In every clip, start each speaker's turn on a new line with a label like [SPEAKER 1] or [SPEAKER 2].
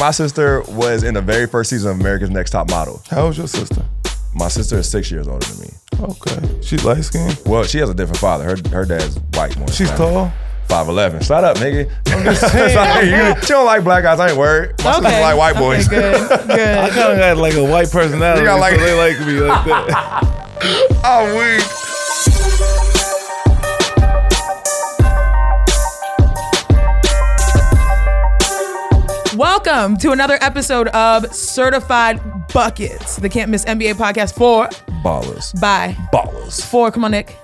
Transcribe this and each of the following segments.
[SPEAKER 1] my sister was in the very first season of America's Next Top Model.
[SPEAKER 2] How old's your sister?
[SPEAKER 1] My sister is six years older than me.
[SPEAKER 2] Okay. She's light skinned.
[SPEAKER 1] Well, she has a different father. Her her dad's white. More than
[SPEAKER 2] She's
[SPEAKER 1] mine.
[SPEAKER 2] tall.
[SPEAKER 1] Five eleven. Shut up, nigga. Sorry, you- she don't like black guys. I ain't worried. My sister like white boys.
[SPEAKER 3] Okay, good.
[SPEAKER 2] I
[SPEAKER 3] Good.
[SPEAKER 2] kind of got like a white personality.
[SPEAKER 1] You got like-
[SPEAKER 2] so they like me like that.
[SPEAKER 1] I'm weak.
[SPEAKER 3] Welcome to another episode of Certified Buckets, the can't miss NBA podcast for
[SPEAKER 1] Ballers.
[SPEAKER 3] by
[SPEAKER 1] Ballers.
[SPEAKER 3] for. Come on, Nick.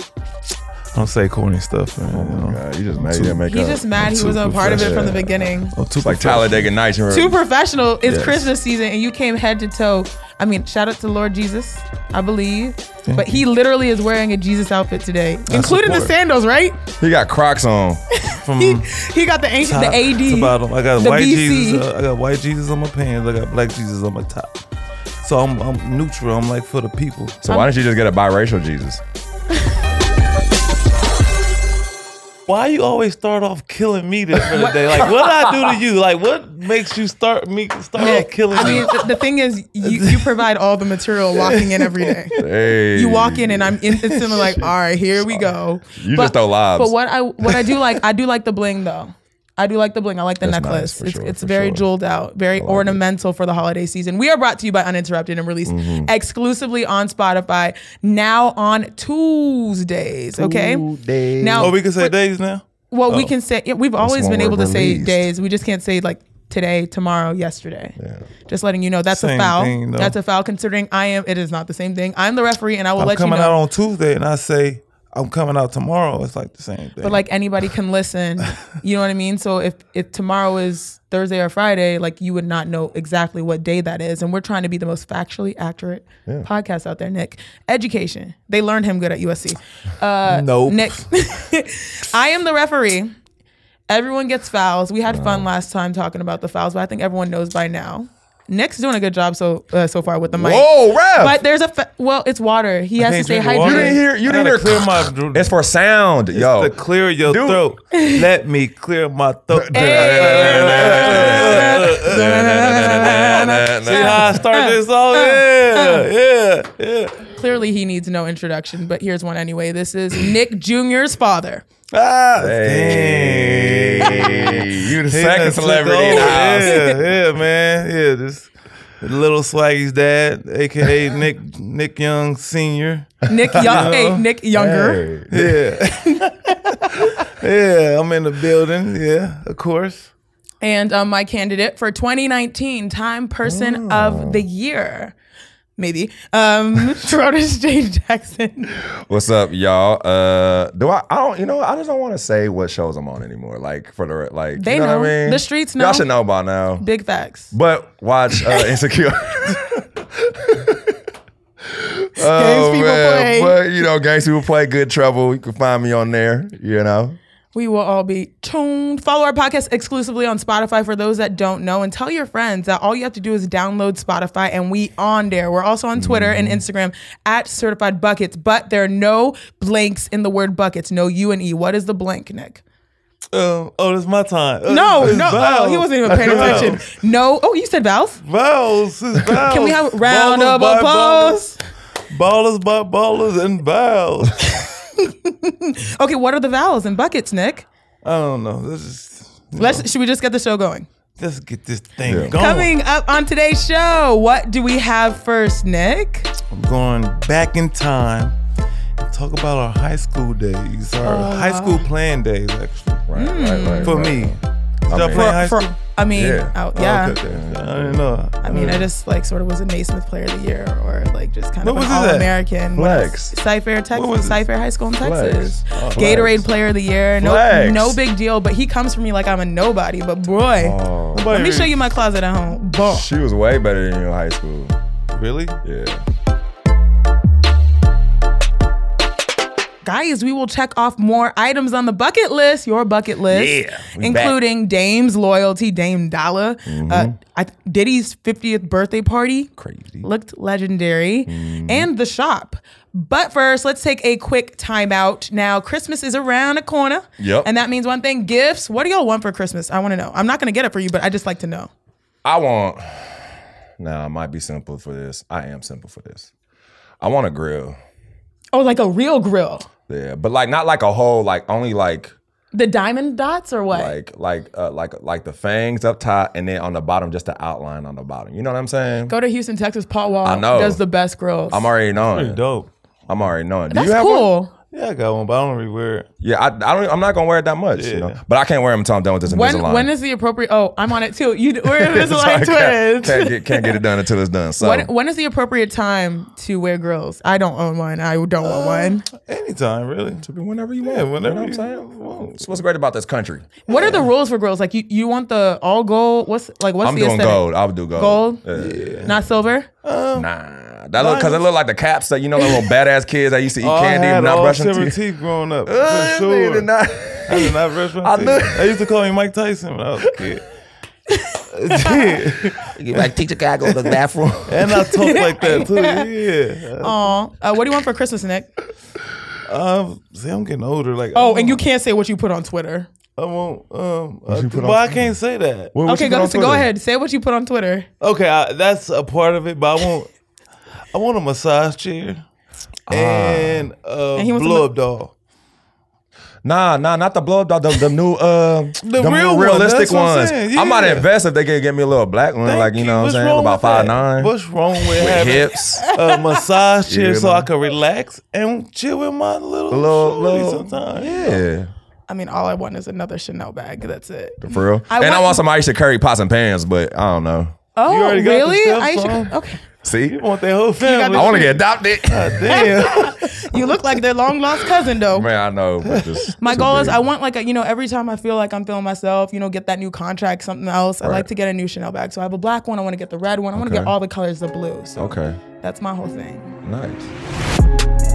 [SPEAKER 2] Don't say corny stuff, man. you know?
[SPEAKER 1] God, you just mad you didn't make
[SPEAKER 3] He's
[SPEAKER 1] up.
[SPEAKER 3] just mad he
[SPEAKER 2] too
[SPEAKER 3] wasn't a part of it from the beginning.
[SPEAKER 2] I'm too
[SPEAKER 1] It's like
[SPEAKER 2] professional.
[SPEAKER 1] Talladega Nights. and-
[SPEAKER 3] Too professional. It's
[SPEAKER 1] Yes.
[SPEAKER 3] Christmas season, and you came head to toe. I mean, shout out to Lord Jesus, I believe. But he literally is wearing a Jesus outfit today, including the
[SPEAKER 2] support.
[SPEAKER 3] sandals, right?
[SPEAKER 1] He got Crocs on.
[SPEAKER 2] From
[SPEAKER 3] He, he got the ancient,
[SPEAKER 2] top
[SPEAKER 3] the
[SPEAKER 2] to
[SPEAKER 3] AD.
[SPEAKER 2] bottom. I got
[SPEAKER 3] the
[SPEAKER 2] white
[SPEAKER 3] BC.
[SPEAKER 2] Jesus. uh, I got white Jesus on my pants. I got black Jesus on my top. So I'm, I'm neutral. I'm like for the people.
[SPEAKER 1] So why don't you just get a biracial Jesus?
[SPEAKER 2] Why you always start off killing me this for the day? Like what I do to you? Like what makes you start me start off
[SPEAKER 3] Nick,
[SPEAKER 2] killing
[SPEAKER 3] I
[SPEAKER 2] me?
[SPEAKER 3] mean, the, the thing is, you, you provide all the material walking in every day.
[SPEAKER 1] Hey.
[SPEAKER 3] You walk in and I'm instantly like, all right, here we go.
[SPEAKER 1] You just throw lives.
[SPEAKER 3] But what I what I do like, I do like the bling though. I do like the bling. I like the
[SPEAKER 1] That's nice,
[SPEAKER 3] necklace.
[SPEAKER 1] for
[SPEAKER 3] it's
[SPEAKER 1] sure,
[SPEAKER 3] it's
[SPEAKER 1] for
[SPEAKER 3] very
[SPEAKER 1] sure.
[SPEAKER 3] jeweled out, very ornamental for the holiday season. We are brought to you by Uninterrupted and released
[SPEAKER 1] Mm-hmm.
[SPEAKER 3] exclusively on Spotify now on Tuesdays. Okay.
[SPEAKER 1] Tuesdays.
[SPEAKER 3] Now
[SPEAKER 2] oh, we can say days now.
[SPEAKER 3] well, we can say yeah, we've always
[SPEAKER 1] when
[SPEAKER 3] been able
[SPEAKER 1] we're
[SPEAKER 3] to say
[SPEAKER 1] released.
[SPEAKER 3] days. We just can't say like today, tomorrow, yesterday. Just letting you know that's
[SPEAKER 2] Same
[SPEAKER 3] a foul.
[SPEAKER 2] thing, though.
[SPEAKER 3] that's a foul. Considering I am, it is not the same thing. I'm the referee, and I will
[SPEAKER 2] I'm
[SPEAKER 3] let you know.
[SPEAKER 2] coming out on Tuesday, and I say I'm coming out tomorrow. It's like the same thing.
[SPEAKER 3] but like anybody can listen. You know what I mean? So if if tomorrow is Thursday or Friday, like you would not know exactly what day that is. And we're trying to be the most factually accurate podcast out there, Nick. Education. They learned him good at USC. Uh
[SPEAKER 2] Nope.
[SPEAKER 3] Nick. I am the referee. Everyone gets fouls. We had fun last time talking about the fouls, but I think everyone knows by now. Nick's doing a good job so uh, so far with the mic.
[SPEAKER 1] Whoa, ref!
[SPEAKER 3] But there's a fa- well, it's water. He has to
[SPEAKER 2] can't
[SPEAKER 3] stay
[SPEAKER 2] drink the water.
[SPEAKER 3] hydrated.
[SPEAKER 1] you didn't hear. You
[SPEAKER 2] I
[SPEAKER 1] didn't
[SPEAKER 2] gotta
[SPEAKER 1] hear.
[SPEAKER 2] clear my.
[SPEAKER 1] It's for sound, yo.
[SPEAKER 2] to clear your
[SPEAKER 1] Dude.
[SPEAKER 2] throat. Let me clear my throat. See how I start this off? Yeah, yeah, yeah.
[SPEAKER 3] Clearly, he needs no introduction, but here's one anyway. This is Nick Jr.'s father.
[SPEAKER 2] Ah, dang.
[SPEAKER 1] Hey, you the
[SPEAKER 2] He
[SPEAKER 1] second
[SPEAKER 2] done took
[SPEAKER 1] celebrity in the
[SPEAKER 2] over.
[SPEAKER 1] house.
[SPEAKER 2] oh, Yeah, yeah, man. Yeah, this little swaggy's dad, aka Nick Nick Young Senior.
[SPEAKER 3] Nick, young, hey, Nick Younger.
[SPEAKER 1] Hey.
[SPEAKER 2] Yeah, yeah. I'm in the building. Yeah, of course.
[SPEAKER 3] And um, my candidate for 2019 Time Person of the Year. Maybe. Um, Tyrone J. Jackson.
[SPEAKER 1] What's up, y'all? Uh, do I? I don't. You know, I just don't want to say what shows I'm on anymore. Like for the like,
[SPEAKER 3] They
[SPEAKER 1] you know, what
[SPEAKER 3] know.
[SPEAKER 1] I mean?
[SPEAKER 3] The streets know.
[SPEAKER 1] Y'all should know by now.
[SPEAKER 3] Big facts.
[SPEAKER 1] But watch uh, Insecure. Oh,
[SPEAKER 3] Games people play.
[SPEAKER 1] But you know, gangs people play. Good trouble. You can find me on there. You know.
[SPEAKER 3] We will all be tuned. Follow our podcast exclusively on Spotify for those that don't know, and tell your friends that all you have to do is download Spotify, and we on there. We're also on Twitter and Instagram at Certified Buckets, but there are no blanks in the word buckets. No U and E. What is the blank, Nick?
[SPEAKER 2] Um, oh, it's my time. Uh,
[SPEAKER 3] No,
[SPEAKER 2] it's
[SPEAKER 3] no, oh,
[SPEAKER 2] vowels.
[SPEAKER 3] he wasn't even paying
[SPEAKER 2] Vowels.
[SPEAKER 3] attention. No. Oh, you said vowels.
[SPEAKER 2] Vowels. It's vowels.
[SPEAKER 3] Can we have a round
[SPEAKER 2] Ballers
[SPEAKER 3] of
[SPEAKER 2] by
[SPEAKER 3] applause?
[SPEAKER 2] Ballers by ballers and vowels.
[SPEAKER 3] Okay, what are the vowels in buckets, Nick?
[SPEAKER 2] I don't know. Let's just
[SPEAKER 3] Let's. Should we just get the show going?
[SPEAKER 2] let's get this thing
[SPEAKER 1] Yeah.
[SPEAKER 2] going.
[SPEAKER 3] Coming up on today's show, what do we have first, Nick?
[SPEAKER 2] I'm going back in time and talk about our high school days, our
[SPEAKER 3] Oh,
[SPEAKER 2] high school playing days, actually.
[SPEAKER 1] Right, right, right.
[SPEAKER 2] For
[SPEAKER 1] right.
[SPEAKER 2] me, did
[SPEAKER 1] I
[SPEAKER 2] y'all
[SPEAKER 1] mean-
[SPEAKER 2] play high
[SPEAKER 3] For,
[SPEAKER 2] school?
[SPEAKER 3] I mean,
[SPEAKER 1] Yeah.
[SPEAKER 3] Hmm.
[SPEAKER 1] Mm.
[SPEAKER 3] out-
[SPEAKER 2] Oh,
[SPEAKER 3] yeah.
[SPEAKER 2] okay, okay. I don't know.
[SPEAKER 3] I mean, I just like sort of was a Naismith Player of the Year, or like just kind
[SPEAKER 2] What
[SPEAKER 3] of an
[SPEAKER 2] was it
[SPEAKER 3] all
[SPEAKER 2] at?
[SPEAKER 3] American.
[SPEAKER 1] Flex.
[SPEAKER 3] Cypher,
[SPEAKER 2] What was
[SPEAKER 3] Texas.
[SPEAKER 2] it?
[SPEAKER 3] Cypher High School in Texas.
[SPEAKER 1] Flex. Oh,
[SPEAKER 3] Gatorade
[SPEAKER 1] flex.
[SPEAKER 3] Player of the Year. No,
[SPEAKER 1] Flex.
[SPEAKER 3] no big deal. But he comes from me like I'm a nobody. But boy,
[SPEAKER 1] Oh,
[SPEAKER 3] let me show you my closet at home. Boom.
[SPEAKER 1] she was way better than you in high school.
[SPEAKER 2] Really?
[SPEAKER 1] Yeah.
[SPEAKER 3] Guys, we will check off more items on the bucket list, your bucket list,
[SPEAKER 1] Yeah, we back. Mm-hmm.
[SPEAKER 3] including Dame's loyalty, Dame Dalla, uh, I, Diddy's 50th birthday party.
[SPEAKER 1] Crazy.
[SPEAKER 3] looked legendary, and the shop. But first, let's take a quick time out. Now, Christmas is around the corner.
[SPEAKER 1] Yep.
[SPEAKER 3] And that means one thing gifts. What do y'all want for Christmas? I want to know. I'm not going to get it for you, but I just like to know.
[SPEAKER 1] I want. Now I might be simple for this. I am simple for this. I want a grill.
[SPEAKER 3] Oh, like a real grill.
[SPEAKER 1] Yeah, but like not like a whole like only like
[SPEAKER 3] The diamond dots or what?
[SPEAKER 1] like like uh, like like the fangs up top and then on the bottom just the outline on the bottom. You know what I'm saying?
[SPEAKER 3] Go to Houston, Texas. Paul Wall
[SPEAKER 1] I know.
[SPEAKER 3] does the best grills.
[SPEAKER 1] I'm already knowing.
[SPEAKER 2] Dope.
[SPEAKER 1] I'm already knowing. Do
[SPEAKER 3] That's
[SPEAKER 1] you have one?
[SPEAKER 3] cool.
[SPEAKER 2] Yeah, I got one, but I don't really wear it.
[SPEAKER 1] Yeah, I, I don't. I'm not gonna wear it that much. You know,
[SPEAKER 2] Yeah.
[SPEAKER 1] but I can't wear them until I'm done with this
[SPEAKER 3] When
[SPEAKER 1] Invisalign.
[SPEAKER 3] when is the appropriate? Oh, I'm on it too. You we're
[SPEAKER 1] So I
[SPEAKER 3] Invisalign
[SPEAKER 1] can't,
[SPEAKER 3] twins.
[SPEAKER 1] can't get, can't get it done until it's done. So
[SPEAKER 3] When, when is the appropriate time to wear grills? I don't own one. I don't want one.
[SPEAKER 2] Anytime, really.
[SPEAKER 1] whenever you want.
[SPEAKER 2] Yeah,
[SPEAKER 1] you
[SPEAKER 2] whenever
[SPEAKER 1] know what I'm
[SPEAKER 2] you
[SPEAKER 1] saying.
[SPEAKER 2] want.
[SPEAKER 1] It's what's great about this country.
[SPEAKER 3] What are the rules for grills? Like you, you want the all gold? What's like what's
[SPEAKER 1] I'm
[SPEAKER 3] the
[SPEAKER 1] doing
[SPEAKER 3] aesthetic?
[SPEAKER 1] gold. I would do gold.
[SPEAKER 3] Gold?
[SPEAKER 1] Yeah.
[SPEAKER 3] Not silver.
[SPEAKER 1] Nah, that look because it look like the caps that you know the little badass kids that used to eat
[SPEAKER 2] Oh,
[SPEAKER 1] candy
[SPEAKER 2] I had
[SPEAKER 1] and not
[SPEAKER 2] all
[SPEAKER 1] brushing
[SPEAKER 2] silver
[SPEAKER 1] teeth.
[SPEAKER 2] teeth growing up.
[SPEAKER 1] Uh,
[SPEAKER 2] for sure.
[SPEAKER 1] they did not-
[SPEAKER 2] I did not brush my
[SPEAKER 1] I
[SPEAKER 2] teeth.
[SPEAKER 1] knew-
[SPEAKER 2] They used to call me Mike Tyson when I was a kid.
[SPEAKER 1] like teacher guy go to the bathroom.
[SPEAKER 2] and I talk like that too. Yeah.
[SPEAKER 3] Aw. Uh, what do you want for Christmas, Nick?
[SPEAKER 2] Um, see, I'm getting older. Like,
[SPEAKER 3] Oh,
[SPEAKER 2] I
[SPEAKER 3] and you can't say what you put on Twitter.
[SPEAKER 2] I won't. Um, I,
[SPEAKER 1] you put
[SPEAKER 2] well,
[SPEAKER 1] on-
[SPEAKER 2] I can't say that.
[SPEAKER 3] okay, go, so go ahead. Say what you put on Twitter.
[SPEAKER 2] Okay, I, that's a part of it, but I want. I want a massage chair
[SPEAKER 1] Ah.
[SPEAKER 2] and a
[SPEAKER 3] And he wants a
[SPEAKER 2] blow
[SPEAKER 3] ma-
[SPEAKER 2] up doll.
[SPEAKER 1] Nah, nah, not the blow up doll. The, the new, uh, the,
[SPEAKER 2] real
[SPEAKER 1] real
[SPEAKER 2] one,
[SPEAKER 1] realistic
[SPEAKER 2] that's what I'm
[SPEAKER 1] ones.
[SPEAKER 2] saying,
[SPEAKER 1] I might
[SPEAKER 2] yeah.
[SPEAKER 1] invest if they could get me a little black one,
[SPEAKER 2] Thank
[SPEAKER 1] like you know what I'm
[SPEAKER 2] What's
[SPEAKER 1] saying,
[SPEAKER 2] wrong
[SPEAKER 1] about
[SPEAKER 2] with that?
[SPEAKER 1] five nine,
[SPEAKER 2] What's wrong with having
[SPEAKER 1] hips.
[SPEAKER 2] a massage chair
[SPEAKER 1] You
[SPEAKER 2] so
[SPEAKER 1] know?
[SPEAKER 2] I can relax and chill with my little,
[SPEAKER 1] little,
[SPEAKER 2] little,
[SPEAKER 1] little,
[SPEAKER 2] sometimes.
[SPEAKER 1] yeah,
[SPEAKER 3] I mean, all I want is another Chanel bag. That's it.
[SPEAKER 1] for real.
[SPEAKER 3] I
[SPEAKER 1] and I
[SPEAKER 3] want-
[SPEAKER 1] want some Aisha Curry pots and pans, but I don't know.
[SPEAKER 3] Oh,
[SPEAKER 2] already got the
[SPEAKER 3] really?
[SPEAKER 2] steps
[SPEAKER 3] I should-
[SPEAKER 2] on.
[SPEAKER 3] okay.
[SPEAKER 1] See,
[SPEAKER 2] You want that whole
[SPEAKER 3] got
[SPEAKER 2] family?
[SPEAKER 1] I want to get adopted.
[SPEAKER 2] Damn.
[SPEAKER 3] You look like their long lost cousin, though.
[SPEAKER 1] Man, I know. But just
[SPEAKER 3] My
[SPEAKER 1] too
[SPEAKER 3] goal is
[SPEAKER 1] big.
[SPEAKER 3] I want like a you know every time I feel like I'm feeling myself, you know, get that new contract, something else. I
[SPEAKER 1] Right.
[SPEAKER 3] like to get a new Chanel bag, so I have a black one. I want to get the red one. I want to
[SPEAKER 1] Okay.
[SPEAKER 3] get all the colors of blue. So
[SPEAKER 1] Okay,
[SPEAKER 3] that's my whole thing.
[SPEAKER 1] nice.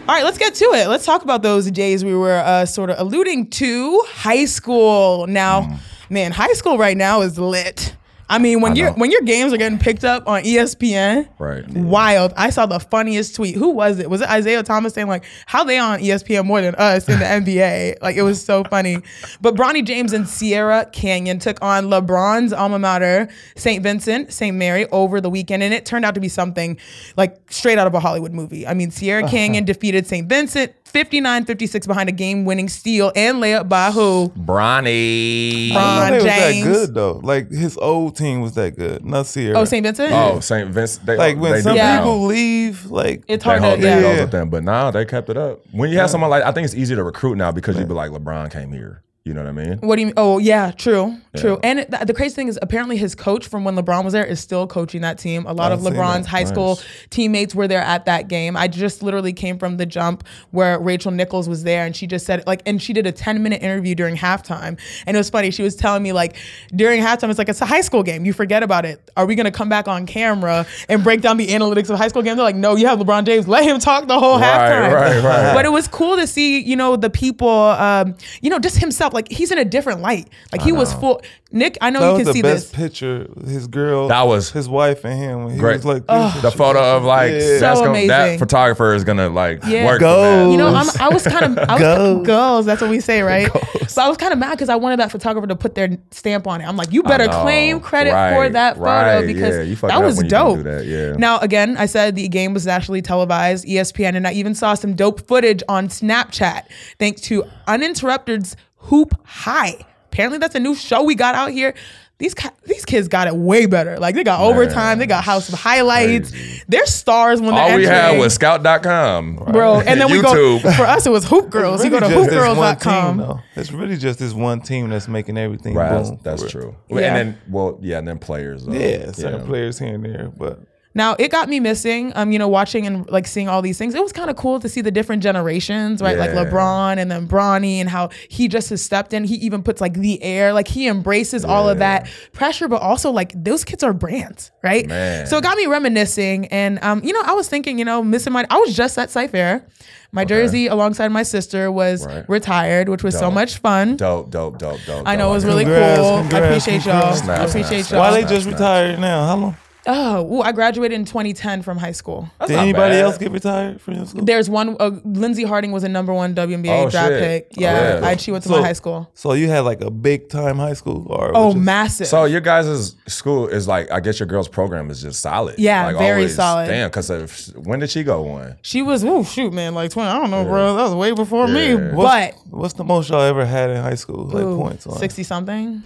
[SPEAKER 3] All right, let's get to it. Let's talk about those days we were uh, sort of alluding to high school. Now, man, high school right now is lit. I mean, when
[SPEAKER 1] Mm. I
[SPEAKER 3] your
[SPEAKER 1] know.
[SPEAKER 3] when your games are getting picked up on E ESPN,
[SPEAKER 1] Right.
[SPEAKER 3] Wild. I saw the funniest tweet. Who was it? Was it Isaiah Thomas saying like how they on E ESPN more than us in the NBA? Like it was so funny. But Bronny James and Sierra Canyon took on LeBron's alma mater, St. Vincent, St. Mary over the weekend and it turned out to be something like straight out of a Hollywood movie. I mean, Sierra Canyon defeated St. Vincent 59-56 behind a game-winning steal and layup by who?
[SPEAKER 1] Bronny.
[SPEAKER 2] I didn't know they
[SPEAKER 3] James.
[SPEAKER 2] was that good though. Like his old team was that good. Not Sierra.
[SPEAKER 3] Oh, St. Vincent?
[SPEAKER 1] Oh, St. Vincent. They,
[SPEAKER 2] Like
[SPEAKER 1] they
[SPEAKER 2] when
[SPEAKER 1] do
[SPEAKER 2] some
[SPEAKER 1] now.
[SPEAKER 2] people leave, like
[SPEAKER 3] It's
[SPEAKER 1] They
[SPEAKER 3] hard
[SPEAKER 1] hold
[SPEAKER 3] to
[SPEAKER 1] yeah.
[SPEAKER 3] yeah.
[SPEAKER 1] those with them, but nah, they kept it up. When you have someone like, I think it's easier to recruit now because you'd be like, LeBron came here. You know what I mean?
[SPEAKER 2] Mm-hmm.
[SPEAKER 3] What do you mean? Oh, yeah, true, true. And it, the, the crazy thing is, apparently, his coach from when LeBron was there is still coaching that team. A lot of
[SPEAKER 2] seen
[SPEAKER 3] LeBron's
[SPEAKER 2] that.
[SPEAKER 3] high school teammates were there at that game. I just literally came from the jump where Rachel Nichols was there, and she just said, like, and she did a 10 minute interview during halftime. And it was funny. She was telling me, like, during halftime, it's like, it's a high school game. You forget about it. Are we going to come back on camera and break down the analytics of high school games? They're like, no, you have LeBron James. Let him talk the whole
[SPEAKER 1] Right,
[SPEAKER 3] halftime.
[SPEAKER 1] right, right.
[SPEAKER 3] But it was cool to see, you know, the people, um, you know, just himself. Like he's in a different light. Like he was full. Nick, I know
[SPEAKER 2] that
[SPEAKER 3] you
[SPEAKER 2] was
[SPEAKER 3] can
[SPEAKER 2] the
[SPEAKER 3] see
[SPEAKER 2] best
[SPEAKER 3] this.
[SPEAKER 2] picture. His girl.
[SPEAKER 1] That was
[SPEAKER 2] his wife and him. When he
[SPEAKER 1] great.
[SPEAKER 2] was like this
[SPEAKER 1] the
[SPEAKER 2] and
[SPEAKER 1] photo of like,
[SPEAKER 2] Yeah.
[SPEAKER 1] that's
[SPEAKER 3] So
[SPEAKER 1] gonna, that
[SPEAKER 3] amazing.
[SPEAKER 1] photographer is going to like
[SPEAKER 3] Yeah.
[SPEAKER 1] work.
[SPEAKER 2] Go.
[SPEAKER 1] Go.
[SPEAKER 3] you know, I'm, I was kind of I was
[SPEAKER 2] Goals.
[SPEAKER 3] girls. That's what we say, right? So I was kind of mad because I wanted that photographer to put their stamp on it. I'm like, you better
[SPEAKER 1] know.
[SPEAKER 3] claim credit for
[SPEAKER 1] Right,
[SPEAKER 3] that photo
[SPEAKER 1] right. Yeah, you
[SPEAKER 3] because
[SPEAKER 1] fuck
[SPEAKER 3] that
[SPEAKER 1] up
[SPEAKER 3] was
[SPEAKER 1] when you don't
[SPEAKER 3] dope.
[SPEAKER 1] do that, yeah.
[SPEAKER 3] Now again, I said the game was nationally televised, E ESPN, and I even saw some dope footage on Snapchat thanks to Uninterrupted's Hoop High. Apparently, that's a new show we got out here. These, ki- these kids got it way better. Like they got overtime, they got House of Highlights. They're stars when they're
[SPEAKER 1] All we had
[SPEAKER 3] entering.
[SPEAKER 1] was scout.com.
[SPEAKER 3] Bro, and then we go
[SPEAKER 1] YouTube.
[SPEAKER 3] for us. It was hoop girls. you go to
[SPEAKER 2] really just this one team,
[SPEAKER 3] hoopgirls.com.
[SPEAKER 2] though. It's really just this one team that's making everything
[SPEAKER 1] Right, that's,
[SPEAKER 2] boom.
[SPEAKER 1] that's
[SPEAKER 2] for real.
[SPEAKER 1] true.
[SPEAKER 3] Yeah.
[SPEAKER 1] And then, well, yeah, and then players. though.
[SPEAKER 2] Yeah, certain players here and there, but
[SPEAKER 3] Now it got me missing. Um, you know, watching and like seeing all these things. It was kind of cool to see the different generations, right? Like
[SPEAKER 1] Yeah.
[SPEAKER 3] LeBron and then Bronny, and how he just has stepped in. He even puts like the air, like he embraces all of that pressure, but also like those kids are brands, right?
[SPEAKER 1] Man.
[SPEAKER 3] So it got me reminiscing, and um, you know, I was thinking, you know, missing my. I was just at Site Fair. My jersey alongside my sister was
[SPEAKER 1] Right.
[SPEAKER 3] retired, which was so
[SPEAKER 1] Dope.
[SPEAKER 3] much fun.
[SPEAKER 1] Dope, dope, dope, dope.
[SPEAKER 3] I know
[SPEAKER 1] dope.
[SPEAKER 3] it was really
[SPEAKER 2] Congrats,
[SPEAKER 3] cool. I
[SPEAKER 2] congrats,
[SPEAKER 3] appreciate y'all.
[SPEAKER 2] congrats.
[SPEAKER 3] I appreciate
[SPEAKER 1] Snap,
[SPEAKER 3] y'all.
[SPEAKER 1] snap,
[SPEAKER 2] why
[SPEAKER 1] Wow.
[SPEAKER 2] they just
[SPEAKER 1] Nice, nice.
[SPEAKER 2] retired now? How long?
[SPEAKER 3] Oh, ooh, I graduated in 2010 from high school.
[SPEAKER 1] That's
[SPEAKER 2] Did
[SPEAKER 1] not
[SPEAKER 2] anybody
[SPEAKER 1] bad.
[SPEAKER 2] else get retired from your school?
[SPEAKER 3] There's one. Uh, Lindsey Harding was a number one WNBA
[SPEAKER 1] Oh,
[SPEAKER 3] draft
[SPEAKER 1] shit.
[SPEAKER 3] pick.
[SPEAKER 1] Oh,
[SPEAKER 3] Yeah,
[SPEAKER 1] yeah.
[SPEAKER 3] I, she went to
[SPEAKER 2] So-
[SPEAKER 3] my high school.
[SPEAKER 2] So you had like a big time high school, or
[SPEAKER 3] Oh,
[SPEAKER 2] was just-
[SPEAKER 3] massive.
[SPEAKER 1] So your guys' school is like, I guess your girl's program is just solid.
[SPEAKER 3] Yeah,
[SPEAKER 1] like
[SPEAKER 3] very solid.
[SPEAKER 1] Damn, because when did she go one?
[SPEAKER 3] she was. Ooh, shoot, man, like 20. I don't know, bro. That was way before
[SPEAKER 1] Yeah.
[SPEAKER 3] me.
[SPEAKER 2] What's-
[SPEAKER 3] But
[SPEAKER 2] what's the most y'all ever had in high school? Like
[SPEAKER 3] ooh,
[SPEAKER 2] points on
[SPEAKER 3] 60 something.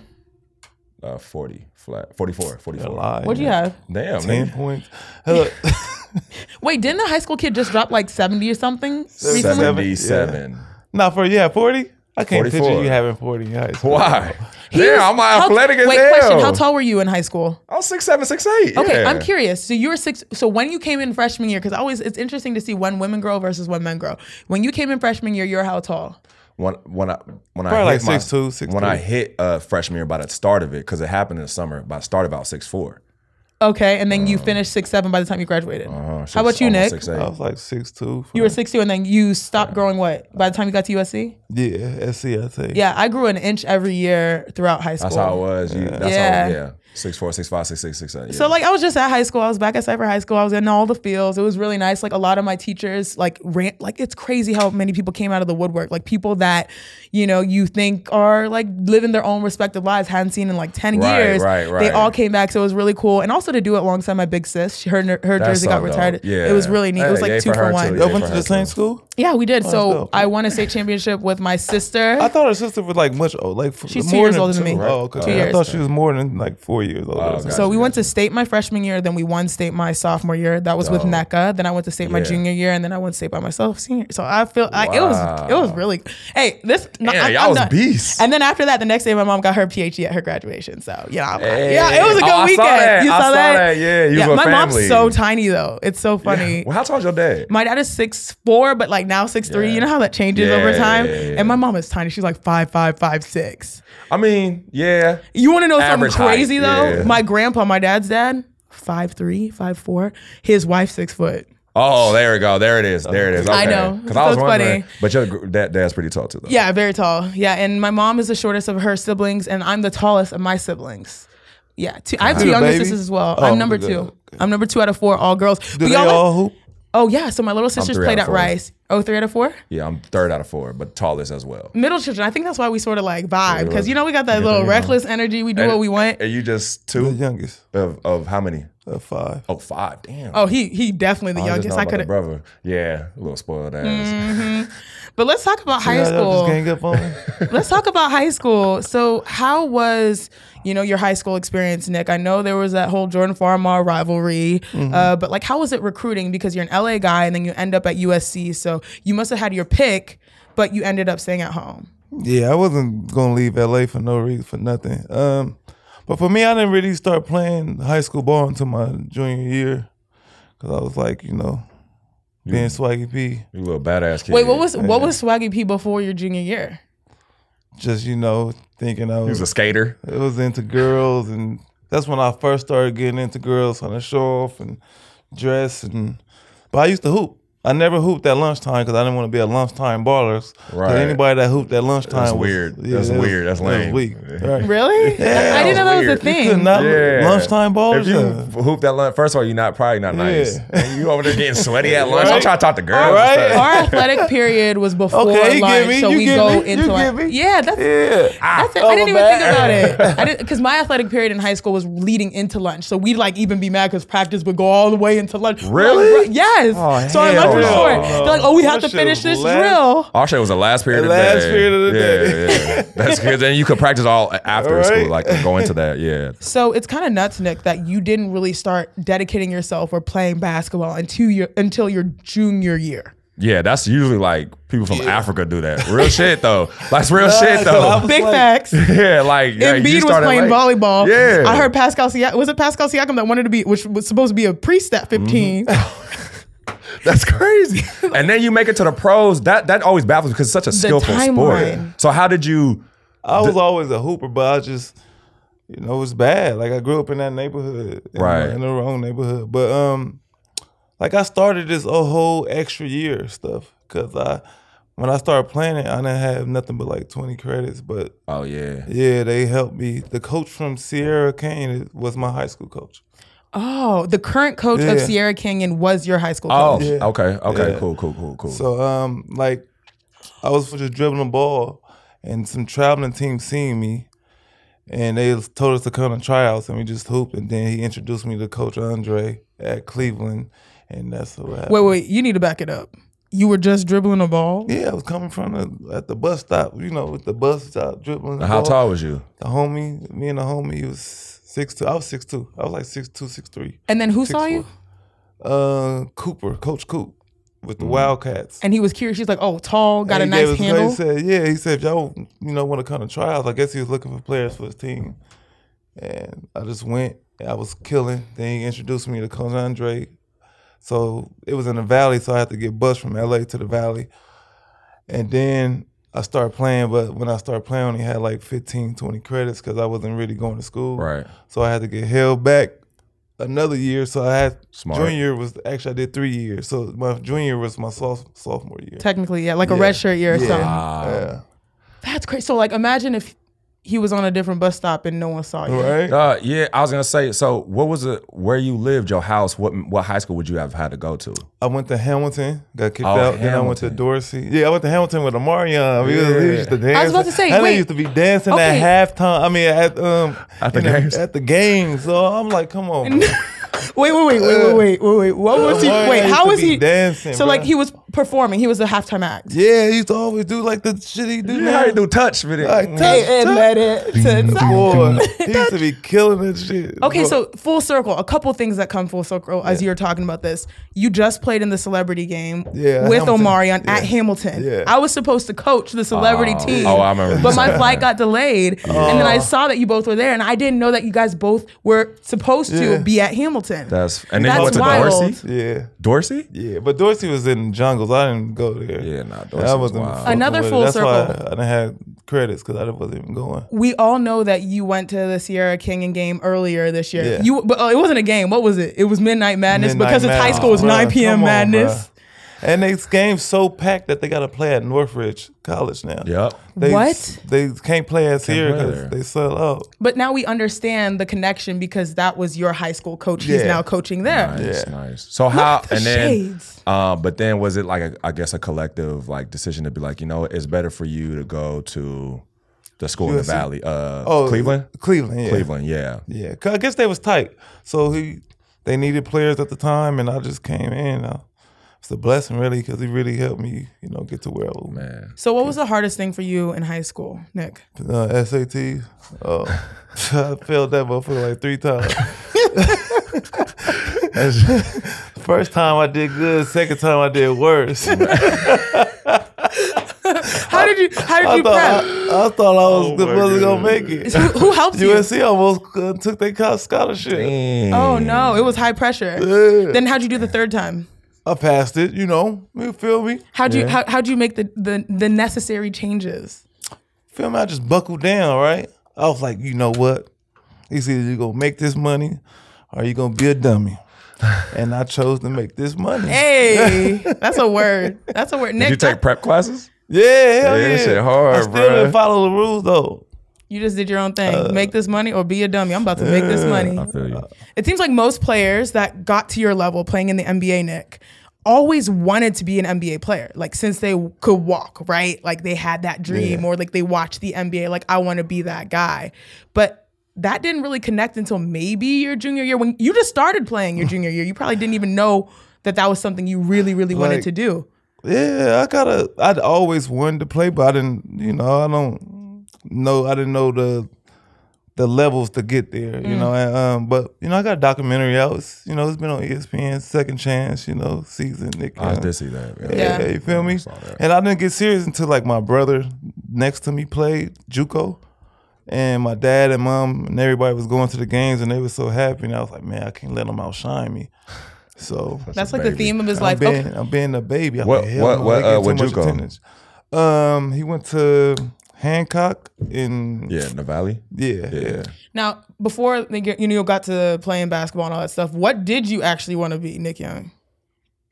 [SPEAKER 1] Uh, 40, flat, 44, 44.
[SPEAKER 2] Lie,
[SPEAKER 3] What'd you
[SPEAKER 2] man.
[SPEAKER 3] have?
[SPEAKER 1] Damn,
[SPEAKER 2] Ten
[SPEAKER 1] nigga.
[SPEAKER 2] points. Hell,
[SPEAKER 3] Wait, didn't the high school kid just drop like 70 or something recently?
[SPEAKER 1] 77.
[SPEAKER 2] nah, for yeah, forty. I can't picture
[SPEAKER 1] 44.
[SPEAKER 2] you having forty in high school.
[SPEAKER 1] Why?
[SPEAKER 3] He was-
[SPEAKER 1] Damn, I'm
[SPEAKER 3] how-
[SPEAKER 1] athletic as
[SPEAKER 3] Wait,
[SPEAKER 1] hell.
[SPEAKER 3] question. How tall were you in high school?
[SPEAKER 1] I was six seven, six eight.
[SPEAKER 3] Okay,
[SPEAKER 1] yeah.
[SPEAKER 3] I'm curious. So you were six. So when you came in freshman year, because always it's interesting to see when women grow versus when men grow. When you came in freshman year, you're how tall?
[SPEAKER 1] when when I when I hit
[SPEAKER 2] Probably like
[SPEAKER 1] my,
[SPEAKER 2] 6'2", 6'3".
[SPEAKER 1] when I hit uh, freshman year by the start of it because it happened in the summer. By the start about six four.
[SPEAKER 3] Okay, and then you finished six seven by the time you graduated. how about you, Nick?
[SPEAKER 1] Uh, uh-huh, Six,
[SPEAKER 2] I
[SPEAKER 1] eight.
[SPEAKER 2] was like six two.
[SPEAKER 3] You were six two, and then you stopped growing what by the time you got to USC?
[SPEAKER 2] yeah, SCIT.
[SPEAKER 3] Yeah, I grew an inch every year throughout high school.
[SPEAKER 1] That's how it was. You, that's
[SPEAKER 3] Yeah.
[SPEAKER 1] how yeah. Six four, six five, six six, six seven. Yeah.
[SPEAKER 3] So like I was just at high school. I was back at Cypher High School. I was in all the fields. It was really nice. Like a lot of my teachers like ran like it's crazy how many people came out of the woodwork. Like people that, you know, you think are like living their own respective lives, hadn't seen in like 10
[SPEAKER 1] Right,
[SPEAKER 3] years.
[SPEAKER 1] right,
[SPEAKER 3] They
[SPEAKER 1] right.
[SPEAKER 3] all came back. So it was really cool. And also to do it alongside my big sis. She, her her
[SPEAKER 1] That's
[SPEAKER 3] jersey got
[SPEAKER 1] so dope.
[SPEAKER 3] retired.
[SPEAKER 1] Yeah.
[SPEAKER 3] It was really neat. it was
[SPEAKER 1] Hey,
[SPEAKER 3] like
[SPEAKER 1] yay
[SPEAKER 3] two
[SPEAKER 1] for
[SPEAKER 3] for,
[SPEAKER 1] her too.
[SPEAKER 3] one.
[SPEAKER 1] Yeah.
[SPEAKER 2] Y'all went to the same school.
[SPEAKER 3] Yeah, we did. so
[SPEAKER 2] dope. Oh,
[SPEAKER 3] I won a state championship with my sister.
[SPEAKER 2] I thought her sister was like much old. Like f-
[SPEAKER 3] She's two
[SPEAKER 2] more
[SPEAKER 3] years
[SPEAKER 2] than
[SPEAKER 3] older than
[SPEAKER 2] two-
[SPEAKER 3] me.
[SPEAKER 2] Oh, okay.
[SPEAKER 3] Two
[SPEAKER 2] I
[SPEAKER 3] years.
[SPEAKER 2] thought she was more than like four years
[SPEAKER 1] Oh,
[SPEAKER 2] older. or something.
[SPEAKER 1] gotcha.
[SPEAKER 3] So we went to state my freshman year, then we won state my sophomore year. That was with NECA. Then I went to state my
[SPEAKER 1] Yeah.
[SPEAKER 3] junior year, and then I went state by myself senior. So I feel I, it was it was
[SPEAKER 1] Wow.
[SPEAKER 3] really hey this no,
[SPEAKER 1] Damn,
[SPEAKER 3] I'm-
[SPEAKER 1] y'all
[SPEAKER 3] I'm
[SPEAKER 1] was
[SPEAKER 3] done.
[SPEAKER 1] beasts.
[SPEAKER 3] And then after that, the next day my mom got her PhD at her graduation. So yeah, I'm-
[SPEAKER 1] Hey.
[SPEAKER 3] yeah, it was a
[SPEAKER 1] Oh,
[SPEAKER 3] good
[SPEAKER 1] I saw
[SPEAKER 3] weekend.
[SPEAKER 1] that.
[SPEAKER 3] You saw,
[SPEAKER 1] I saw
[SPEAKER 3] that?
[SPEAKER 1] that. Yeah, you were
[SPEAKER 3] my mom's
[SPEAKER 1] family.
[SPEAKER 3] so tiny though. It's so funny.
[SPEAKER 1] Well, how tall's your dad?
[SPEAKER 3] My dad is six four, but like now six three. You know how that changes over
[SPEAKER 1] Yeah,
[SPEAKER 3] time.
[SPEAKER 1] yeah, yeah.
[SPEAKER 3] And my mom is tiny. She's like five five five six.
[SPEAKER 1] I mean, yeah.
[SPEAKER 3] You want to know
[SPEAKER 1] Average
[SPEAKER 3] something
[SPEAKER 1] height,
[SPEAKER 3] crazy though?
[SPEAKER 1] yeah.
[SPEAKER 3] My grandpa, my dad's dad, five three, five four. His wife six foot.
[SPEAKER 1] Oh, there we go. There it is. There it is. Okay.
[SPEAKER 3] I know.
[SPEAKER 1] Because I was
[SPEAKER 3] So it's
[SPEAKER 1] wondering.
[SPEAKER 3] funny.
[SPEAKER 1] But your gr- dad, dad's pretty tall too, though.
[SPEAKER 3] Yeah, very tall. Yeah, and my mom is the shortest of her siblings, and I'm the tallest of my siblings. Yeah, two, I have two
[SPEAKER 2] Wow.
[SPEAKER 3] younger
[SPEAKER 2] Baby?
[SPEAKER 3] sisters as well.
[SPEAKER 2] Oh,
[SPEAKER 3] I'm number
[SPEAKER 2] good.
[SPEAKER 3] two. I'm number two out of four, all girls.
[SPEAKER 2] Do
[SPEAKER 3] But
[SPEAKER 2] they
[SPEAKER 3] y'all-
[SPEAKER 2] all hoop?
[SPEAKER 3] oh yeah, so my little sisters
[SPEAKER 1] three
[SPEAKER 3] played
[SPEAKER 1] out
[SPEAKER 3] at
[SPEAKER 1] of four.
[SPEAKER 3] Rice. Oh, three out of four.
[SPEAKER 1] Yeah, I'm third out of four, but tallest as well.
[SPEAKER 3] Middle children. I think that's why we sort of like vibe because
[SPEAKER 1] look-
[SPEAKER 3] you know we got that little reckless energy. We do what we want.
[SPEAKER 1] Are you just
[SPEAKER 2] The
[SPEAKER 1] two
[SPEAKER 2] youngest
[SPEAKER 1] of, of how many?
[SPEAKER 2] of five.
[SPEAKER 1] Oh, five. Damn.
[SPEAKER 3] Oh, he he definitely the
[SPEAKER 1] I just
[SPEAKER 3] youngest.
[SPEAKER 1] know
[SPEAKER 3] I
[SPEAKER 1] about the
[SPEAKER 3] could have.
[SPEAKER 1] brother. Yeah, a little spoiled ass.
[SPEAKER 3] But let's talk about high
[SPEAKER 2] Y'all- y'all
[SPEAKER 3] school.
[SPEAKER 2] just gang up on me?
[SPEAKER 3] Let's talk about high school. So, how was you know your high school experience, Nick? I know there was that whole Jordan Farmar rivalry,
[SPEAKER 2] Mm-hmm.
[SPEAKER 3] uh, but like, how was it recruiting? Because you're an LA guy, and then you end up at USC, so you must have had your pick, but you ended up staying at home.
[SPEAKER 2] Yeah, I wasn't gonna leave LA for no reason for nothing. Um, but for me, I didn't really start playing high school ball until my junior year, cause I was like, you know, being swaggy p,
[SPEAKER 1] You little badass kid.
[SPEAKER 3] Wait, what was what was Swaggy P before your junior year?
[SPEAKER 2] just you know, thinking I
[SPEAKER 1] He was
[SPEAKER 2] was,
[SPEAKER 1] a skater.
[SPEAKER 2] it was into girls, and that's when I first started getting into girls, trying to show off and dress, and but I used to hoop. I never hooped at lunchtime because I didn't want to be a lunchtime baller. 'Cause
[SPEAKER 1] Right.
[SPEAKER 2] Anybody that hooped at lunchtime
[SPEAKER 1] That's
[SPEAKER 2] was-
[SPEAKER 1] weird. That's
[SPEAKER 2] that was-
[SPEAKER 1] weird. That's
[SPEAKER 2] that was
[SPEAKER 1] lame.
[SPEAKER 2] weak.
[SPEAKER 1] Yeah.
[SPEAKER 2] Right.
[SPEAKER 3] Really? I, I didn't know that was a
[SPEAKER 1] weird. You
[SPEAKER 3] thing.
[SPEAKER 2] You could not
[SPEAKER 1] Yeah.
[SPEAKER 2] lunchtime ballers.
[SPEAKER 1] If you
[SPEAKER 2] uh,
[SPEAKER 1] hoop that lunch, first of all, you're not probably not nice.
[SPEAKER 2] Yeah.
[SPEAKER 1] And you over there getting sweaty at lunch. I'm
[SPEAKER 2] Right.
[SPEAKER 1] trying to talk to girls.
[SPEAKER 2] Right.
[SPEAKER 1] and stuff.
[SPEAKER 3] Our athletic period was before
[SPEAKER 2] Okay, you
[SPEAKER 3] lunch,
[SPEAKER 2] get me,
[SPEAKER 3] so
[SPEAKER 2] you
[SPEAKER 3] we
[SPEAKER 2] get
[SPEAKER 3] go
[SPEAKER 2] me, you
[SPEAKER 3] into
[SPEAKER 2] get me.
[SPEAKER 3] yeah. That's
[SPEAKER 2] Yeah.
[SPEAKER 1] Ah,
[SPEAKER 3] That's it.
[SPEAKER 2] Oh,
[SPEAKER 3] I didn't
[SPEAKER 2] my
[SPEAKER 3] even think about it. I didn't because my athletic period in high school was leading into lunch, so we'd like even be mad because practice would go all the way into lunch. We're like,
[SPEAKER 1] Really?
[SPEAKER 3] "Bruh, yes.
[SPEAKER 1] Oh,
[SPEAKER 3] so our
[SPEAKER 1] hell
[SPEAKER 3] lunch was
[SPEAKER 1] no.
[SPEAKER 3] short. They're like, oh, we have
[SPEAKER 2] Lunch
[SPEAKER 3] to
[SPEAKER 2] is
[SPEAKER 3] finish this
[SPEAKER 2] last-
[SPEAKER 3] drill.
[SPEAKER 1] Our shit was the last period of
[SPEAKER 2] The
[SPEAKER 1] the
[SPEAKER 2] last
[SPEAKER 1] day.
[SPEAKER 2] period of the
[SPEAKER 1] yeah, day. Yeah. That's good. Then you could practice all after
[SPEAKER 2] All
[SPEAKER 1] school,
[SPEAKER 2] right.
[SPEAKER 1] like go into that. Yeah.
[SPEAKER 3] So it's kind of nuts, Nick, that you didn't really start dedicating yourself or playing basketball until your until your junior year.
[SPEAKER 1] Yeah, that's usually like people from Africa do that. Real shit though. That's real shit
[SPEAKER 2] I
[SPEAKER 1] though.
[SPEAKER 2] was
[SPEAKER 3] Big
[SPEAKER 2] like-
[SPEAKER 3] facts.
[SPEAKER 1] Yeah, like yeah, you
[SPEAKER 3] Embiid was
[SPEAKER 1] started
[SPEAKER 3] playing
[SPEAKER 1] late.
[SPEAKER 3] volleyball.
[SPEAKER 1] Yeah,
[SPEAKER 3] I heard Pascal Siakam. Was it Pascal Siakam that wanted to be, which was supposed to be a priest at 15?
[SPEAKER 1] Mm-hmm. That's crazy. and then you make it to the pros. That that always baffles me because it's such a skillful sport.
[SPEAKER 3] timeline.
[SPEAKER 1] So how did you?
[SPEAKER 2] I was always a hooper, but I just, you know, it was bad. Like I grew up in that neighborhood, in the-
[SPEAKER 1] Right.
[SPEAKER 2] in the wrong neighborhood. But um, like I started this a whole extra year stuff because I, when I started playing it, I didn't have nothing but like twenty credits. But
[SPEAKER 1] Oh yeah.
[SPEAKER 2] yeah, they helped me. The coach from Sierra Canyon was my high school coach.
[SPEAKER 3] Oh, the current coach of
[SPEAKER 2] Yeah.
[SPEAKER 3] Sierra Canyon was your high school
[SPEAKER 1] Oh,
[SPEAKER 3] coach.
[SPEAKER 2] Yeah.
[SPEAKER 1] okay, okay,
[SPEAKER 2] Yeah.
[SPEAKER 1] cool, cool, cool, cool.
[SPEAKER 2] So um, like I was just dribbling the ball, and some traveling team seen me, and they told us to come to tryouts, and we just hooped. And then he introduced me to Coach Andre at Cleveland, and that's what happened.
[SPEAKER 3] Wait, wait, you need to back it up. You were just dribbling a ball.
[SPEAKER 2] Yeah, I was coming from the, at the bus stop, you know, with the bus stop dribbling.
[SPEAKER 1] Now,
[SPEAKER 2] the
[SPEAKER 1] how
[SPEAKER 2] ball.
[SPEAKER 1] tall was you?
[SPEAKER 2] The homie, me and the homie, he was six two. I was six two. I was like six two, six three.
[SPEAKER 3] And then who saw you?
[SPEAKER 2] Uh, Cooper, Coach Coop, with
[SPEAKER 1] Mm-hmm.
[SPEAKER 2] the Wildcats.
[SPEAKER 3] And he was curious. He's like, oh, tall, got a
[SPEAKER 2] And he gave us
[SPEAKER 3] nice
[SPEAKER 2] a grade.
[SPEAKER 3] handle.
[SPEAKER 2] He said, "Yeah." He said, if "Y'all, you know, want to come to tryouts?" I guess he was looking for players for his team, and I just went. I was killing. Then he introduced me to Coach Andre. So it was in the valley, so I had to get bus from LA to the valley, and then I started playing. But when I started playing, I only had like 15, 20 credits because I wasn't really going to school.
[SPEAKER 1] Right.
[SPEAKER 2] So I had to get held back another year. So I had
[SPEAKER 1] Smart.
[SPEAKER 2] junior was actually I did three years. So my junior was my soph- sophomore year.
[SPEAKER 3] Technically, yeah, like a red shirt year or something.
[SPEAKER 1] Ah,
[SPEAKER 2] Yeah.
[SPEAKER 3] That's crazy. So, like, imagine if he was on a different bus stop and no one saw you.
[SPEAKER 2] Right?
[SPEAKER 1] uh, yeah. I was gonna say. So, what was it? Where you lived? Your house? What? What high school would you have had to go to?
[SPEAKER 2] I went to Hamilton, got kicked
[SPEAKER 1] Oh,
[SPEAKER 2] out. Then I went to
[SPEAKER 1] Hamilton.
[SPEAKER 2] Dorsey. Yeah, I went to Hamilton with Amarion. We, was, we
[SPEAKER 1] Yeah.
[SPEAKER 2] used to dance.
[SPEAKER 3] about to say,
[SPEAKER 2] I
[SPEAKER 3] wait.
[SPEAKER 2] used to be dancing
[SPEAKER 3] Okay.
[SPEAKER 2] at halftime. I mean, at um
[SPEAKER 1] At the
[SPEAKER 2] you know,
[SPEAKER 1] games.
[SPEAKER 2] at the games. So I'm like, come on. bro.
[SPEAKER 3] Wait, wait, wait, wait, wait, wait, wait, wait. What was he?
[SPEAKER 2] Amarion
[SPEAKER 3] Wait,
[SPEAKER 2] used
[SPEAKER 3] how
[SPEAKER 2] to
[SPEAKER 3] was
[SPEAKER 2] be
[SPEAKER 3] he?
[SPEAKER 2] dancing?
[SPEAKER 3] So, like,
[SPEAKER 2] bruh.
[SPEAKER 3] he was performing. He was a halftime act.
[SPEAKER 2] yeah, he used to always do like the shit he do now.
[SPEAKER 1] do touch video.
[SPEAKER 2] Like, touch, touch.
[SPEAKER 3] it. to-
[SPEAKER 2] Boy, he used to be killing that shit.
[SPEAKER 3] Okay,
[SPEAKER 2] Boy.
[SPEAKER 3] so full circle. A couple things that come full circle as you're talking about this. You just played in the celebrity game
[SPEAKER 2] Yeah,
[SPEAKER 3] with
[SPEAKER 2] Hamilton.
[SPEAKER 3] Omarion at
[SPEAKER 2] Yeah.
[SPEAKER 3] Hamilton.
[SPEAKER 2] Yeah.
[SPEAKER 3] I was supposed to coach the celebrity
[SPEAKER 1] Oh.
[SPEAKER 3] team.
[SPEAKER 1] Oh, I remember you
[SPEAKER 3] But my
[SPEAKER 1] saying
[SPEAKER 3] flight got delayed, and
[SPEAKER 2] Oh.
[SPEAKER 3] then I saw that you both were there, and I didn't know that you guys both were supposed
[SPEAKER 2] Yeah.
[SPEAKER 3] to be at Hamilton.
[SPEAKER 1] That's and then
[SPEAKER 3] That's
[SPEAKER 1] you went to
[SPEAKER 3] wild.
[SPEAKER 1] Dorsey.
[SPEAKER 2] yeah.
[SPEAKER 1] Dorsey.
[SPEAKER 2] Yeah, but Dorsey was in the jungles. I didn't go there.
[SPEAKER 1] Yeah, nah, Dorsey
[SPEAKER 2] I
[SPEAKER 1] was
[SPEAKER 2] wasn't.
[SPEAKER 1] wild.
[SPEAKER 2] fucking
[SPEAKER 3] Another
[SPEAKER 2] with it.
[SPEAKER 3] full
[SPEAKER 2] That's why
[SPEAKER 3] circle.
[SPEAKER 2] I, I didn't have credits because I wasn't even going.
[SPEAKER 3] we all know that you went to the Sierra Canyon game earlier this year.
[SPEAKER 2] Yeah.
[SPEAKER 3] You, but uh, it wasn't a game. What was it? It was Midnight Madness
[SPEAKER 2] Midnight
[SPEAKER 3] because it's high
[SPEAKER 2] Madness.
[SPEAKER 3] school. It's
[SPEAKER 2] Bruh,
[SPEAKER 3] 9 p.m.
[SPEAKER 2] come on,
[SPEAKER 3] Madness.
[SPEAKER 2] bruh. And they game's so packed that they got to play at Northridge College now.
[SPEAKER 1] Yep.
[SPEAKER 2] They,
[SPEAKER 3] What?
[SPEAKER 2] They can't play at Sierra
[SPEAKER 1] play
[SPEAKER 2] 'cause
[SPEAKER 1] there.
[SPEAKER 2] they sell out.
[SPEAKER 3] But now we understand the connection because that was your high school coach. He's
[SPEAKER 2] Yeah.
[SPEAKER 3] now coaching there.
[SPEAKER 1] Nice, nice. So how
[SPEAKER 3] the
[SPEAKER 1] and then,
[SPEAKER 3] shades.
[SPEAKER 1] uh, but then was it like a, I guess a collective like decision to be like, you know, it's better for you to go to the school in the
[SPEAKER 2] USC?
[SPEAKER 1] valley, uh,
[SPEAKER 2] Oh,
[SPEAKER 1] Cleveland,
[SPEAKER 2] Cleveland, yeah.
[SPEAKER 1] Cleveland, yeah.
[SPEAKER 2] Yeah, 'Cause I guess they was tight. So he, they needed players at the time, and I just came in. I, it's a blessing, really, because he really helped me, you know, get to where I was.
[SPEAKER 1] Man,
[SPEAKER 3] So what was the hardest thing for you in high school, Nick?
[SPEAKER 2] Uh, SAT. Oh, I failed that motherfucker like three times. First time I did good. Second time I did worse. I
[SPEAKER 3] How did you how did you
[SPEAKER 2] thought I,
[SPEAKER 3] prep?
[SPEAKER 2] I thought I was
[SPEAKER 1] my
[SPEAKER 2] wasn't
[SPEAKER 1] God.
[SPEAKER 2] gonna make it.
[SPEAKER 3] Who, who helped you?
[SPEAKER 2] USC almost uh, took their college scholarship.
[SPEAKER 3] Oh no, it was high pressure.
[SPEAKER 2] Yeah.
[SPEAKER 3] Then how'd you do the third time?
[SPEAKER 2] I passed it. You know, you feel me?
[SPEAKER 3] How'd you how, how'd you make the, the the necessary changes?
[SPEAKER 2] Feel me? I just buckled down. Right? I was like, you know what? It's either you gonna make this money, or you gonna be a dummy. And I chose to make this money.
[SPEAKER 3] Hey, that's a word. That's a word. Nick,
[SPEAKER 1] Did you take prep classes?
[SPEAKER 2] Yeah, hell
[SPEAKER 1] Yeah,
[SPEAKER 2] yeah.
[SPEAKER 1] that shit hard,
[SPEAKER 2] I still
[SPEAKER 1] bruh.
[SPEAKER 2] didn't follow the rules though.
[SPEAKER 3] You just did your own thing.
[SPEAKER 1] Uh,
[SPEAKER 3] make this money or be a dummy. I'm about to make this money.
[SPEAKER 1] I feel you.
[SPEAKER 3] It seems like most players that got to your level playing in the NBA, Nick, always wanted to be an NBA player. Like since they could walk, right? Like they had that dream or like they watched the NBA, like I want to be that guy. But that didn't really connect until maybe your junior year when you just started playing your junior year. You probably didn't even know that that was something you really, really wanted
[SPEAKER 2] Like-
[SPEAKER 3] to do.
[SPEAKER 2] Yeah, I gotta. I'd always wanted to play, but I didn't. You know, I don't know. I didn't know the the levels to get there. You know, and, um, but you know, I got a documentary out. It's, you know, it's been on E ESPN. Second Chance. You know, season. Nick,
[SPEAKER 1] I did see that.
[SPEAKER 2] Yeah,
[SPEAKER 3] Yeah.
[SPEAKER 2] you feel me?
[SPEAKER 1] saw that.
[SPEAKER 2] And I didn't get serious until like my brother next to me played JUCO, and my dad and mom and everybody was going to the games, and they were so happy, and I was like, man, I can't let them outshine me. So
[SPEAKER 3] That's
[SPEAKER 1] a
[SPEAKER 3] like the
[SPEAKER 1] baby.
[SPEAKER 3] theme of his
[SPEAKER 2] I'm
[SPEAKER 3] life.
[SPEAKER 2] being,
[SPEAKER 3] Okay.
[SPEAKER 2] I'm being a baby. I'm
[SPEAKER 1] What-
[SPEAKER 2] like, hell
[SPEAKER 1] what-
[SPEAKER 2] no,
[SPEAKER 1] what,
[SPEAKER 2] they get
[SPEAKER 1] uh,
[SPEAKER 2] too
[SPEAKER 1] what'd
[SPEAKER 2] much
[SPEAKER 1] you go?
[SPEAKER 2] attendance. Um, he went to Hancock in yeah,
[SPEAKER 1] Yeah, in the valley.
[SPEAKER 2] yeah.
[SPEAKER 1] Yeah.
[SPEAKER 3] Now, before like, you know, you got to playing basketball and all that stuff, what did you actually want to be, Nick Young?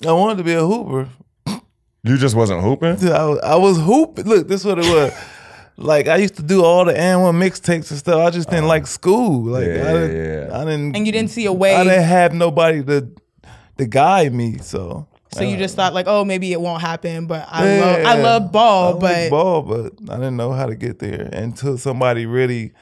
[SPEAKER 2] I wanted to be a hooper.
[SPEAKER 1] You just wasn't hooping.
[SPEAKER 2] Dude, I, was- I was hooping. Look, this is what it was. Like I used to do all the and one mixtapes and stuff. I just didn't like school. Like
[SPEAKER 1] Oh. yeah,
[SPEAKER 2] I, didn't,
[SPEAKER 1] yeah, yeah.
[SPEAKER 2] I didn't.
[SPEAKER 3] and you didn't see a
[SPEAKER 2] I didn't
[SPEAKER 3] way,
[SPEAKER 2] have nobody to to guide me. So
[SPEAKER 3] so you just thought like, oh, maybe it won't happen. But I love,
[SPEAKER 2] Yeah.
[SPEAKER 3] I love ball,
[SPEAKER 2] I like
[SPEAKER 3] but
[SPEAKER 2] ball, but I didn't know how to get there until somebody really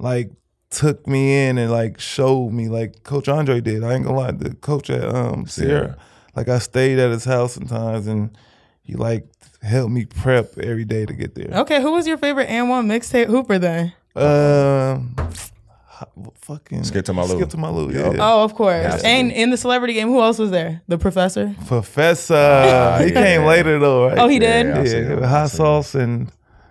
[SPEAKER 2] like took me in and like showed me, like Coach Andre did. I ain't gonna lie, the coach at um Sierra. Like I stayed at his house sometimes, and he like helped me prep every day to get there.
[SPEAKER 3] okay. Who was your favorite and one mixtape hooper then?
[SPEAKER 2] Um, ho- fucking
[SPEAKER 1] Skip to my Lou.
[SPEAKER 2] Skip to my Lou, yeah.
[SPEAKER 3] Oh, of course.
[SPEAKER 1] Has to
[SPEAKER 3] and in the celebrity game, who else was there? The professor.
[SPEAKER 2] Professor, he
[SPEAKER 1] Ah, yeah.
[SPEAKER 2] came later though, right?
[SPEAKER 3] Oh, he did.
[SPEAKER 1] Yeah,
[SPEAKER 2] Yeah,
[SPEAKER 1] I've seen him.
[SPEAKER 2] with hot sauce and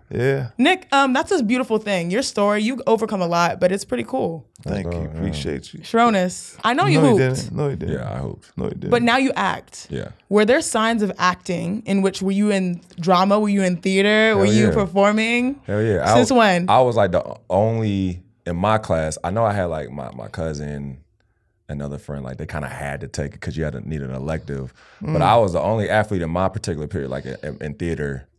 [SPEAKER 2] yeah.
[SPEAKER 3] Nick, um, that's this beautiful thing. Your story, you overcome a lot, but it's pretty cool.
[SPEAKER 2] Thank you, appreciate you.
[SPEAKER 3] Shronus, I know you
[SPEAKER 2] No, he
[SPEAKER 3] hooped,
[SPEAKER 2] didn't. No, he didn't.
[SPEAKER 1] Yeah, I hope.
[SPEAKER 2] No, he didn't.
[SPEAKER 3] but now you act.
[SPEAKER 1] Yeah.
[SPEAKER 3] Were there signs of acting in which were you in drama? Were you in theater? were
[SPEAKER 1] Hell
[SPEAKER 3] you
[SPEAKER 1] yeah.
[SPEAKER 3] performing?
[SPEAKER 1] Hell yeah.
[SPEAKER 3] Since
[SPEAKER 1] I,
[SPEAKER 3] when?
[SPEAKER 1] I was like the only in my class. I know I had like my, my cousin, another friend, like they kind of had to take it because you had to need an elective.
[SPEAKER 3] Mm.
[SPEAKER 1] But I was the only athlete in my particular period, like in, in theater.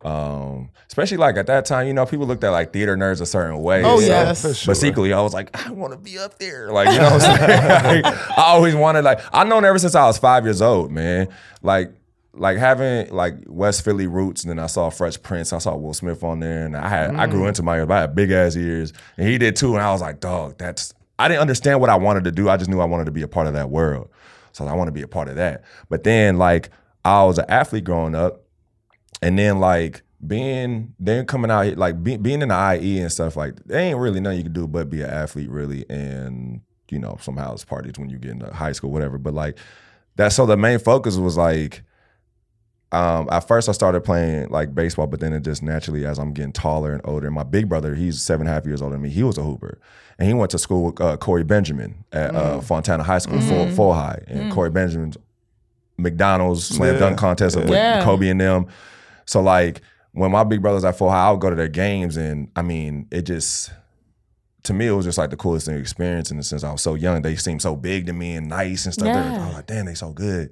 [SPEAKER 1] Um, especially like at that time, you know, people looked at like theater nerds a certain way.
[SPEAKER 3] Oh,
[SPEAKER 1] so-
[SPEAKER 3] yes. For
[SPEAKER 1] But secretly, I was like, I want to be up there. Like, you know what I'm saying? Like, I always wanted, like, I've known ever since I was five years old, man. Like, like having like West Philly roots, and then I saw Fresh Prince, I saw Will Smith on there, and I had I grew
[SPEAKER 3] Mm.
[SPEAKER 1] into my ears. but I had big ass ears, and he did too. And I was like, dog, that's I didn't understand what I wanted to do. I just knew I wanted to be a part of that world, so I want to be a part of that. But then, like, I was an athlete growing up, and then like being then coming out here, like be, being in the IE and stuff like there ain't really nothing you can do but be an athlete really and you know some house parties when you get into high school whatever but like that so the main focus was like um at first I started playing like baseball but then it just naturally as I'm getting taller and older my big brother he's seven and a half years older than me he was a hooper and he went to school with uh, Corey Benjamin at uh, Fontana High School full, full high and Corey Benjamin's McDonald's slam
[SPEAKER 2] Yeah.
[SPEAKER 1] dunk contest with
[SPEAKER 3] Yeah.
[SPEAKER 1] Kobe and them so like when my big brothers at Full High, I would go to their games, and I mean, it just to me it was just like the coolest thing to experience in the sense I was so young. They seemed so big to me and nice and stuff. They were-
[SPEAKER 3] Yeah.
[SPEAKER 1] I was like, damn, they so good.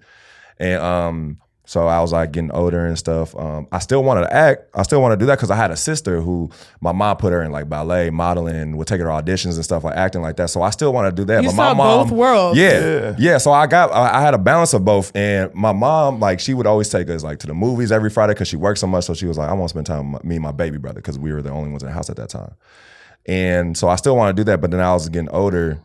[SPEAKER 1] And um, so I was like getting older and stuff. Um, I still wanted to act. I still wanted to do that because I had a sister who my mom put her in like ballet, modeling, would take her to auditions and stuff like acting like that. So I still want to do that.
[SPEAKER 3] You
[SPEAKER 1] but my
[SPEAKER 3] saw
[SPEAKER 1] mom,
[SPEAKER 3] both worlds.
[SPEAKER 1] Yeah,
[SPEAKER 2] Yeah.
[SPEAKER 1] yeah, So I got, I I had a balance of both, and my mom, like, she would always take us like to the movies every Friday because she worked so much. So she was like, I want to spend time with my- me and my baby brother because we were the only ones in the house at that time. And so I still want to do that, but then I was getting older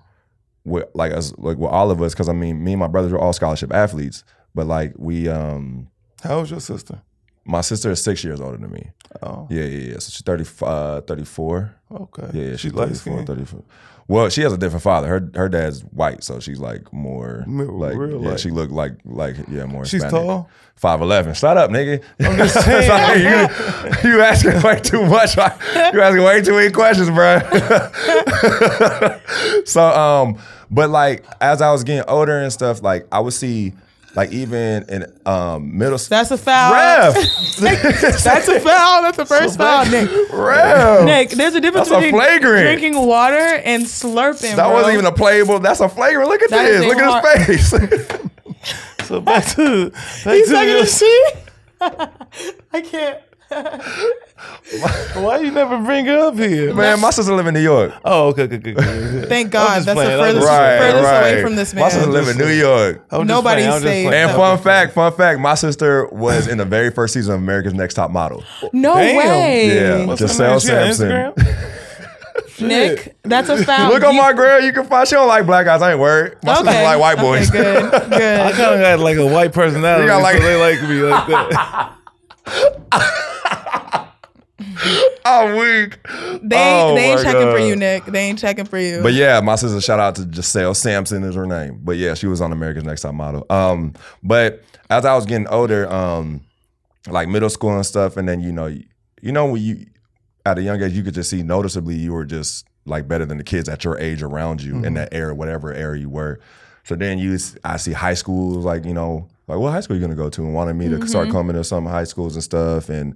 [SPEAKER 1] with like us, like with all of us, because I mean, me and my brothers were all scholarship athletes, but like we, um,
[SPEAKER 2] How was your sister?
[SPEAKER 1] my sister is six years older than me.
[SPEAKER 2] Oh,
[SPEAKER 1] Yeah, yeah, yeah. So she's 30, uh, 34.
[SPEAKER 2] okay.
[SPEAKER 1] Yeah, yeah,
[SPEAKER 2] she
[SPEAKER 1] she's
[SPEAKER 2] light
[SPEAKER 1] 34,
[SPEAKER 2] skinned.
[SPEAKER 1] 34. Well, she has a different father. Her her dad's white, so she's like more
[SPEAKER 2] Mi-
[SPEAKER 1] like
[SPEAKER 2] real
[SPEAKER 1] yeah,
[SPEAKER 2] light.
[SPEAKER 1] she looked like like yeah, more
[SPEAKER 2] She's tall.
[SPEAKER 1] Five eleven. Shut up, nigga. I'm just saying. you, you asking way too much. Like, you asking way too many questions, bro. so um, but like as I was getting older and stuff, like I would see like even in um middle school.
[SPEAKER 3] That's a foul.
[SPEAKER 1] Rev.
[SPEAKER 3] That's a foul. That's the first foul, Nick.
[SPEAKER 1] Rev.
[SPEAKER 3] Nick, there's a difference
[SPEAKER 1] That's a
[SPEAKER 3] between
[SPEAKER 1] flagrant.
[SPEAKER 3] drinking water and slurping.
[SPEAKER 1] That
[SPEAKER 3] bro.
[SPEAKER 1] wasn't even a playable. That's a flagrant. Look at
[SPEAKER 3] That is
[SPEAKER 1] this.
[SPEAKER 3] a
[SPEAKER 1] Look at his face.
[SPEAKER 2] So back to back to
[SPEAKER 3] He's sucking
[SPEAKER 2] your-
[SPEAKER 3] his shit. I can't.
[SPEAKER 2] Why you never bring her up here?
[SPEAKER 1] man, my sister live in New York.
[SPEAKER 2] Oh, okay, okay, okay. okay.
[SPEAKER 3] Thank
[SPEAKER 2] I'm
[SPEAKER 3] God.
[SPEAKER 2] just
[SPEAKER 3] That's
[SPEAKER 2] playing.
[SPEAKER 3] the
[SPEAKER 2] I'm
[SPEAKER 3] furthest,
[SPEAKER 2] just
[SPEAKER 1] Right,
[SPEAKER 3] furthest
[SPEAKER 1] right.
[SPEAKER 3] away from this man.
[SPEAKER 1] My sister live in New York.
[SPEAKER 2] I'm just
[SPEAKER 3] Nobody's
[SPEAKER 2] playing, I'm just
[SPEAKER 3] safe.
[SPEAKER 2] playing.
[SPEAKER 1] And fun fact, fun fact, my sister was in the very first season of America's Next Top Model.
[SPEAKER 3] no
[SPEAKER 2] Damn.
[SPEAKER 3] way.
[SPEAKER 1] Yeah.
[SPEAKER 2] What's
[SPEAKER 1] Giselle
[SPEAKER 2] her name? She on
[SPEAKER 1] Sampson.
[SPEAKER 2] Instagram?
[SPEAKER 3] Nick, that's a foul.
[SPEAKER 1] Look on
[SPEAKER 3] You-
[SPEAKER 1] my girl, you can find she don't like black guys. I ain't worried. My sister
[SPEAKER 3] Okay.
[SPEAKER 1] like white boys.
[SPEAKER 3] Okay, good.
[SPEAKER 2] I
[SPEAKER 3] Good.
[SPEAKER 2] kind of got like a white personality,
[SPEAKER 1] You got
[SPEAKER 2] like,
[SPEAKER 1] like-
[SPEAKER 2] so they like me like that.
[SPEAKER 1] I'm weak.
[SPEAKER 3] They, ain't
[SPEAKER 1] Oh
[SPEAKER 3] they ain't
[SPEAKER 1] my
[SPEAKER 3] checking for
[SPEAKER 1] God.
[SPEAKER 3] you, Nick. They ain't checking for you.
[SPEAKER 1] But yeah, my sister, shout out to Giselle Sampson is her name. But yeah, she was on America's Next Top Model. Um, but as I was getting older, um, like middle school and stuff, and then you know, you, you know when you at a young age, you could just see noticeably you were just like better than the kids at your age around you in that era, whatever era you were. So then you, s- I see high schools like you know, like what high school you gonna go to, and wanted me to start coming to some high schools and stuff, and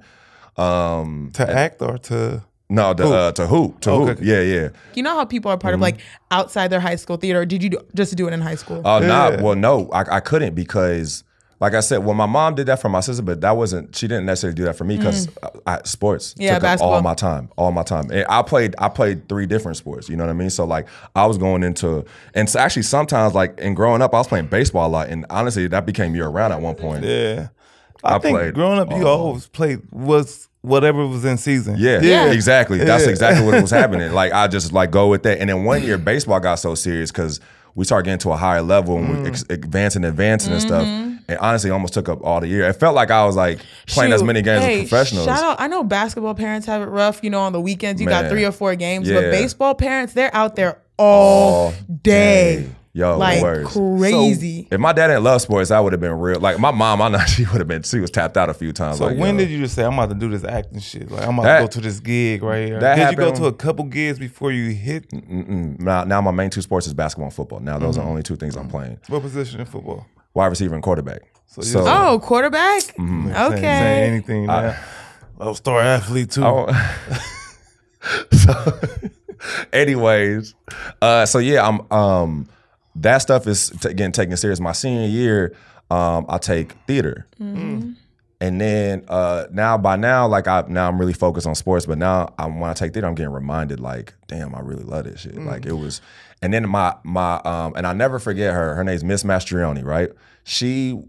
[SPEAKER 1] um,
[SPEAKER 2] to act or to
[SPEAKER 1] no, to, uh, to hoop, to hoop, yeah, yeah.
[SPEAKER 3] you know how people are
[SPEAKER 1] Mm-hmm.
[SPEAKER 3] part of like outside their high school theater? Or did you do, just do it in high school?
[SPEAKER 1] Oh,
[SPEAKER 2] Yeah.
[SPEAKER 1] nah. Well, no, I, I couldn't because like I said, well, my mom did that for my sister, but that wasn't. She didn't necessarily do that for me because I, I- sports
[SPEAKER 3] Mm. Yeah,
[SPEAKER 1] took up
[SPEAKER 3] basketball.
[SPEAKER 1] all my time, all my time. And I played, I played three different sports. You know what I mean? So like, I was going into, and so actually sometimes like in growing up, I was playing baseball a lot, and honestly, that became year round at one point.
[SPEAKER 2] Yeah. I,
[SPEAKER 1] I
[SPEAKER 2] think
[SPEAKER 1] played
[SPEAKER 2] growing up, you always played was whatever was in season.
[SPEAKER 1] Yeah,
[SPEAKER 3] Yeah.
[SPEAKER 1] exactly. That's
[SPEAKER 2] Yeah.
[SPEAKER 1] exactly what was happening. Like I just like go with that. And then one year baseball got so serious because we started getting to a higher level and
[SPEAKER 3] Mm.
[SPEAKER 1] we ex- advancing, advancing and stuff.
[SPEAKER 3] Mm-hmm.
[SPEAKER 1] And honestly, almost took up all the year. It felt like I was like playing as
[SPEAKER 3] Shoot.
[SPEAKER 1] many games
[SPEAKER 3] Hey,
[SPEAKER 1] as professionals.
[SPEAKER 3] Shout out! I know basketball parents have it rough. You know, on the weekends you got
[SPEAKER 1] Man.
[SPEAKER 3] three or four games, but
[SPEAKER 1] Yeah.
[SPEAKER 3] baseball parents they're out there all,
[SPEAKER 1] All Oh,
[SPEAKER 3] day,
[SPEAKER 1] Yo,
[SPEAKER 3] like
[SPEAKER 1] words.
[SPEAKER 3] crazy.
[SPEAKER 1] if my dad didn't love sports, I would have been real. Like my mom, I know she would have been. She was tapped out a few times.
[SPEAKER 2] So
[SPEAKER 1] like,
[SPEAKER 2] when
[SPEAKER 1] yo.
[SPEAKER 2] did you just say I'm about to do this acting shit? Like I'm about
[SPEAKER 1] That-
[SPEAKER 2] to go to this gig right here.
[SPEAKER 1] that
[SPEAKER 2] Did you go
[SPEAKER 1] happened-
[SPEAKER 2] to a couple gigs before you hit?
[SPEAKER 1] now, now my main two sports is basketball and football. Now those are
[SPEAKER 3] Mm.
[SPEAKER 1] the only two things I'm playing:
[SPEAKER 2] What position in football?
[SPEAKER 1] wide receiver and quarterback. So,
[SPEAKER 2] you-
[SPEAKER 3] oh, quarterback.
[SPEAKER 1] Mm-hmm.
[SPEAKER 2] Saying- saying
[SPEAKER 3] Okay.
[SPEAKER 2] anything now. Oh, star athlete too.
[SPEAKER 1] so anyways uh so yeah i'm um that stuff is t- again taken serious my senior year um i take theater and then uh now by now like i now i'm really focused on sports but now i when i take theater i'm getting reminded like damn i really love this shit
[SPEAKER 2] Mm.
[SPEAKER 1] like it was and then my my um and i never forget her her name's miss mastrioni right she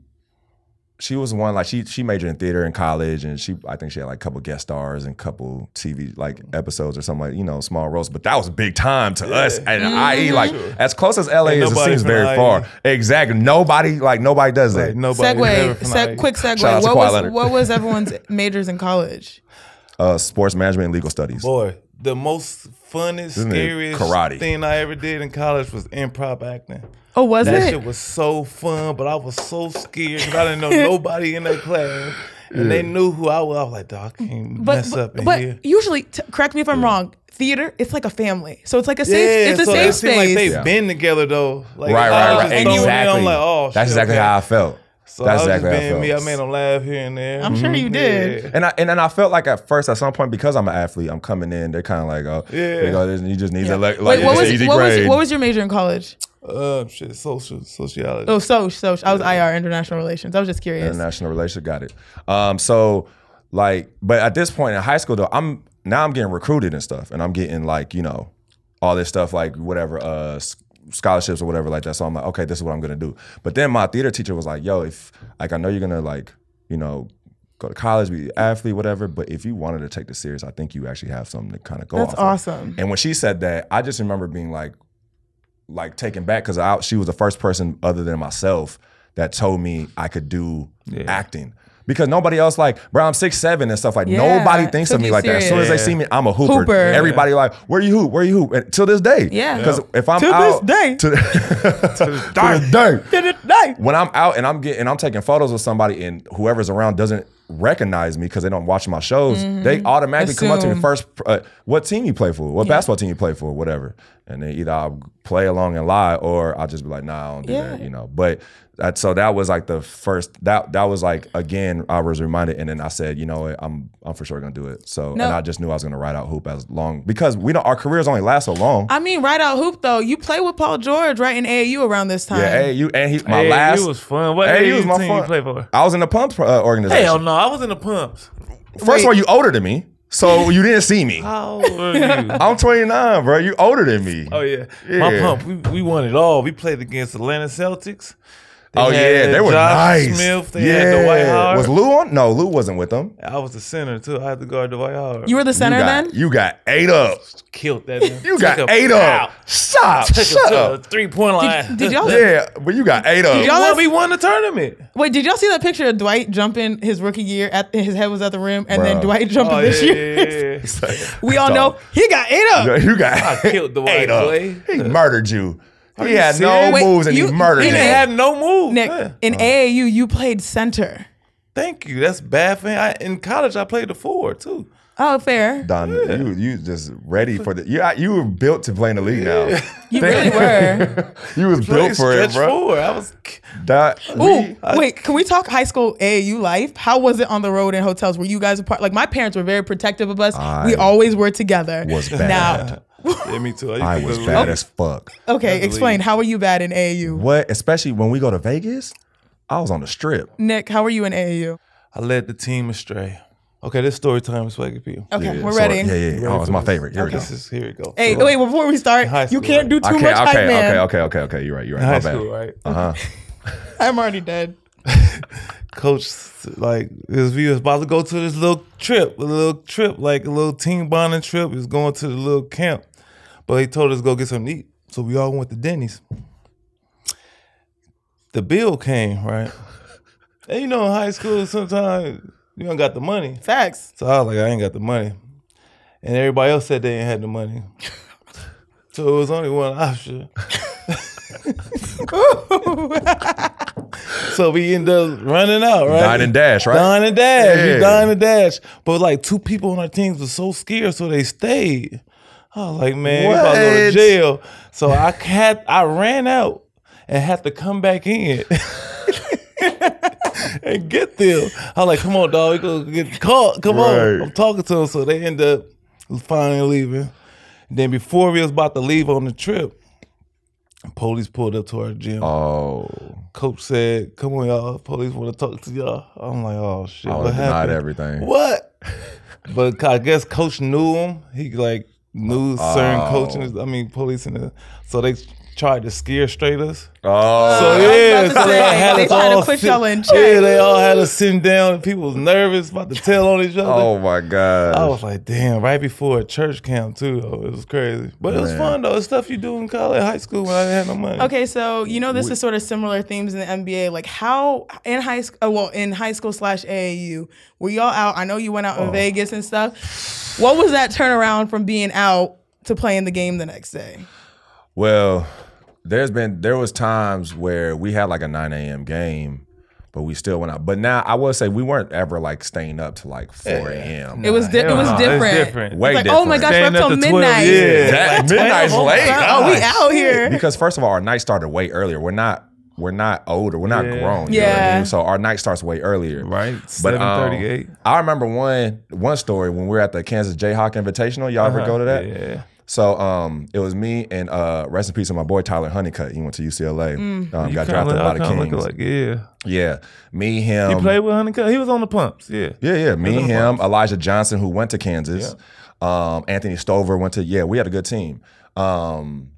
[SPEAKER 1] she was one like she she majored in theater in college and she I think she had like a couple guest stars and couple TV like
[SPEAKER 2] Mm.
[SPEAKER 1] episodes or something like you know small roles but that was big time to us at IE like as close as LA
[SPEAKER 2] Mm-hmm. Ain't
[SPEAKER 1] is it
[SPEAKER 2] nobody
[SPEAKER 1] seems
[SPEAKER 2] from E.
[SPEAKER 1] very
[SPEAKER 2] IE.
[SPEAKER 1] far exactly nobody like nobody does that
[SPEAKER 2] Like nobody. never
[SPEAKER 3] Segway.
[SPEAKER 2] from
[SPEAKER 3] Seg-
[SPEAKER 2] like-
[SPEAKER 3] quick segue.
[SPEAKER 1] Shout out to
[SPEAKER 3] What
[SPEAKER 1] Kawhi
[SPEAKER 3] was
[SPEAKER 1] Leonard.
[SPEAKER 3] what was everyone's majors in college?
[SPEAKER 1] uh, sports management and legal studies
[SPEAKER 2] Boy, the most funnest,
[SPEAKER 1] Isn't it
[SPEAKER 2] scariest
[SPEAKER 1] karate?
[SPEAKER 2] thing I ever did in college was improv acting.
[SPEAKER 3] Oh, was
[SPEAKER 2] That
[SPEAKER 3] it?
[SPEAKER 2] shit was so fun, but I was so scared because I didn't know nobody in that class. And they knew who I was. I was like, dog, I can't mess up in
[SPEAKER 3] but
[SPEAKER 2] here.
[SPEAKER 3] usually, t- correct me if I'm wrong. Theater, it's like a family, so it's like a safe. it's a
[SPEAKER 2] so it
[SPEAKER 3] safe
[SPEAKER 2] seemed
[SPEAKER 3] space.
[SPEAKER 2] Like they've
[SPEAKER 1] Yeah.
[SPEAKER 2] been together though. Like,
[SPEAKER 1] right
[SPEAKER 2] I
[SPEAKER 1] right right
[SPEAKER 2] was just throwing it in,
[SPEAKER 1] exactly
[SPEAKER 2] I'm like, oh,
[SPEAKER 1] that's
[SPEAKER 2] shit,
[SPEAKER 1] exactly
[SPEAKER 2] okay.
[SPEAKER 1] how I felt
[SPEAKER 2] So
[SPEAKER 1] that's
[SPEAKER 2] I was
[SPEAKER 1] exactly how I
[SPEAKER 2] just being
[SPEAKER 1] felt Mm-hmm.
[SPEAKER 2] me. I made them laugh here and there.
[SPEAKER 3] I'm sure you did.
[SPEAKER 2] Yeah.
[SPEAKER 1] And I and, and I felt like at first at some point because I'm an athlete I'm coming in they're kind of like oh
[SPEAKER 2] Yeah.
[SPEAKER 1] yeah you, go, you just need to like,
[SPEAKER 3] Wait,
[SPEAKER 1] like
[SPEAKER 3] what
[SPEAKER 1] it's
[SPEAKER 3] was,
[SPEAKER 1] an easy
[SPEAKER 3] what, was,
[SPEAKER 1] grade
[SPEAKER 3] what was your major in college?
[SPEAKER 2] Uh, shit, social sociology.
[SPEAKER 3] Oh, so so I was IR, international relations. I was just curious.
[SPEAKER 1] international relations. Got it. Um, so like, but at this point in high school though, I'm now I'm getting recruited and stuff, and I'm getting like you know all this stuff like whatever uh s- scholarships or whatever like that. So I'm like, okay, this is what I'm gonna do. But then my theater teacher was like, yo, if like I know you're gonna like you know. Go to college, be an athlete, whatever. But if you wanted to take this serious, I think you actually have something to kind of go.
[SPEAKER 3] That's
[SPEAKER 1] off of.
[SPEAKER 3] awesome.
[SPEAKER 1] And when she said that, I just remember being like, like taken back because I she was the first person other than myself that told me I could do acting. Because nobody else like, bro, I'm six seven and stuff like
[SPEAKER 3] Yeah,
[SPEAKER 1] nobody thinks
[SPEAKER 3] took
[SPEAKER 1] of me
[SPEAKER 3] you
[SPEAKER 1] like that. As soon as they
[SPEAKER 2] serious.
[SPEAKER 1] see me, I'm a hooper.
[SPEAKER 3] Hooper.
[SPEAKER 1] Everybody like, where you hoop? Where you hoop? And, till this day,
[SPEAKER 3] Yeah.
[SPEAKER 1] Because if I'm
[SPEAKER 3] To this
[SPEAKER 1] out,
[SPEAKER 3] day.
[SPEAKER 1] to, to this day,
[SPEAKER 3] Nice.
[SPEAKER 1] when I'm out and I'm getting I'm taking photos with somebody and whoever's around doesn't recognize me because they don't watch my shows, they automatically come up to me
[SPEAKER 3] Mm-hmm.
[SPEAKER 1] first.
[SPEAKER 3] Assume.
[SPEAKER 1] Uh, what team you play for? What basketball team you play for? Whatever. And then either I'll play along and lie, or I'll just be like, Nah, I don't do that.
[SPEAKER 3] Yeah.
[SPEAKER 1] You know. But that so that was like the first that that was like again I was reminded, and then I said, you know, what, I'm I'm for sure gonna do it. So
[SPEAKER 3] No.
[SPEAKER 1] and I just knew I was gonna ride out hoop as long because we don't our careers only last so long.
[SPEAKER 3] I mean, right out hoop though. You play with Paul George right in AAU around this time.
[SPEAKER 1] yeah, hey, you and he my
[SPEAKER 2] Hey,
[SPEAKER 1] last.
[SPEAKER 2] you was fun. What
[SPEAKER 1] Hey,
[SPEAKER 2] hey,
[SPEAKER 1] you was my
[SPEAKER 2] team
[SPEAKER 1] fun.
[SPEAKER 2] you play for?
[SPEAKER 1] I was in the pump uh, organization.
[SPEAKER 2] Hell no, I was in the pumps.
[SPEAKER 1] First of all, you older than me, so you didn't see me.
[SPEAKER 3] Oh.
[SPEAKER 2] How old were you?
[SPEAKER 1] I'm 29, bro. You older than me.
[SPEAKER 2] Oh yeah. my
[SPEAKER 1] Yeah.
[SPEAKER 2] pump. We, we won it all. We played against Atlanta Celtics. They
[SPEAKER 1] Oh, yeah,
[SPEAKER 2] had
[SPEAKER 1] they were
[SPEAKER 2] Josh
[SPEAKER 1] nice.
[SPEAKER 2] Smith. They
[SPEAKER 1] yeah,
[SPEAKER 2] had Dwight Howard.
[SPEAKER 1] was Lou on? No, Lou wasn't with them.
[SPEAKER 2] I was the center too. I had to guard Dwight Howard.
[SPEAKER 3] you were the center
[SPEAKER 1] you got,
[SPEAKER 3] then.
[SPEAKER 1] You got eight up.
[SPEAKER 2] killed that. man.
[SPEAKER 1] You
[SPEAKER 2] Took
[SPEAKER 1] got
[SPEAKER 2] him
[SPEAKER 1] eight
[SPEAKER 2] out.
[SPEAKER 1] up. Stop.
[SPEAKER 2] Took him
[SPEAKER 1] Shut
[SPEAKER 2] to
[SPEAKER 1] up.
[SPEAKER 2] the three point line.
[SPEAKER 3] did y'all-
[SPEAKER 1] Yeah, but you got eight up.
[SPEAKER 3] y'all-
[SPEAKER 2] Well, we won the tournament.
[SPEAKER 3] Wait, did y'all see that picture of Dwight jumping his rookie year? At his head was at the rim, and then
[SPEAKER 1] Bruh.
[SPEAKER 3] Dwight jumping
[SPEAKER 2] Oh yeah,
[SPEAKER 3] this year.
[SPEAKER 2] yeah, yeah.
[SPEAKER 3] We all know he got ate up.
[SPEAKER 1] Dog, You got
[SPEAKER 2] I killed Dwight,
[SPEAKER 1] eight up.
[SPEAKER 2] boy.
[SPEAKER 1] He murdered you. He
[SPEAKER 2] you
[SPEAKER 1] had no
[SPEAKER 2] serious?
[SPEAKER 3] Wait,
[SPEAKER 1] moves and
[SPEAKER 3] you-
[SPEAKER 1] he murdered
[SPEAKER 3] he
[SPEAKER 1] you.
[SPEAKER 2] They
[SPEAKER 3] didn't
[SPEAKER 2] had no move.
[SPEAKER 3] Nick,
[SPEAKER 2] Yeah.
[SPEAKER 3] in
[SPEAKER 1] Uh-huh.
[SPEAKER 3] AAU, you played center.
[SPEAKER 2] Thank you. That's bad for him. I, in college, I played the four too.
[SPEAKER 3] Oh, fair.
[SPEAKER 1] Don, you you just ready for the you you were built to play in the league now.
[SPEAKER 3] You really were.
[SPEAKER 1] You was built for it,
[SPEAKER 2] Stretch
[SPEAKER 1] bro.
[SPEAKER 2] Four. I was.
[SPEAKER 1] That,
[SPEAKER 3] Ooh,
[SPEAKER 2] I-
[SPEAKER 3] wait, can we talk high school AAU life? How was it on the road in hotels? Were you guys apart? Like, my parents were very protective of us.
[SPEAKER 1] I
[SPEAKER 3] we always were together.
[SPEAKER 1] was
[SPEAKER 3] Now,
[SPEAKER 1] bad.
[SPEAKER 2] Yeah, me too.
[SPEAKER 1] I
[SPEAKER 2] used to
[SPEAKER 1] was
[SPEAKER 2] go-
[SPEAKER 1] bad as fuck.
[SPEAKER 3] okay,
[SPEAKER 2] Definitely.
[SPEAKER 3] explain. How were you bad in AAU?
[SPEAKER 1] What, especially when we go to Vegas? I was on the strip.
[SPEAKER 3] Nick, how were you in AAU?
[SPEAKER 2] I led the team astray. Okay, this story time is fucking people.
[SPEAKER 3] Okay,
[SPEAKER 1] Yeah,
[SPEAKER 3] we're
[SPEAKER 1] so-
[SPEAKER 3] ready.
[SPEAKER 1] Yeah, yeah. yeah. Oh, it's my favorite. Here we
[SPEAKER 2] This
[SPEAKER 1] go.
[SPEAKER 2] is here we go.
[SPEAKER 3] Hey,
[SPEAKER 2] So,
[SPEAKER 3] wait, before we start,
[SPEAKER 2] high
[SPEAKER 3] you
[SPEAKER 2] school,
[SPEAKER 3] can't do
[SPEAKER 2] right?
[SPEAKER 3] too much
[SPEAKER 1] okay,
[SPEAKER 3] hype,
[SPEAKER 1] okay,
[SPEAKER 3] man.
[SPEAKER 1] okay, okay, okay, okay. You're right. You're right.
[SPEAKER 2] in high
[SPEAKER 1] my
[SPEAKER 2] school,
[SPEAKER 1] bad.
[SPEAKER 2] right?
[SPEAKER 1] Uh huh.
[SPEAKER 3] I'm already dead.
[SPEAKER 2] Coach, like his view is about to go to this little trip, a little trip, like a little team bonding trip. He's going to the little camp, but he told us to go get something to eat. So we all went to Denny's. The bill came, right? And you know, in high school, sometimes you don't got the money.
[SPEAKER 3] Facts.
[SPEAKER 2] So I was like, I ain't got the money. And everybody else said they ain't had the money. So it was only one option. so we end up running out, right?
[SPEAKER 1] Dine and dash, right?
[SPEAKER 2] Dine and dash.
[SPEAKER 1] Yeah.
[SPEAKER 2] You dine and dash. But like two people on our teams were so scared, so they stayed. I was like, man, we about to go to
[SPEAKER 1] What?
[SPEAKER 2] jail. So I had I ran out and had to come back in. and get them. I was like, come on, dog, we gonna get caught. Come on.
[SPEAKER 1] Right.
[SPEAKER 2] I'm talking to them. So they end up finally leaving. Then before we was about to leave on the trip, police pulled up to our gym.
[SPEAKER 1] Oh,
[SPEAKER 2] Coach said, "Come on, y'all. Police want to talk to y'all." I'm like, "Oh shit,
[SPEAKER 1] I would
[SPEAKER 2] what
[SPEAKER 1] have denied
[SPEAKER 2] happened?
[SPEAKER 1] everything.
[SPEAKER 2] What?" but I guess Coach knew him. He like knew certain
[SPEAKER 1] Oh.
[SPEAKER 2] coaching. I mean, police and the- so they tried to scare straight us.
[SPEAKER 1] Oh,
[SPEAKER 2] So
[SPEAKER 3] I was
[SPEAKER 2] yeah,
[SPEAKER 3] about to
[SPEAKER 2] so
[SPEAKER 3] say,
[SPEAKER 2] they had
[SPEAKER 3] they
[SPEAKER 2] us
[SPEAKER 3] tried to
[SPEAKER 2] all
[SPEAKER 3] put
[SPEAKER 2] sit-
[SPEAKER 3] y'all in
[SPEAKER 2] Yeah,
[SPEAKER 3] check.
[SPEAKER 2] they all had us sitting down. and People was nervous about to tell on each other.
[SPEAKER 1] oh my
[SPEAKER 2] I
[SPEAKER 1] god.
[SPEAKER 2] was like, damn, right before a church camp too. Though. It was crazy, but it was
[SPEAKER 1] Man.
[SPEAKER 2] fun though. It's stuff you do in college, high school when I didn't have no money.
[SPEAKER 3] Okay, so you know this is sort of similar themes in the NBA. Like how in high school, well, in high school slash AAU, were y'all out? I know you went out
[SPEAKER 2] Oh.
[SPEAKER 3] in Vegas and stuff. What was that turnaround from being out to playing the game the next day?
[SPEAKER 1] Well, there's been there was times where we had like a 9 a.m. game, but we still went out. But now I will say we weren't ever like staying up to like 4 a.m.
[SPEAKER 3] It was di- it
[SPEAKER 2] Hell
[SPEAKER 3] was
[SPEAKER 2] no, it's
[SPEAKER 3] different.
[SPEAKER 2] different.
[SPEAKER 3] It's
[SPEAKER 1] Way
[SPEAKER 3] like, Oh my
[SPEAKER 1] different.
[SPEAKER 3] gosh, we're up
[SPEAKER 2] Staying up
[SPEAKER 3] till
[SPEAKER 2] to 12,
[SPEAKER 3] midnight.
[SPEAKER 2] yeah.
[SPEAKER 1] That- midnight's
[SPEAKER 2] oh my
[SPEAKER 1] late.
[SPEAKER 2] God.
[SPEAKER 3] Oh, we out here.
[SPEAKER 1] because first of all, our night started way earlier. We're not we're not older. We're not
[SPEAKER 2] Yeah.
[SPEAKER 1] grown. You know what I
[SPEAKER 3] Yeah.
[SPEAKER 1] mean? So our night starts way earlier.
[SPEAKER 2] Right,
[SPEAKER 1] But um,
[SPEAKER 2] 7:38.
[SPEAKER 1] I remember one one story when we were at the Kansas Jayhawk Invitational. Y'all ever go to that?
[SPEAKER 2] Uh-huh. Yeah.
[SPEAKER 1] So um, it was me and uh, rest in peace to my boy Tyler Honeycutt. He went to UCLA. Um, got
[SPEAKER 2] Kinda
[SPEAKER 1] drafted
[SPEAKER 2] look-
[SPEAKER 1] by
[SPEAKER 2] I
[SPEAKER 1] the
[SPEAKER 2] kinda look
[SPEAKER 1] Kings.
[SPEAKER 2] Like, yeah.
[SPEAKER 1] yeah, me him.
[SPEAKER 2] He played with Honeycutt. He was on the pumps. Yeah.
[SPEAKER 1] Um, Yeah, yeah. Me,
[SPEAKER 2] Those are the
[SPEAKER 1] him, Elijah Johnson, who went to Kansas. Um, Anthony Stover went to. Yeah, we had a good team. Um,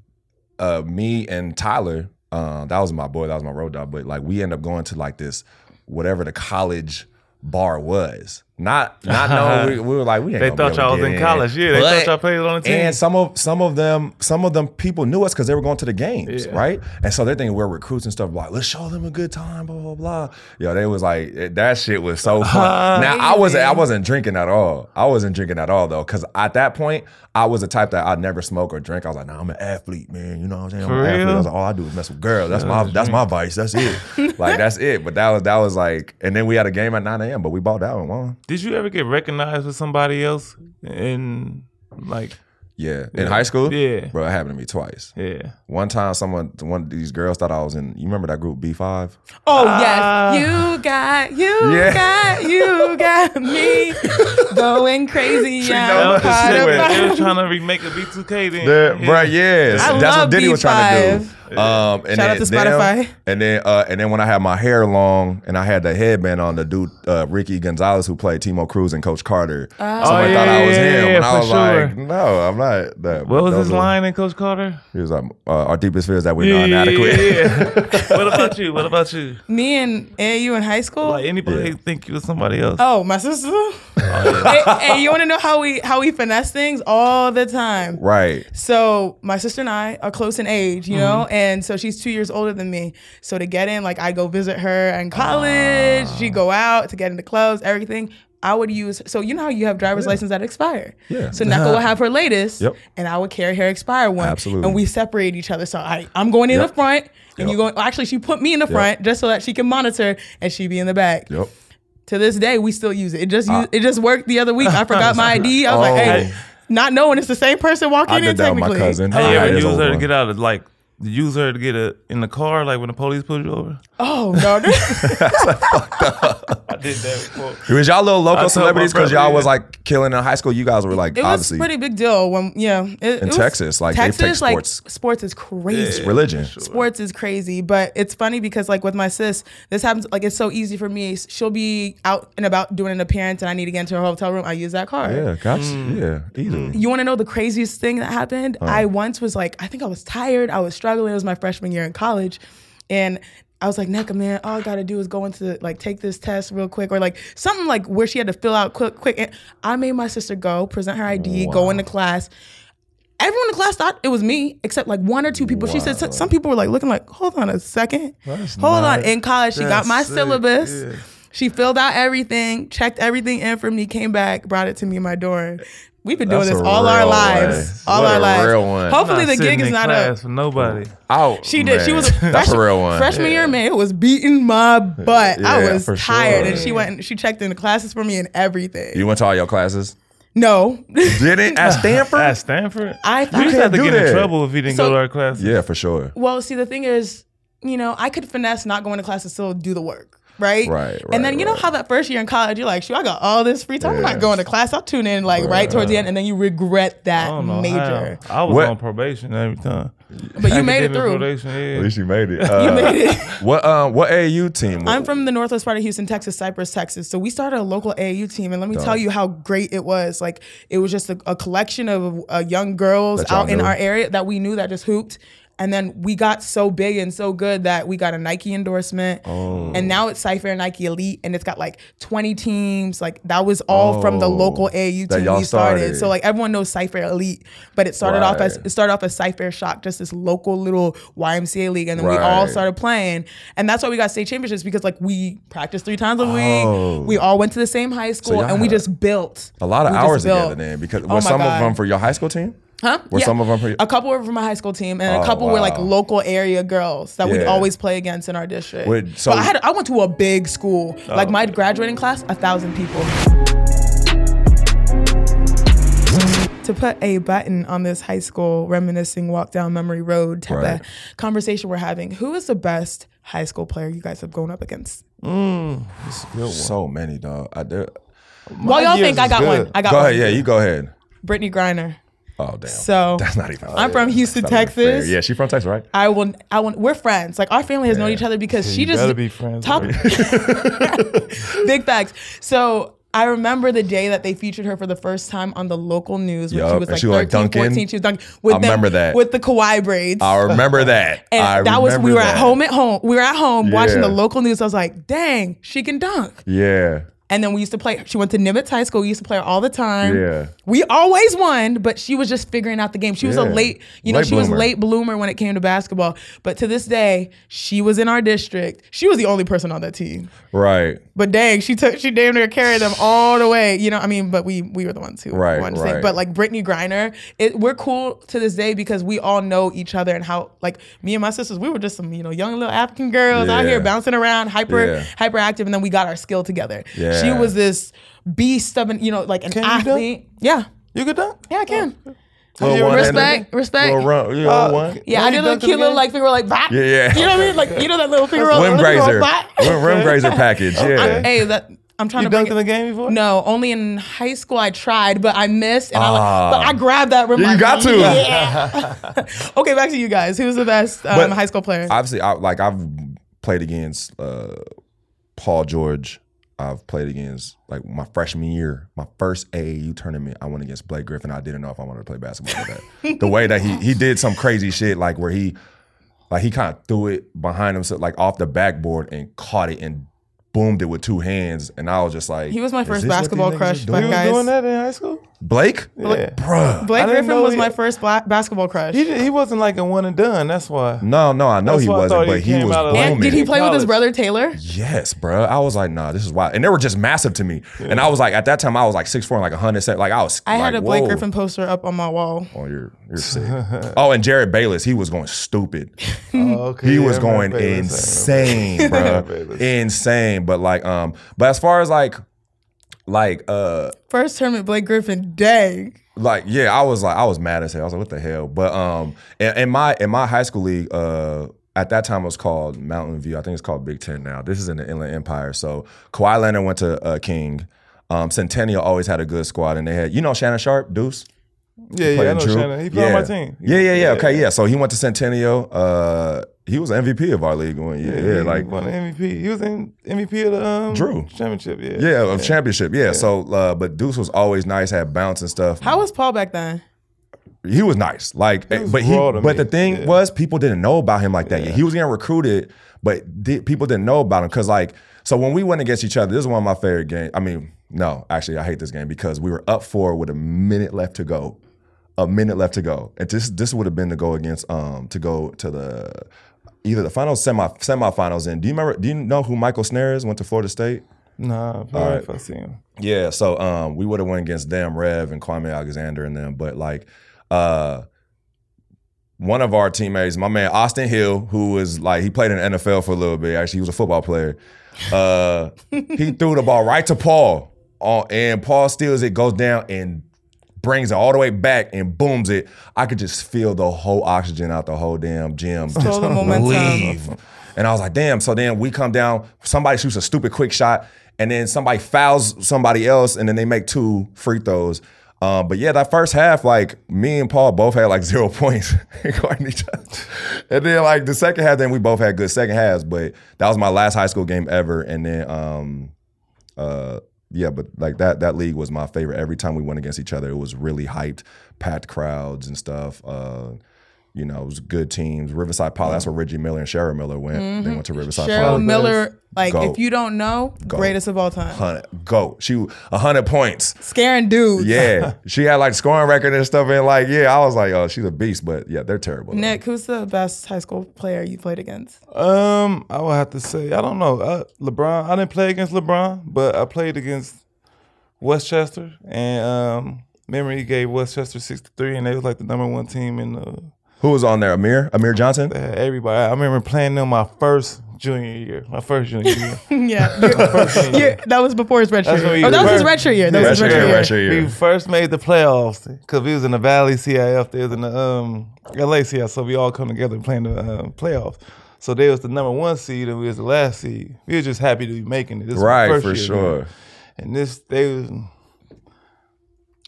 [SPEAKER 1] uh, me and Tyler, uh, that was my boy. That was my road dog. But like, we end up going to like this, whatever the college bar was. Not, not knowing we, we were like we. Ain't
[SPEAKER 2] They
[SPEAKER 1] gonna be able
[SPEAKER 2] thought
[SPEAKER 1] to
[SPEAKER 2] y'all was
[SPEAKER 1] get
[SPEAKER 2] in college. Yeah. They
[SPEAKER 1] But-
[SPEAKER 2] thought y'all played on the team.
[SPEAKER 1] and some of some of them some of them people knew us because they were going to the games,
[SPEAKER 2] Yeah.
[SPEAKER 1] right? And so they're thinking we're recruits and stuff. Like, let's show them a good time, blah blah blah. Yo, they was like eh, that shit was so
[SPEAKER 2] Oh,
[SPEAKER 1] fun. now I wasn't I wasn't drinking at all. I wasn't drinking at all though, because at that point I was the type that I'd never smoke or drink. I was like, nah, I'm an athlete, man. You know what I'm saying? I'm
[SPEAKER 2] For
[SPEAKER 1] an athlete.
[SPEAKER 2] real?
[SPEAKER 1] I was like, all I do is mess with girls. That's my that's my vice. That's it. like that's it. But that was that was like, and then we had a game at 9 a.m. But we bought that one won.
[SPEAKER 2] Did you ever get recognized with somebody else? And like,
[SPEAKER 1] Yeah, in high school.
[SPEAKER 2] Yeah.
[SPEAKER 1] bro, it happened to me twice.
[SPEAKER 2] yeah.
[SPEAKER 1] One time, someone, one of these girls thought I was in. You remember that group B Five?
[SPEAKER 3] Oh
[SPEAKER 2] Ah.
[SPEAKER 3] yes, you got you
[SPEAKER 1] Yeah.
[SPEAKER 3] got you got me going crazy.
[SPEAKER 1] She
[SPEAKER 3] I'm
[SPEAKER 1] know
[SPEAKER 2] That was the
[SPEAKER 3] caught
[SPEAKER 2] shit where
[SPEAKER 3] up.
[SPEAKER 2] they were trying to remake a B2K then.
[SPEAKER 1] Yeah,
[SPEAKER 2] Yeah.
[SPEAKER 1] bro. Yes,
[SPEAKER 3] I
[SPEAKER 1] that's
[SPEAKER 3] love
[SPEAKER 1] what Diddy was trying to
[SPEAKER 3] B5.
[SPEAKER 1] do. Um, and
[SPEAKER 3] Shout out
[SPEAKER 1] then
[SPEAKER 3] to
[SPEAKER 1] them,
[SPEAKER 3] Spotify.
[SPEAKER 1] and then, uh, and then when I had my hair long and I had the headband on, the dude uh, Ricky Gonzalez who played Timo Cruz and Coach Carter, someone
[SPEAKER 2] Oh,
[SPEAKER 1] thought I was
[SPEAKER 2] yeah, yeah,
[SPEAKER 1] him,
[SPEAKER 2] yeah,
[SPEAKER 1] and I
[SPEAKER 2] for
[SPEAKER 1] was
[SPEAKER 2] sure.
[SPEAKER 1] like, no, I'm not. That,
[SPEAKER 2] What was
[SPEAKER 1] those
[SPEAKER 2] his
[SPEAKER 1] are-
[SPEAKER 2] line in Coach Carter?
[SPEAKER 1] He was like, uh, our deepest fears that we're
[SPEAKER 2] Yeah,
[SPEAKER 1] not adequate.
[SPEAKER 2] yeah, yeah. what about you? What about you?
[SPEAKER 3] Me and AU in high school.
[SPEAKER 2] Like anybody think you was somebody else?
[SPEAKER 3] Oh, my sister. and, and you want to know how we how we finesse things all the time.
[SPEAKER 1] Right.
[SPEAKER 3] So my sister and I are close in age, you know,
[SPEAKER 1] Mm-hmm.
[SPEAKER 3] and so she's two years older than me. So to get in, like I go visit her in college, she go out to get into clubs, everything. I would use so you know how you have driver's license that expire.
[SPEAKER 1] Yeah.
[SPEAKER 3] So Neko will have her latest,
[SPEAKER 1] Yep.
[SPEAKER 3] and I would carry her expired one.
[SPEAKER 1] Absolutely.
[SPEAKER 3] And we separate each other. So I I'm going in
[SPEAKER 1] Yep.
[SPEAKER 3] the front,
[SPEAKER 1] Yep.
[SPEAKER 3] and you going. Actually, she put me in the front just so that she can monitor, and she be in the back
[SPEAKER 1] Yep.
[SPEAKER 3] to this day we still use it. It just use, it just worked the other week. I forgot my ID. I was
[SPEAKER 1] Oh.
[SPEAKER 3] like, hey, not knowing it's the same person
[SPEAKER 1] I
[SPEAKER 3] walking in
[SPEAKER 1] did that with
[SPEAKER 3] technically.
[SPEAKER 1] my cousin.
[SPEAKER 2] Hey,
[SPEAKER 1] Yeah,
[SPEAKER 2] you ever
[SPEAKER 1] it's
[SPEAKER 2] use her
[SPEAKER 1] over.
[SPEAKER 2] to get out of like to use her to get a, in the car, like when the police pulled you over?
[SPEAKER 3] Oh no!
[SPEAKER 2] I did that before.
[SPEAKER 1] Was y'all little
[SPEAKER 2] I
[SPEAKER 1] local
[SPEAKER 2] told my
[SPEAKER 1] celebrities because y'all
[SPEAKER 2] brother,
[SPEAKER 1] was
[SPEAKER 2] yeah.
[SPEAKER 1] like killing in high school? You guys were like
[SPEAKER 3] it was a
[SPEAKER 1] obviously
[SPEAKER 3] pretty big deal when yeah. It, it was-
[SPEAKER 1] Texas, like, they
[SPEAKER 3] Texas,
[SPEAKER 1] take
[SPEAKER 3] like
[SPEAKER 1] sports.
[SPEAKER 3] sports is crazy.
[SPEAKER 1] religion.
[SPEAKER 3] sports is crazy but it's funny because like with my sis this happens like it's so easy for me she'll be out and about doing an appearance and i need to get into her hotel room i use that card
[SPEAKER 1] Yeah, gotcha.
[SPEAKER 3] Mm.
[SPEAKER 1] Yeah, easily.
[SPEAKER 2] Mm.
[SPEAKER 3] you want to know the craziest thing that happened i once was like i think i was tired i was struggling it was my freshman year in college and I was like, Neca, man, all I gotta do is go into like take this test real quick, or like something like where she had to fill out quick, quick. And I made my sister go, present her ID, go into class. Everyone in the class thought it was me, except like one or two people. She said so- some people were like looking like, hold on a second, hold on.
[SPEAKER 2] not-
[SPEAKER 3] In college, she got
[SPEAKER 2] that's
[SPEAKER 3] my
[SPEAKER 2] sick,
[SPEAKER 3] syllabus.
[SPEAKER 2] yeah.
[SPEAKER 3] She filled out everything, checked everything in for me, came back, brought it to me in my dorm. We've been doing
[SPEAKER 1] That's
[SPEAKER 3] this
[SPEAKER 1] a
[SPEAKER 3] all our
[SPEAKER 1] real
[SPEAKER 3] lives,
[SPEAKER 1] one.
[SPEAKER 3] all
[SPEAKER 1] What
[SPEAKER 3] our
[SPEAKER 1] a
[SPEAKER 3] lives.
[SPEAKER 1] real one.
[SPEAKER 2] Not
[SPEAKER 3] Hopefully, the
[SPEAKER 2] sitting
[SPEAKER 3] gig is
[SPEAKER 2] in
[SPEAKER 3] not
[SPEAKER 2] class
[SPEAKER 3] up.
[SPEAKER 2] for nobody.
[SPEAKER 1] Oh,
[SPEAKER 3] She did. She
[SPEAKER 1] man.
[SPEAKER 3] was
[SPEAKER 1] that's a
[SPEAKER 3] fresh-
[SPEAKER 1] real one.
[SPEAKER 3] Freshman year, man, it was beating my butt.
[SPEAKER 1] Yeah,
[SPEAKER 3] I was
[SPEAKER 1] for
[SPEAKER 3] tired,
[SPEAKER 1] sure.
[SPEAKER 3] and she went. and She checked in the classes for me and everything.
[SPEAKER 1] You went to all your classes?
[SPEAKER 3] no,
[SPEAKER 1] Did it at Stanford?
[SPEAKER 2] At Stanford?
[SPEAKER 3] I
[SPEAKER 2] you
[SPEAKER 3] thought.
[SPEAKER 2] just had to
[SPEAKER 1] do
[SPEAKER 2] get
[SPEAKER 1] that.
[SPEAKER 2] in trouble if you didn't
[SPEAKER 3] So-
[SPEAKER 2] go to our class.
[SPEAKER 1] yeah, for sure.
[SPEAKER 3] Well, see, the thing is, you know, I could finesse not going to class and still do the work, right?
[SPEAKER 1] Right, right,
[SPEAKER 3] And then you know
[SPEAKER 1] right.
[SPEAKER 3] how that first year in college, you're like, shoot, I got all this free time. I'm
[SPEAKER 1] Yeah.
[SPEAKER 3] not going to class. I'll tune in like right towards the end, and then you regret
[SPEAKER 2] I
[SPEAKER 3] that
[SPEAKER 2] don't know.
[SPEAKER 3] major.
[SPEAKER 2] Major. I was
[SPEAKER 1] What-
[SPEAKER 2] on probation every time.
[SPEAKER 3] But you made
[SPEAKER 2] Academic
[SPEAKER 3] it through.
[SPEAKER 2] Probation, yeah.
[SPEAKER 1] least you made it. Uh, What um what AU team?
[SPEAKER 3] I'm from the northwest part of Houston, Texas, Cypress, Texas. So we started a local AAU team, and let me tell you how great it was. Like it was just a, a collection of uh, young girls
[SPEAKER 1] That y'all
[SPEAKER 3] out in
[SPEAKER 1] knew.
[SPEAKER 3] our area that we knew that just hooped. And then we got so big and so good that we got a Nike endorsement,
[SPEAKER 1] Oh.
[SPEAKER 3] and now it's Cypher Nike Elite, and it's got like 20 teams. Like that was all from the
[SPEAKER 1] Oh,
[SPEAKER 3] local AAU
[SPEAKER 1] that
[SPEAKER 3] team
[SPEAKER 1] y'all
[SPEAKER 3] we started.
[SPEAKER 1] started.
[SPEAKER 3] So like everyone knows Cypher Elite, but it started off as
[SPEAKER 1] Right.
[SPEAKER 3] it started off as Cypher Shock, just this local little YMCA league, and then we all
[SPEAKER 1] Right.
[SPEAKER 3] started playing, and that's why we got state championships because like we practiced three times a week,
[SPEAKER 1] Oh.
[SPEAKER 3] we all went to the same high school,
[SPEAKER 1] y'all
[SPEAKER 3] and we
[SPEAKER 1] had
[SPEAKER 3] just built
[SPEAKER 1] a lot of
[SPEAKER 3] we just
[SPEAKER 1] hours together
[SPEAKER 3] built.
[SPEAKER 1] then because
[SPEAKER 3] Oh
[SPEAKER 1] were
[SPEAKER 3] my
[SPEAKER 1] some
[SPEAKER 3] God.
[SPEAKER 1] of them for your high school team?
[SPEAKER 3] Huh?
[SPEAKER 1] Were some of them for you?
[SPEAKER 3] a couple were from my high school team, and
[SPEAKER 1] Oh,
[SPEAKER 3] a couple were like
[SPEAKER 1] wow.
[SPEAKER 3] local area girls that we'd
[SPEAKER 1] Yeah.
[SPEAKER 3] always play against in our district.
[SPEAKER 1] Wait, so- Oh.
[SPEAKER 3] but I had I went to a big school, like my graduating class, a thousand people. To put a button on this high school reminiscing walk down memory road type
[SPEAKER 1] Right.
[SPEAKER 3] of conversation we're having, who is the best high school player you guys have grown up against?
[SPEAKER 1] So many, dog. I do.
[SPEAKER 3] While y'all
[SPEAKER 2] years
[SPEAKER 3] think I
[SPEAKER 2] is
[SPEAKER 3] got
[SPEAKER 2] good.
[SPEAKER 3] one, I got
[SPEAKER 1] Go
[SPEAKER 3] one.
[SPEAKER 1] ahead. Yeah, you go ahead.
[SPEAKER 3] Brittany Griner.
[SPEAKER 1] Oh damn.
[SPEAKER 3] So
[SPEAKER 1] that's not even.
[SPEAKER 3] I'm from Houston,
[SPEAKER 1] That's not even fair.
[SPEAKER 3] Texas.
[SPEAKER 1] Yeah, she from Texas, right?
[SPEAKER 3] I will. I will. We're friends. Like our family has known each other because she
[SPEAKER 2] you
[SPEAKER 3] just
[SPEAKER 2] better be friends
[SPEAKER 3] Top big facts. So I remember the day that they featured her for the first time on the local news when she
[SPEAKER 1] Yup,
[SPEAKER 3] was
[SPEAKER 1] and
[SPEAKER 3] like
[SPEAKER 1] she was, like,
[SPEAKER 3] 13,
[SPEAKER 1] dunking.
[SPEAKER 3] 14. She was dunking with
[SPEAKER 1] I
[SPEAKER 3] them-
[SPEAKER 1] remember that.
[SPEAKER 3] with the Kawhi braids.
[SPEAKER 1] I remember that.
[SPEAKER 3] and
[SPEAKER 1] I
[SPEAKER 3] that was we
[SPEAKER 1] remember
[SPEAKER 3] were
[SPEAKER 1] that.
[SPEAKER 3] at home at home. We were at home watching
[SPEAKER 1] Yeah.
[SPEAKER 3] the local news. I was like, dang, she can dunk.
[SPEAKER 1] Yeah.
[SPEAKER 3] And then we used to play. She went to Nimitz High School. We used to play her all the time.
[SPEAKER 1] Yeah.
[SPEAKER 3] We always won, but she was just figuring out the game. She was a
[SPEAKER 1] Yeah.
[SPEAKER 3] late, you know,
[SPEAKER 1] Late
[SPEAKER 3] she was
[SPEAKER 1] bloomer.
[SPEAKER 3] late bloomer when it came to basketball. But to this day, she was in our district. She was the only person on that team.
[SPEAKER 1] Right.
[SPEAKER 3] But dang, she took she damn near carried them all the way. You know, I mean, but we we were the ones who
[SPEAKER 1] Right,
[SPEAKER 3] won.
[SPEAKER 1] right.
[SPEAKER 3] But like Brittany Griner, it, we're cool to this day because we all know each other and how like me and my sisters, we were just some you know young little African girls out here
[SPEAKER 1] Yeah.
[SPEAKER 3] bouncing around, hyper
[SPEAKER 1] Yeah.
[SPEAKER 3] hyperactive, and then we got our skill together. She
[SPEAKER 1] Yeah.
[SPEAKER 3] was this beast of an you know like an
[SPEAKER 2] Can you dunk?
[SPEAKER 3] athlete. Yeah,
[SPEAKER 2] You could dunk?
[SPEAKER 3] yeah, I can.
[SPEAKER 1] Little one and-
[SPEAKER 3] Respect, respect.
[SPEAKER 1] Little run. You know, one.
[SPEAKER 3] Yeah, I
[SPEAKER 2] Can
[SPEAKER 3] did
[SPEAKER 2] you
[SPEAKER 3] a little
[SPEAKER 2] dunk it
[SPEAKER 3] cute little
[SPEAKER 2] again?
[SPEAKER 3] like finger like bop.
[SPEAKER 1] Yeah, yeah.
[SPEAKER 3] You know what I mean? Like you know that little finger roll.
[SPEAKER 1] Rim
[SPEAKER 3] little finger
[SPEAKER 1] grazer.
[SPEAKER 3] roll, bop.
[SPEAKER 1] Rim, rim grazer package. Yeah.
[SPEAKER 3] Hey, that I'm trying
[SPEAKER 2] You
[SPEAKER 3] to bring
[SPEAKER 2] dunked
[SPEAKER 3] it.
[SPEAKER 2] in the game before?
[SPEAKER 3] No, only in high school I tried, but I missed, and I
[SPEAKER 1] Ah.
[SPEAKER 3] like, but I grabbed that rim.
[SPEAKER 1] Yeah, you
[SPEAKER 3] like,
[SPEAKER 1] got to.
[SPEAKER 3] yeah. okay, back to you guys. Who's the best um,
[SPEAKER 1] But-
[SPEAKER 3] high school player?
[SPEAKER 1] obviously I like I've played against uh, Paul George. I've played against like my freshman year, my first AAU tournament. I went against Blake Griffin. I didn't know if I wanted to play basketball with that. the way that he he did some crazy shit, like where he like he kind of threw it behind himself, like off the backboard and caught it and boomed it with two hands. And I was just like,
[SPEAKER 3] he was my
[SPEAKER 1] is
[SPEAKER 3] first
[SPEAKER 1] this what
[SPEAKER 3] basketball
[SPEAKER 1] these niggas are
[SPEAKER 3] crush,
[SPEAKER 1] doing?
[SPEAKER 3] but
[SPEAKER 2] You was
[SPEAKER 3] guys,
[SPEAKER 2] doing that in high school?
[SPEAKER 1] Blake,
[SPEAKER 2] Yeah.
[SPEAKER 1] bruh.
[SPEAKER 3] Blake
[SPEAKER 2] didn't
[SPEAKER 3] Griffin
[SPEAKER 2] know
[SPEAKER 3] was
[SPEAKER 2] he-
[SPEAKER 3] my first black basketball crush.
[SPEAKER 2] He, did- he wasn't like a one and done. That's why.
[SPEAKER 1] No, no, I know
[SPEAKER 2] That's
[SPEAKER 1] he
[SPEAKER 2] why I
[SPEAKER 1] wasn't,
[SPEAKER 2] thought he
[SPEAKER 1] but he,
[SPEAKER 2] came
[SPEAKER 1] was
[SPEAKER 2] out of the-
[SPEAKER 1] booming.
[SPEAKER 3] and did he play with his
[SPEAKER 2] College.
[SPEAKER 3] brother Taylor?
[SPEAKER 1] Yes, bro. I was like, nah, this is wild. And they were just massive to me. And I was like, at that time, I was like six four and like 107. Like, I was.
[SPEAKER 3] I had
[SPEAKER 1] like,
[SPEAKER 3] a Blake
[SPEAKER 1] whoa.
[SPEAKER 3] Griffin poster up on my wall.
[SPEAKER 1] Oh, you're, you're sick. oh, and Jared Bayless, he was going stupid.
[SPEAKER 2] Oh, okay.
[SPEAKER 1] He
[SPEAKER 2] Yeah, I
[SPEAKER 1] was going
[SPEAKER 2] remember Bayless. I remember.
[SPEAKER 1] insane, bro.
[SPEAKER 2] Bayless.
[SPEAKER 1] insane. But like, um, but as far as like like uh
[SPEAKER 3] First tournament, Blake Griffin. Dang.
[SPEAKER 1] like yeah, I was like I was mad as hell. I was like, what the hell? But um, in, in my in my high school league, uh, at that time it was called Mountain View. I think it's called Big Ten now. This is in the Inland Empire. So Kawhi Leonard went to uh, King. Um, Centennial always had a good squad, and they had you know Shannon Sharp, Deuce.
[SPEAKER 2] Yeah, yeah, I know
[SPEAKER 1] Drew.
[SPEAKER 2] Shannon. He played on my team.
[SPEAKER 1] Yeah, yeah, yeah, Okay, yeah. So he went to Centennial. Uh, he was MVP of our league one year. Yeah, like
[SPEAKER 2] he won the MVP. He was in MVP of the um,
[SPEAKER 1] Drew.
[SPEAKER 2] championship. Yeah,
[SPEAKER 1] yeah, of championship. Yeah. So, uh, but Deuce was always nice, had bounce and stuff.
[SPEAKER 3] How was Paul back then?
[SPEAKER 1] he was nice. Like,
[SPEAKER 2] was
[SPEAKER 1] but he,
[SPEAKER 2] raw to
[SPEAKER 1] but
[SPEAKER 2] me.
[SPEAKER 1] the thing was, people didn't know about him like that yet. He was getting recruited, but di- people didn't know about him because, like, so when we went against each other, this is one of my favorite games. I mean, no, actually, I hate this game because we were up four with a minute left to go, a minute left to go, and this this would have been to go against um to go to the either the finals semi semifinals. And do you remember? Do you know who Michael Snare is? Went to Florida State.
[SPEAKER 2] Nah, I played if I see him.
[SPEAKER 1] Yeah, so um, we would have went against them, Rev and Kwame Alexander and them, but like uh, one of our teammates, my man Austin Hill, who was like he played in the NFL for a little bit. Actually, he was a football player. Uh, he threw the ball right to Paul, on, and Paul steals it, goes down, and brings it all the way back and booms it. I could just feel the whole oxygen out the whole damn gym. Just
[SPEAKER 3] Stole the momentum.
[SPEAKER 1] leave. And I was like, damn. So then we come down, somebody shoots a stupid quick shot, and then somebody fouls somebody else, and then they make two free throws. Um, but yeah, that first half, like me and Paul both had like zero points guarding each other. And then like the second half, then we both had good second halves, but that was my last high school game ever. And then um uh yeah, but like that that league was my favorite. Every time we went against each other, it was really hyped, packed crowds and stuff. Uh you know, it was good teams. Riverside Poly, that's where Reggie Miller and Cheryl Miller went.
[SPEAKER 2] Mm-hmm.
[SPEAKER 1] They went to Riverside
[SPEAKER 3] Cheryl
[SPEAKER 1] Poly.
[SPEAKER 3] Miller, like
[SPEAKER 1] Uh, Goat.
[SPEAKER 3] if you don't know, greatest of all time.
[SPEAKER 1] 100 Go. She 100 points.
[SPEAKER 3] Scaring dudes.
[SPEAKER 1] Yeah. she had like scoring record and stuff. And like, yeah, I was like, oh, she's a beast. But yeah, they're terrible. though.
[SPEAKER 3] Nick, who's the best high school player you played against?
[SPEAKER 2] Um, I would have to say I don't know. Uh, LeBron. I didn't play against LeBron, but I played against Westchester, and um, memory gave Westchester sixty three, and they was like the number one team in the.
[SPEAKER 1] Who was on there? Amir? Amir Johnson?
[SPEAKER 2] had everybody. I remember playing them my first junior year. My first junior year.
[SPEAKER 3] yeah. You're- you're- that was before his redshirt
[SPEAKER 2] That's when
[SPEAKER 3] year.
[SPEAKER 2] we
[SPEAKER 3] Oh, that was his
[SPEAKER 2] were-
[SPEAKER 3] redshirt year. That was his
[SPEAKER 1] Rashid,
[SPEAKER 3] redshirt year.
[SPEAKER 1] Rashid, yeah.
[SPEAKER 2] We first made the playoffs because we was in the Valley CIF. They was in the um, LA CIF, so we all come together and playing the um, playoffs. So they was the number one seed and we was the last seed. We were just happy to be making it. This was
[SPEAKER 1] Right,
[SPEAKER 2] my first
[SPEAKER 1] for
[SPEAKER 2] year,
[SPEAKER 1] sure.
[SPEAKER 2] man. And this they was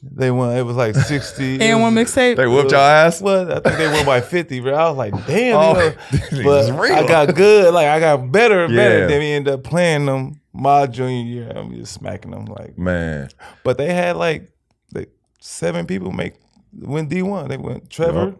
[SPEAKER 2] they won. It was like sixty. it
[SPEAKER 3] And
[SPEAKER 2] was-
[SPEAKER 3] one mixtape.
[SPEAKER 1] They whooped y'all ass?
[SPEAKER 2] What? I think they won by fifty, bro. I was like, damn.
[SPEAKER 1] Oh,
[SPEAKER 2] you know.
[SPEAKER 1] this is
[SPEAKER 2] but
[SPEAKER 1] real.
[SPEAKER 2] I got good. Like I got better and
[SPEAKER 1] Yeah.
[SPEAKER 2] better. Then we ended up playing them my junior year. I'm just smacking them like.
[SPEAKER 1] Man.
[SPEAKER 2] But they had like like seven people make win D one. They went Trevor,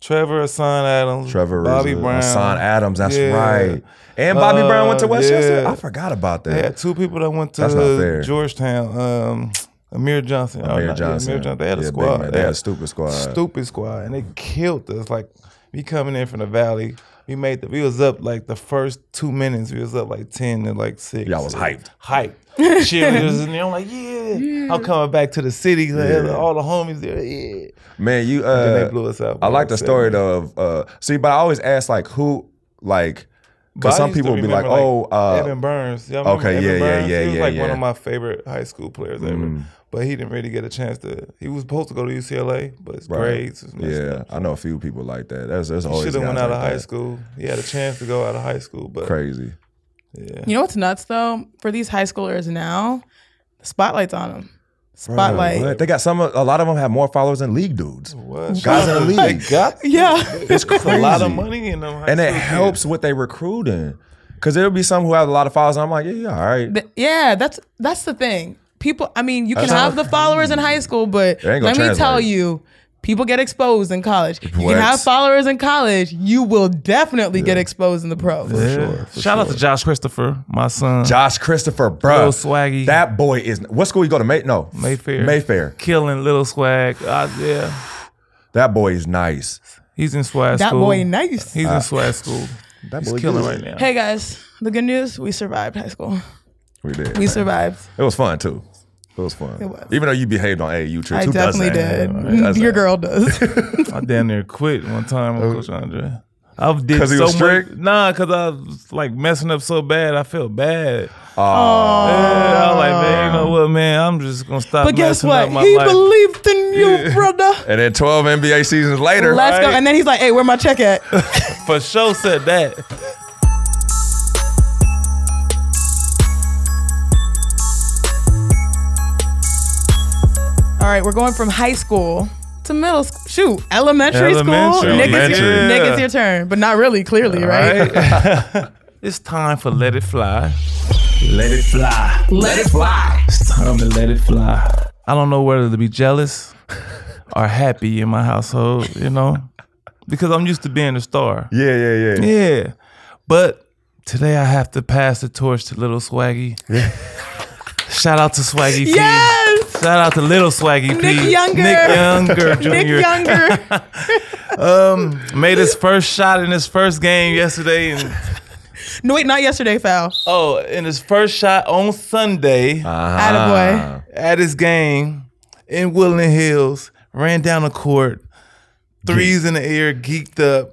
[SPEAKER 2] Trevor, Asan Adams,
[SPEAKER 1] Trevor
[SPEAKER 2] Bobby
[SPEAKER 1] Rizzo,
[SPEAKER 2] Brown,
[SPEAKER 1] Hassan Adams. That's
[SPEAKER 2] Yeah.
[SPEAKER 1] right. And Bobby Brown went to
[SPEAKER 2] Uh,
[SPEAKER 1] Westchester.
[SPEAKER 2] yeah.
[SPEAKER 1] I forgot about
[SPEAKER 2] They
[SPEAKER 1] that.
[SPEAKER 2] had two people that went
[SPEAKER 1] That's not
[SPEAKER 2] to
[SPEAKER 1] fair.
[SPEAKER 2] Georgetown. Um, Amir Johnson. Oh,
[SPEAKER 1] Amir
[SPEAKER 2] not- yeah,
[SPEAKER 1] Johnson.
[SPEAKER 2] Amir Johnson. They had a
[SPEAKER 1] Yeah, big
[SPEAKER 2] squad.
[SPEAKER 1] man. They had a stupid squad.
[SPEAKER 2] Stupid squad, and they killed us. Like we coming in from the valley. We made the. We was up like the first two minutes. We was up like ten to like six.
[SPEAKER 1] Y'all was hyped.
[SPEAKER 2] Hyped. Cheerleaders in there. I'm like, yeah. I'm coming back to the city. Like, All the homies there. Yeah.
[SPEAKER 1] Man, you
[SPEAKER 2] Then
[SPEAKER 1] uh
[SPEAKER 2] they blew us out.
[SPEAKER 1] I like the story though of uh see, but I always ask like who like
[SPEAKER 2] But
[SPEAKER 1] because
[SPEAKER 2] I
[SPEAKER 1] some
[SPEAKER 2] used to
[SPEAKER 1] people would be like,
[SPEAKER 2] remember,
[SPEAKER 1] oh, uh,
[SPEAKER 2] Evan Burns. Y'all remember
[SPEAKER 1] okay,
[SPEAKER 2] Evan
[SPEAKER 1] yeah, yeah,
[SPEAKER 2] Burns?
[SPEAKER 1] yeah,
[SPEAKER 2] He was
[SPEAKER 1] yeah,
[SPEAKER 2] like one
[SPEAKER 1] yeah. Mm.
[SPEAKER 2] of my favorite high school players ever. But he didn't really get a chance to. He was supposed to go to UCLA, but his
[SPEAKER 1] Right.
[SPEAKER 2] grades was messed
[SPEAKER 1] yeah,
[SPEAKER 2] up.
[SPEAKER 1] I know a few people like that. There's, there's always
[SPEAKER 2] Should have went
[SPEAKER 1] guys
[SPEAKER 2] out of
[SPEAKER 1] like
[SPEAKER 2] high
[SPEAKER 1] that.
[SPEAKER 2] school. He had a chance to go out of high school, but
[SPEAKER 1] Crazy.
[SPEAKER 2] yeah.
[SPEAKER 3] You know what's nuts though? For these high schoolers now, the spotlight's on them. Spotlight.
[SPEAKER 1] What? They got some. A lot of them have more followers than league dudes.
[SPEAKER 2] What?
[SPEAKER 1] Guys in the
[SPEAKER 2] They
[SPEAKER 1] league.
[SPEAKER 2] got
[SPEAKER 3] Yeah.
[SPEAKER 1] It's crazy.
[SPEAKER 2] a lot of money in them. High
[SPEAKER 1] and it
[SPEAKER 2] school kids.
[SPEAKER 1] helps with their recruiting. Cause there'll be some who have a lot of followers. And I'm like, yeah, yeah, all right.
[SPEAKER 3] Th- yeah, that's that's the thing. People, I mean, you can
[SPEAKER 1] That's
[SPEAKER 3] have
[SPEAKER 1] how-
[SPEAKER 3] the followers in high school, but
[SPEAKER 1] It ain't
[SPEAKER 3] let
[SPEAKER 1] gonna
[SPEAKER 3] me tell
[SPEAKER 1] translate.
[SPEAKER 3] you, people get exposed in college. You
[SPEAKER 1] What?
[SPEAKER 3] can have followers in college, you will definitely get exposed in the pros.
[SPEAKER 2] Shout out to Josh Christopher, my son.
[SPEAKER 1] Josh Christopher, bro,
[SPEAKER 2] Little swaggy.
[SPEAKER 1] That boy is. What school you go to? May, no,
[SPEAKER 2] Mayfair.
[SPEAKER 1] Mayfair.
[SPEAKER 2] Killing little swag. Uh, yeah.
[SPEAKER 1] That boy is nice.
[SPEAKER 2] He's in swag
[SPEAKER 3] That
[SPEAKER 2] school.
[SPEAKER 3] boy nice.
[SPEAKER 2] He's in swag school.
[SPEAKER 1] That
[SPEAKER 2] He's
[SPEAKER 1] Ah. boy
[SPEAKER 2] killing
[SPEAKER 1] good.
[SPEAKER 2] right now.
[SPEAKER 3] Hey guys, the good news, we survived high school.
[SPEAKER 1] We did.
[SPEAKER 3] We survived.
[SPEAKER 1] it was fun too. It was fun.
[SPEAKER 3] It was.
[SPEAKER 1] Even though you behaved on AAU trips,
[SPEAKER 3] I
[SPEAKER 1] who does
[SPEAKER 3] definitely
[SPEAKER 1] that?
[SPEAKER 3] did.
[SPEAKER 1] Who does
[SPEAKER 3] Your
[SPEAKER 1] that?
[SPEAKER 3] girl does.
[SPEAKER 2] I damn near quit one time with Coach Andre. I've did
[SPEAKER 1] Oh. 'Cause he
[SPEAKER 2] so
[SPEAKER 1] was strict?
[SPEAKER 2] much. Nah, cause I was like messing up so bad, I felt bad. Yeah, I was like, man, you know what, man? I'm just gonna stop.
[SPEAKER 3] But guess
[SPEAKER 2] messing
[SPEAKER 3] what?
[SPEAKER 2] Up my
[SPEAKER 3] He
[SPEAKER 2] life.
[SPEAKER 3] believed in you, brother.
[SPEAKER 1] And then 12 NBA seasons later,
[SPEAKER 3] Let's go. And then he's like, hey, where my check at?
[SPEAKER 2] for sure said that.
[SPEAKER 3] All right, we're going from high school to middle school. Shoot, elementary, school.
[SPEAKER 2] Elementary.
[SPEAKER 3] Niggas,
[SPEAKER 1] Elementary. Uh,
[SPEAKER 3] Your,
[SPEAKER 2] Yeah.
[SPEAKER 3] niggas your turn. But not really, clearly, right?
[SPEAKER 2] it's time for Let It Fly.
[SPEAKER 4] Let it fly. Let it fly. It's time to let it fly.
[SPEAKER 2] I don't know whether to be jealous or happy in my household, you know, because I'm used to being a star.
[SPEAKER 1] yeah, yeah, yeah.
[SPEAKER 2] Yeah. But today I have to pass the torch to Little Swaggy. Shout out to Swaggy P.
[SPEAKER 3] Yes!
[SPEAKER 2] Shout out to Little Swaggy P.
[SPEAKER 3] Nick Younger.
[SPEAKER 2] Nick Younger Jr.
[SPEAKER 3] Nick Younger.
[SPEAKER 2] Made his first shot in his first game yesterday. And,
[SPEAKER 3] no, wait, not yesterday, foul.
[SPEAKER 2] oh, in his first shot on Sunday.
[SPEAKER 1] Ah.
[SPEAKER 3] Attaboy.
[SPEAKER 2] at his game in Woodland Hills, ran down the court, threes in the air, geeked up,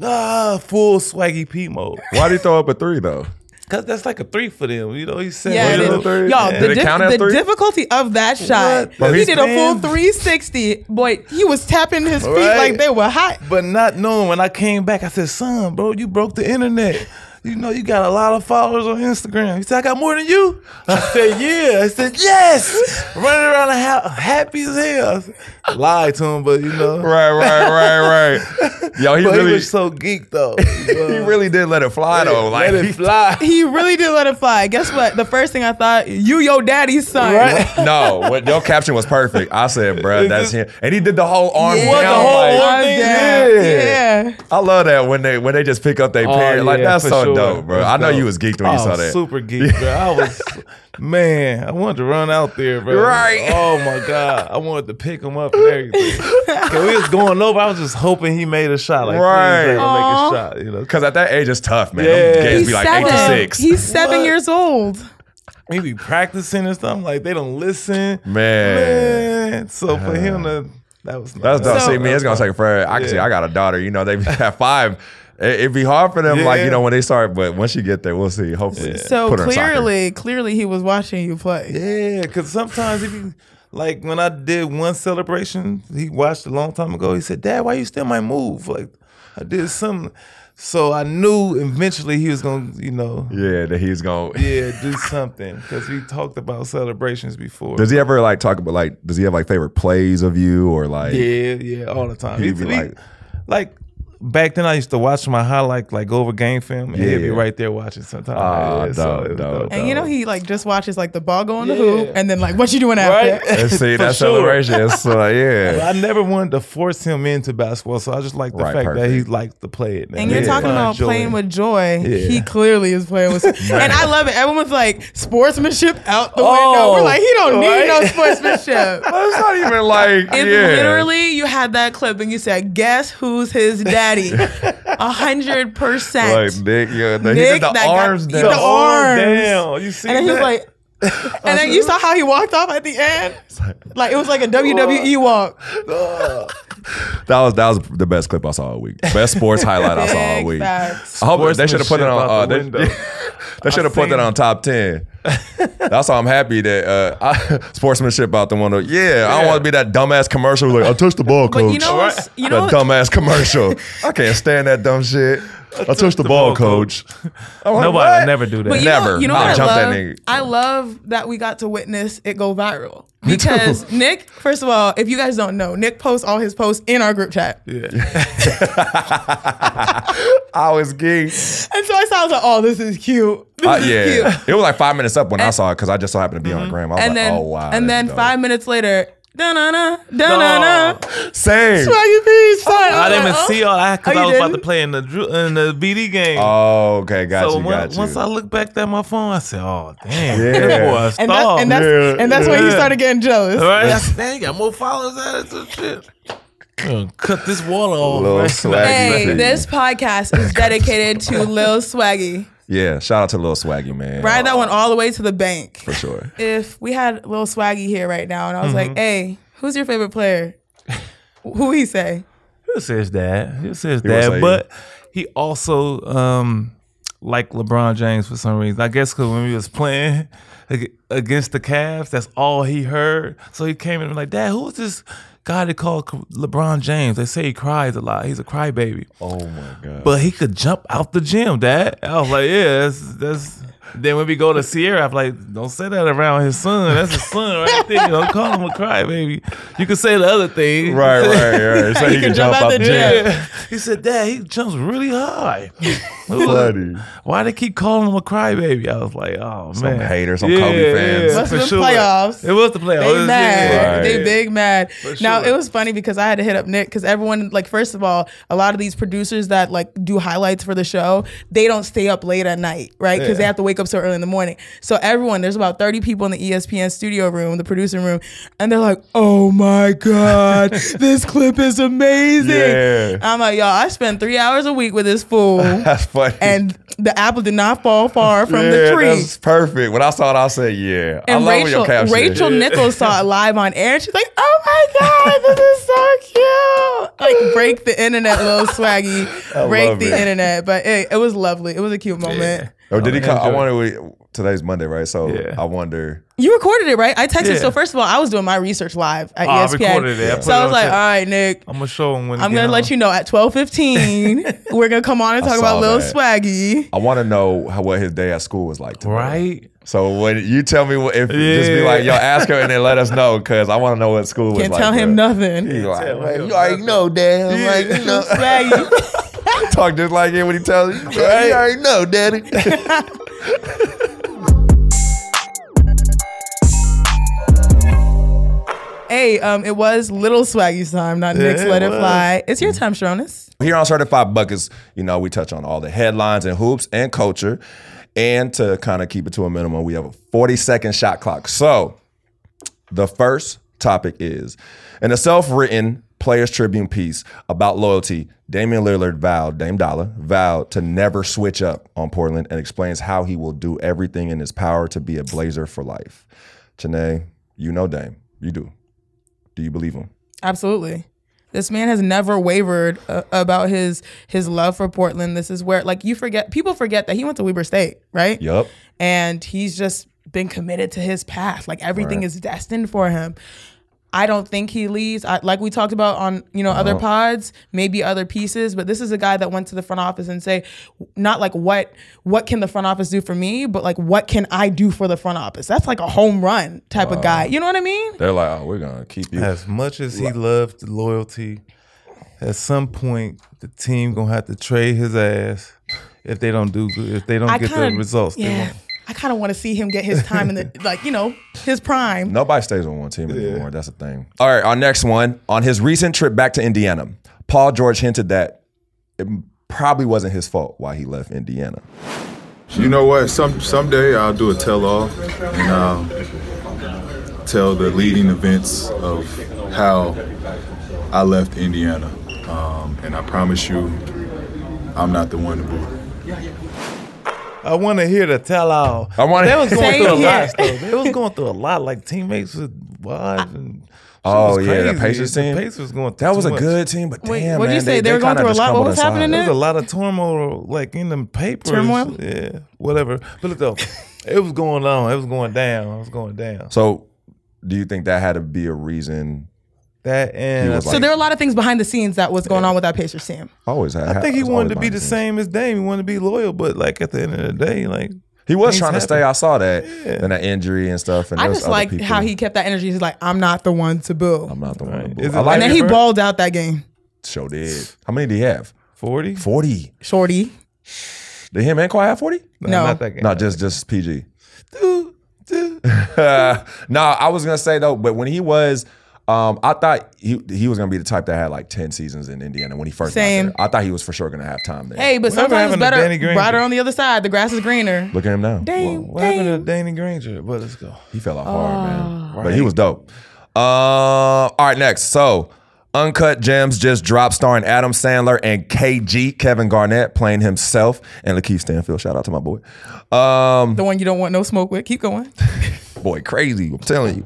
[SPEAKER 2] ah, full swaggy P mode.
[SPEAKER 1] Why'd he throw up a three, though?
[SPEAKER 2] Cause that's like a three for them, you know. He said,
[SPEAKER 3] Yeah,
[SPEAKER 1] Was
[SPEAKER 3] it
[SPEAKER 1] it
[SPEAKER 3] is.
[SPEAKER 1] a three?
[SPEAKER 3] y'all,
[SPEAKER 1] Yeah.
[SPEAKER 3] the,
[SPEAKER 1] Did it
[SPEAKER 3] dif-
[SPEAKER 1] count as
[SPEAKER 3] the
[SPEAKER 1] three?
[SPEAKER 3] difficulty of that shot.
[SPEAKER 2] Bro,
[SPEAKER 3] He
[SPEAKER 1] he's
[SPEAKER 3] did a full
[SPEAKER 2] man.
[SPEAKER 3] 360. Boy, he was tapping his feet
[SPEAKER 2] Right.
[SPEAKER 3] like they were hot.
[SPEAKER 2] but not knowing when I came back, I said, "Son, bro, you broke the internet." You know, you got a lot of followers on Instagram. He said, I got more than you. I said, Yeah. I said, Yes. Running around the house, happy as hell. I said- Lied to him, but you know.
[SPEAKER 1] Right, right, right, right. Yo, he
[SPEAKER 2] But he
[SPEAKER 1] really,
[SPEAKER 2] was so geeked, though.
[SPEAKER 1] he really did let it fly, though. Like,
[SPEAKER 2] Let it fly.
[SPEAKER 3] He really did let it fly. Guess what? The first thing I thought, you your daddy's son.
[SPEAKER 1] no, what, your caption was perfect. I said, bruh, that's him. And he did the whole arm
[SPEAKER 3] Yeah.
[SPEAKER 2] What, the
[SPEAKER 1] down.
[SPEAKER 2] whole
[SPEAKER 1] like,
[SPEAKER 2] arm
[SPEAKER 3] I'm
[SPEAKER 2] thing?
[SPEAKER 3] down.
[SPEAKER 2] Yeah.
[SPEAKER 3] yeah.
[SPEAKER 1] I love that when they when they just pick up their
[SPEAKER 2] Oh,
[SPEAKER 1] parent. like
[SPEAKER 2] yeah,
[SPEAKER 1] that's
[SPEAKER 2] for
[SPEAKER 1] so
[SPEAKER 2] sure.
[SPEAKER 1] dope, bro.
[SPEAKER 2] That's
[SPEAKER 1] I know
[SPEAKER 2] dope.
[SPEAKER 1] you was geeked when you
[SPEAKER 2] I
[SPEAKER 1] saw
[SPEAKER 2] was
[SPEAKER 1] that.
[SPEAKER 2] Oh, Super geek, bro. I was man. I wanted to run out there, bro.
[SPEAKER 1] Right.
[SPEAKER 2] Oh my god. I wanted to pick him up and everything. 'Cause we was going over. I was just hoping he made a shot. Like,
[SPEAKER 1] Right.
[SPEAKER 2] please,
[SPEAKER 3] Aw.
[SPEAKER 2] let him make a shot. You know,
[SPEAKER 1] Cause at that age, it's tough, man.
[SPEAKER 2] Yeah.
[SPEAKER 1] Them games
[SPEAKER 3] He's
[SPEAKER 1] be like
[SPEAKER 3] seven.
[SPEAKER 1] eight to six.
[SPEAKER 3] He's seven
[SPEAKER 2] What?
[SPEAKER 3] years old.
[SPEAKER 2] he be practicing and stuff. Like they don't listen,
[SPEAKER 1] man.
[SPEAKER 2] man. So for him to. That was
[SPEAKER 1] That's dope.
[SPEAKER 3] So-
[SPEAKER 1] see me. It's gonna take forever. I can see.
[SPEAKER 2] Yeah.
[SPEAKER 1] I got a daughter. You know, they be at five. It, would be hard for them, like
[SPEAKER 2] Yeah.
[SPEAKER 1] you know, when they start. But once you get there, we'll see. Hopefully,
[SPEAKER 3] So
[SPEAKER 1] Put her in soccer.
[SPEAKER 3] clearly, clearly he was watching you play.
[SPEAKER 2] Yeah, because sometimes if you like when I did one celebration, he watched a long time ago. He said, "Dad, why you still my move?" Like I did something, so I knew eventually he was gonna, you know,
[SPEAKER 1] yeah, that he's gonna.
[SPEAKER 2] yeah, do something because we talked about celebrations before.
[SPEAKER 1] Does he ever like talk about like? Does he have like favorite plays of you or like?
[SPEAKER 2] yeah, yeah, all the time.
[SPEAKER 1] He'd be
[SPEAKER 2] we-
[SPEAKER 1] like-
[SPEAKER 2] like. Back then, I used to watch my highlight, like go over game film, and he'd be
[SPEAKER 1] Yeah.
[SPEAKER 2] right there watching sometimes.
[SPEAKER 1] Ah, dope,
[SPEAKER 2] it was
[SPEAKER 1] dope,
[SPEAKER 2] dope.
[SPEAKER 1] dope.
[SPEAKER 3] And you know he like just watches like the ball go in the
[SPEAKER 2] Yeah.
[SPEAKER 3] hoop and then like what you doing after.
[SPEAKER 2] right?
[SPEAKER 1] Let's see
[SPEAKER 2] For
[SPEAKER 1] that
[SPEAKER 2] sure.
[SPEAKER 1] celebration. It's, uh, yeah.
[SPEAKER 2] But I never wanted to force him into basketball, so I just like the
[SPEAKER 1] Right,
[SPEAKER 2] fact that
[SPEAKER 1] perfect.
[SPEAKER 2] he liked to play it.
[SPEAKER 3] And you're
[SPEAKER 1] Yeah.
[SPEAKER 3] talking about
[SPEAKER 2] Enjoy.
[SPEAKER 3] playing with joy.
[SPEAKER 2] Yeah.
[SPEAKER 3] He clearly is playing with, and I love it. Everyone's like sportsmanship out the window.
[SPEAKER 2] Oh,
[SPEAKER 3] We're like, he don't need no
[SPEAKER 2] right?
[SPEAKER 3] sportsmanship.
[SPEAKER 1] It's not even like.
[SPEAKER 3] If
[SPEAKER 1] yeah.
[SPEAKER 3] literally you had that clip and you said, "Guess who's his daddy?" A hundred
[SPEAKER 1] Like
[SPEAKER 3] percent.
[SPEAKER 1] Nick, yeah, the, he
[SPEAKER 3] Nick
[SPEAKER 1] did the
[SPEAKER 3] that got-
[SPEAKER 1] arms
[SPEAKER 3] he
[SPEAKER 1] down.
[SPEAKER 3] the
[SPEAKER 2] The arm
[SPEAKER 3] arms.
[SPEAKER 2] down. You see
[SPEAKER 3] And then he was
[SPEAKER 2] that?
[SPEAKER 3] like, and then you saw how he walked off at the end. Like it was like a WWE walk.
[SPEAKER 1] That was that was the best clip I saw all week. Best sports highlight I saw all
[SPEAKER 3] Big
[SPEAKER 1] week.
[SPEAKER 3] facts.
[SPEAKER 1] I hope they should have put it on.
[SPEAKER 2] Sportsmanship out
[SPEAKER 1] Uh,
[SPEAKER 2] the
[SPEAKER 1] they
[SPEAKER 2] window.
[SPEAKER 1] they should have put that
[SPEAKER 2] seen-
[SPEAKER 1] on top ten. That's why I'm happy that uh, I, sportsmanship out the window. Yeah, I don't want to be that dumbass commercial. Like I touched the ball, coach.
[SPEAKER 3] But you know, what's, you know,
[SPEAKER 1] that dumbass commercial. I can't stand that dumb shit. I, touched, the, ball, coach. I'm like,
[SPEAKER 2] Nobody
[SPEAKER 1] "What?"
[SPEAKER 2] would never do that.
[SPEAKER 3] But you know,
[SPEAKER 1] Never.
[SPEAKER 3] you know
[SPEAKER 1] I'll
[SPEAKER 3] what I
[SPEAKER 1] jump that
[SPEAKER 3] love?
[SPEAKER 1] nigga.
[SPEAKER 3] I love that we got to witness it go viral. Because Nick, first of all, if you guys don't know, Nick posts all his posts in our group chat.
[SPEAKER 2] yeah.
[SPEAKER 1] I was geeked.
[SPEAKER 3] And so I saw, I was like, oh, this is cute. This
[SPEAKER 1] Uh,
[SPEAKER 3] is cute.
[SPEAKER 1] yeah, it was like five minutes up when I saw it because I just so happened to be on the gram. I was
[SPEAKER 3] Mm-hmm. And
[SPEAKER 1] like,
[SPEAKER 3] then,
[SPEAKER 1] oh wow. that's
[SPEAKER 3] and then
[SPEAKER 1] dope.
[SPEAKER 3] five minutes later, da na na, da na na.
[SPEAKER 1] same.
[SPEAKER 3] Swaggy P, son.
[SPEAKER 2] I
[SPEAKER 3] was
[SPEAKER 2] didn't
[SPEAKER 3] like,
[SPEAKER 2] even
[SPEAKER 3] oh.
[SPEAKER 2] see all that because
[SPEAKER 3] Oh,
[SPEAKER 2] I
[SPEAKER 3] you
[SPEAKER 2] was about to
[SPEAKER 3] didn't?
[SPEAKER 2] play in the dr- in the BD game.
[SPEAKER 1] Oh, okay, got
[SPEAKER 2] so
[SPEAKER 1] you,
[SPEAKER 2] when-
[SPEAKER 1] got you.
[SPEAKER 2] once I looked back at my phone, I said, "Oh damn,
[SPEAKER 1] Yeah.
[SPEAKER 2] that boy a
[SPEAKER 3] And, that,
[SPEAKER 2] star."
[SPEAKER 3] and that's,
[SPEAKER 1] Yeah,
[SPEAKER 3] and that's when he
[SPEAKER 2] yeah.
[SPEAKER 3] started getting jealous.
[SPEAKER 2] right? I said, "Damn, he got more followers than us and shit." I'm gonna Cut this wall off.
[SPEAKER 1] Little
[SPEAKER 2] man.
[SPEAKER 1] swaggy
[SPEAKER 3] Hey,
[SPEAKER 1] Exactly.
[SPEAKER 3] this podcast is dedicated to Lil Swaggy.
[SPEAKER 1] yeah, shout out to Lil Swaggy man.
[SPEAKER 3] Ride that one all the way to the bank.
[SPEAKER 1] for sure.
[SPEAKER 3] if we had Lil Mm-hmm. Swaggy here right now and I was like, hey, who's your favorite player? Who he say?
[SPEAKER 2] he'll say his dad. He'll say his
[SPEAKER 1] will
[SPEAKER 2] dad.
[SPEAKER 1] say-
[SPEAKER 2] but he also um like LeBron James for some reason. I guess because when we was playing ag- against the Cavs, that's all he heard. So he came in and like, Dad, who was this guy that called K- LeBron James? They say he cries a lot. He's a crybaby.
[SPEAKER 1] Oh my god.
[SPEAKER 2] But he could jump out the gym, Dad. I was like, yeah, that's that's. Then when we go to Sierra, I'm like, don't say that around his son. That's his son right there. Don't call him a crybaby. You could say the other thing.
[SPEAKER 1] right, right, right. So he, can jump, out the gym.
[SPEAKER 2] Yeah. He said, Dad, he jumps really high.
[SPEAKER 1] Bloody.
[SPEAKER 2] Why they keep calling him a crybaby? I was like, oh
[SPEAKER 1] Some
[SPEAKER 2] man.
[SPEAKER 1] haters, some Kobe fans.
[SPEAKER 3] Must have
[SPEAKER 2] for
[SPEAKER 3] been playoffs.
[SPEAKER 2] It was the playoffs. It
[SPEAKER 3] They
[SPEAKER 2] was-
[SPEAKER 3] mad.
[SPEAKER 1] Oh, Right.
[SPEAKER 3] They big mad. Now
[SPEAKER 2] sure.
[SPEAKER 3] it was funny because I had to hit up Nick because everyone like first of all, a lot of these producers that like do highlights for the show, they don't stay up late at night, right? Because they have to wake up so early in the morning. So everyone, there's about 30 people in the E ESPN studio room, the producer room, and they're like, "Oh my god, this clip is amazing!"
[SPEAKER 1] Yeah.
[SPEAKER 3] I'm like, "Y'all, I spend three hours a week with this fool."
[SPEAKER 1] That's funny.
[SPEAKER 3] And the apple did not fall far from
[SPEAKER 1] Yeah,
[SPEAKER 3] the tree.
[SPEAKER 1] That's perfect. When I saw it, I said, "Yeah." I
[SPEAKER 3] And
[SPEAKER 1] love when your
[SPEAKER 3] Rachel,
[SPEAKER 1] caption.
[SPEAKER 3] Rachel Nichols saw it live on air, and she's like, "Oh my god, this is so cute!" Like break the internet, little swaggy,
[SPEAKER 1] I
[SPEAKER 3] break
[SPEAKER 1] love
[SPEAKER 3] the
[SPEAKER 1] it.
[SPEAKER 3] internet. But it, it was lovely. It was a cute moment.
[SPEAKER 2] Yeah.
[SPEAKER 1] Oh, did he?
[SPEAKER 2] I
[SPEAKER 1] Call, I wonder.
[SPEAKER 2] enjoy
[SPEAKER 1] we- Today's Monday, right? So
[SPEAKER 2] Yeah.
[SPEAKER 1] I wonder.
[SPEAKER 3] You recorded it, right? I texted.
[SPEAKER 2] Yeah.
[SPEAKER 3] So first of all, I was doing my research live at E
[SPEAKER 2] Oh, I
[SPEAKER 3] ESPN.
[SPEAKER 2] recorded it. I put
[SPEAKER 3] so
[SPEAKER 2] it
[SPEAKER 3] I was
[SPEAKER 2] on
[SPEAKER 3] like,
[SPEAKER 2] tape.
[SPEAKER 3] "All right, Nick."
[SPEAKER 2] I'm gonna show him when.
[SPEAKER 3] I'm gonna let you know at 12:15 we're gonna come on and
[SPEAKER 1] I
[SPEAKER 3] talk about
[SPEAKER 1] saw
[SPEAKER 3] Lil
[SPEAKER 1] that.
[SPEAKER 3] Swaggy.
[SPEAKER 1] I want to know how, what his day at school was like. Today.
[SPEAKER 2] Right.
[SPEAKER 1] So when you tell me, what, if just be like, "Yo,
[SPEAKER 2] Yeah.
[SPEAKER 1] ask her," and then let us know, because I want to know what school was
[SPEAKER 3] Can't
[SPEAKER 1] like.
[SPEAKER 3] tell him
[SPEAKER 1] bro.
[SPEAKER 3] nothing.
[SPEAKER 1] He like,
[SPEAKER 2] tell
[SPEAKER 1] "Man,
[SPEAKER 2] him
[SPEAKER 1] you already
[SPEAKER 2] nothing."
[SPEAKER 1] know, Dad. I'm like, you know,
[SPEAKER 3] Swaggy.
[SPEAKER 1] talk just like it when he tells you. "Man, You already know, Daddy.
[SPEAKER 3] hey, um, it was Little Swaggy's time, not Nick's.
[SPEAKER 2] it
[SPEAKER 3] Let it
[SPEAKER 2] was.
[SPEAKER 3] fly. It's your time, Sharonis.
[SPEAKER 1] Here on Certified Buckets, you know, we touch on all the headlines and hoops and culture. And to kind of keep it to a minimum, we have a 40 second shot clock. So the first topic is in a self written Players Tribune piece about loyalty, Damian Lillard vowed, Dame Dollar vowed to never switch up on Portland and explains how he will do everything in his power to be a Blazer for life. Chanae, you know Dame. You do. Do you believe him?
[SPEAKER 3] Absolutely. This man has never wavered uh, about his his love for Portland. This is where like you forget people forget that he went to Weber State, right?
[SPEAKER 1] Yup.
[SPEAKER 3] And he's just been committed to his path. Like everything is destined for him. I don't think he leaves. I, like we talked about on you know other pods, maybe other pieces, but this is a guy that went to the front office and say, not like what what can the front office do for me, but like what can I do for the front office? That's like a home run type of guy. You know what I mean?
[SPEAKER 1] They're like, oh, we're going to keep you.
[SPEAKER 2] As much as he loved loyalty, at some point the team gonna have to trade his ass if they don't do good. If they don't get the
[SPEAKER 3] kinda-
[SPEAKER 2] results they
[SPEAKER 3] Yeah.
[SPEAKER 2] want.
[SPEAKER 3] I kind of want to see him get his time in the like, you know, his prime.
[SPEAKER 1] Nobody stays on one team anymore. That's the thing. All right, our next one. On his recent trip back to Indiana, Paul George hinted that it probably wasn't his fault why he left Indiana.
[SPEAKER 5] You know what? Some someday I'll do a tell-all and I'll tell the leading events of how I left Indiana. Um, and I promise you, I'm not the one to boot.
[SPEAKER 2] I want to hear the tell all.
[SPEAKER 1] I wanna-
[SPEAKER 2] They was going
[SPEAKER 3] Same
[SPEAKER 2] through a
[SPEAKER 3] here.
[SPEAKER 2] lot. Though. They was going through a lot, like teammates with wives and. shit
[SPEAKER 1] Oh,
[SPEAKER 2] was
[SPEAKER 1] yeah, the
[SPEAKER 2] crazy.
[SPEAKER 1] Pacers team?
[SPEAKER 2] The Pacers going. Through
[SPEAKER 1] That was
[SPEAKER 2] too
[SPEAKER 1] a
[SPEAKER 2] much.
[SPEAKER 1] good team, but
[SPEAKER 3] Wait,
[SPEAKER 1] damn,
[SPEAKER 3] what'd you
[SPEAKER 1] man,
[SPEAKER 3] say? They were going
[SPEAKER 1] kinda
[SPEAKER 3] through a
[SPEAKER 1] just
[SPEAKER 3] lot? What
[SPEAKER 1] crumbled
[SPEAKER 3] was
[SPEAKER 1] inside.
[SPEAKER 3] happening
[SPEAKER 2] There
[SPEAKER 3] there?
[SPEAKER 2] was a lot of turmoil, like in the papers.
[SPEAKER 3] Turmoil?
[SPEAKER 2] Yeah, whatever. But look though, it was going on. It was going down. It was going down.
[SPEAKER 1] So, do you think that had to be a reason?
[SPEAKER 2] That and
[SPEAKER 1] He was
[SPEAKER 2] I
[SPEAKER 1] like-
[SPEAKER 3] So there are a lot of things behind the scenes that was going on with that Pacers team.
[SPEAKER 1] Always had.
[SPEAKER 2] I think he wanted to be the same as Dame. He wanted to be loyal, but like at the end of the day, like
[SPEAKER 1] He was
[SPEAKER 2] Things
[SPEAKER 1] trying to
[SPEAKER 2] happen.
[SPEAKER 1] stay. I saw that. And that injury and stuff. And
[SPEAKER 3] I
[SPEAKER 1] there was
[SPEAKER 3] just
[SPEAKER 1] other
[SPEAKER 3] like
[SPEAKER 1] people.
[SPEAKER 3] how he kept that energy. He's like, I'm not the one to boo.
[SPEAKER 1] I'm not the one. to
[SPEAKER 2] Right.
[SPEAKER 1] boo.
[SPEAKER 2] Is
[SPEAKER 1] I
[SPEAKER 2] it
[SPEAKER 1] like
[SPEAKER 3] and then
[SPEAKER 2] Larry
[SPEAKER 3] he
[SPEAKER 2] Bird?
[SPEAKER 3] balled out that game.
[SPEAKER 1] show did. How many did he have?
[SPEAKER 2] forty.
[SPEAKER 1] Forty.
[SPEAKER 3] Shorty.
[SPEAKER 1] Did him and Kawhi have forty?
[SPEAKER 3] No.
[SPEAKER 2] not that game.
[SPEAKER 1] No, just just PG.
[SPEAKER 2] Dude, dude.
[SPEAKER 1] no, I was gonna say though, but when he was, um, I thought he he was gonna be the type that had like ten seasons in Indiana when he first. got
[SPEAKER 3] Same.
[SPEAKER 1] there. I thought he was for sure gonna have time there.
[SPEAKER 3] Hey, but
[SPEAKER 2] Whatever
[SPEAKER 3] sometimes it's
[SPEAKER 2] happened to
[SPEAKER 3] better
[SPEAKER 2] Danny Green?
[SPEAKER 3] brighter on the other side. The grass is greener.
[SPEAKER 1] look at him now.
[SPEAKER 3] Dame,
[SPEAKER 2] What happened
[SPEAKER 3] Dame.
[SPEAKER 2] to Danny Granger? But let's go.
[SPEAKER 1] He fell off hard, man.
[SPEAKER 3] Ah.
[SPEAKER 1] But he was dope. Uh, all right, next. So, Uncut Gems just dropped, starring Adam Sandler and KG Kevin Garnett playing himself and Lakeith Stanfield. Shout out to my boy. Um,
[SPEAKER 3] the one you don't want no smoke with. Keep going.
[SPEAKER 1] boy crazy. I'm telling you.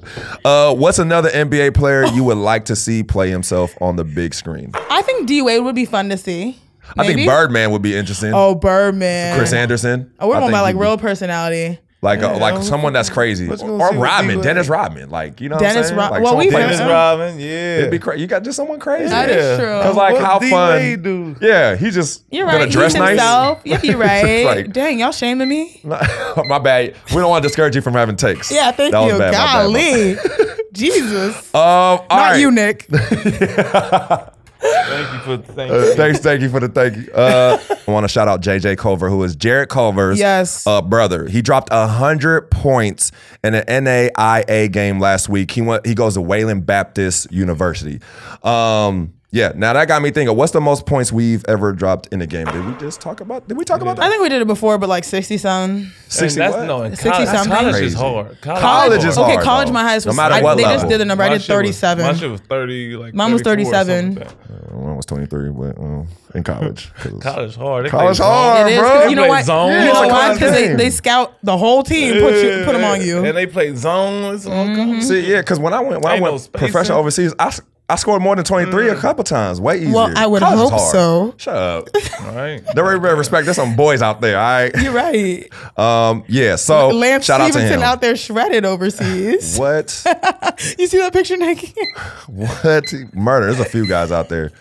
[SPEAKER 1] Uh, what's another NBA player you would like to see play himself on the big screen?
[SPEAKER 3] I think D Wade would be fun to see.
[SPEAKER 1] I think
[SPEAKER 3] Maybe.
[SPEAKER 1] Birdman would be interesting.
[SPEAKER 3] Oh, Birdman.
[SPEAKER 1] Chris Anderson.
[SPEAKER 3] Oh,
[SPEAKER 1] I
[SPEAKER 3] we're
[SPEAKER 1] think
[SPEAKER 3] going by like
[SPEAKER 1] he'd be-
[SPEAKER 3] real personality.
[SPEAKER 1] like a,
[SPEAKER 2] Yeah,
[SPEAKER 1] like
[SPEAKER 2] we-
[SPEAKER 1] someone that's crazy,
[SPEAKER 2] Let's
[SPEAKER 1] or,
[SPEAKER 2] go
[SPEAKER 1] or
[SPEAKER 2] see what
[SPEAKER 1] Rodman,
[SPEAKER 2] D-Wade-
[SPEAKER 1] Dennis Rodman. Like you know,
[SPEAKER 3] Dennis
[SPEAKER 1] what I'm saying?
[SPEAKER 3] Rod-
[SPEAKER 1] like,
[SPEAKER 3] well,
[SPEAKER 1] someone
[SPEAKER 3] we
[SPEAKER 1] playing
[SPEAKER 2] Dennis
[SPEAKER 1] himself.
[SPEAKER 2] Rodman, yeah.
[SPEAKER 1] It'd be crazy. You got just someone crazy.
[SPEAKER 3] That is
[SPEAKER 2] Yeah.
[SPEAKER 3] true.
[SPEAKER 1] Cause like
[SPEAKER 2] What
[SPEAKER 1] how
[SPEAKER 2] D-Wade
[SPEAKER 1] fun?
[SPEAKER 2] do?
[SPEAKER 1] Yeah, he just
[SPEAKER 3] You're
[SPEAKER 1] gonna
[SPEAKER 3] right.
[SPEAKER 1] dress
[SPEAKER 3] He's
[SPEAKER 1] nice.
[SPEAKER 3] himself. Yeah, you're right.
[SPEAKER 1] like-
[SPEAKER 3] Dang, y'all shaming me.
[SPEAKER 1] my bad. We don't want to discourage you from having takes.
[SPEAKER 3] Yeah, thank
[SPEAKER 1] That was
[SPEAKER 3] you.
[SPEAKER 1] bad, my bad, my bad.
[SPEAKER 3] Golly. Jesus.
[SPEAKER 1] Um, all
[SPEAKER 3] Not
[SPEAKER 1] right.
[SPEAKER 3] you, Nick.
[SPEAKER 2] Thank you for thank
[SPEAKER 1] Uh,
[SPEAKER 2] you.
[SPEAKER 1] thanks, thank you for the thank you. Uh, I want to shout out JJ Culver, who is Jared Culver's
[SPEAKER 3] Yes.
[SPEAKER 1] uh, brother. He dropped hundred points in an NAIA game last week. He went. He goes to Wayland Baptist University. Um, yeah. Now that got me thinking. What's the most points we've ever dropped in a game? Did we just talk about? Did we talk about
[SPEAKER 3] I
[SPEAKER 1] that?
[SPEAKER 3] think we did it before, but like 60 something.
[SPEAKER 1] Sixty.
[SPEAKER 6] that's
[SPEAKER 1] what?
[SPEAKER 6] no in
[SPEAKER 3] 60
[SPEAKER 6] college.
[SPEAKER 3] something.
[SPEAKER 6] College is
[SPEAKER 1] Crazy.
[SPEAKER 6] hard. College,
[SPEAKER 1] College is
[SPEAKER 6] hard.
[SPEAKER 3] Okay,
[SPEAKER 1] hard,
[SPEAKER 3] college
[SPEAKER 1] though.
[SPEAKER 3] my highest
[SPEAKER 1] No
[SPEAKER 3] was
[SPEAKER 1] matter
[SPEAKER 3] I-
[SPEAKER 1] what
[SPEAKER 3] They just
[SPEAKER 1] level.
[SPEAKER 3] did the number. I
[SPEAKER 2] My
[SPEAKER 3] did
[SPEAKER 2] shit was-
[SPEAKER 3] 37.
[SPEAKER 2] my shit was thirty, like
[SPEAKER 3] Mine was
[SPEAKER 2] 34 or something
[SPEAKER 3] 37.
[SPEAKER 2] like that.
[SPEAKER 1] One was twenty three, but um, in college. 'Cause-
[SPEAKER 6] College hard. They
[SPEAKER 1] College
[SPEAKER 6] play
[SPEAKER 1] hard,
[SPEAKER 3] It is,
[SPEAKER 1] bro.
[SPEAKER 3] 'cause you know
[SPEAKER 6] They
[SPEAKER 3] what?
[SPEAKER 6] zone.
[SPEAKER 3] You know
[SPEAKER 1] Yeah,
[SPEAKER 3] why? Because they,
[SPEAKER 1] zone.
[SPEAKER 3] they scout the whole team, put you, put them on
[SPEAKER 2] And
[SPEAKER 3] you. Mm-hmm.
[SPEAKER 2] they played zone. It's all kinds of-
[SPEAKER 1] See, yeah, because when I went when I
[SPEAKER 2] Ain't no
[SPEAKER 1] went
[SPEAKER 2] spacing.
[SPEAKER 1] professional overseas, I, s- I scored more than twenty three a couple times. Way easier.
[SPEAKER 3] Mm. Well, I would
[SPEAKER 1] College is
[SPEAKER 3] hope
[SPEAKER 1] hard.
[SPEAKER 3] so.
[SPEAKER 1] Shut up.
[SPEAKER 2] All right.
[SPEAKER 1] Don't everybody respect. There's some boys out there. All right.
[SPEAKER 3] You're right.
[SPEAKER 1] Um. Yeah. So
[SPEAKER 3] Lance
[SPEAKER 1] shout out to
[SPEAKER 3] Stevenson
[SPEAKER 1] him.
[SPEAKER 3] out there shredded overseas.
[SPEAKER 1] What?
[SPEAKER 3] You see that picture, Nick?
[SPEAKER 1] What? Murder. There's a few guys out there.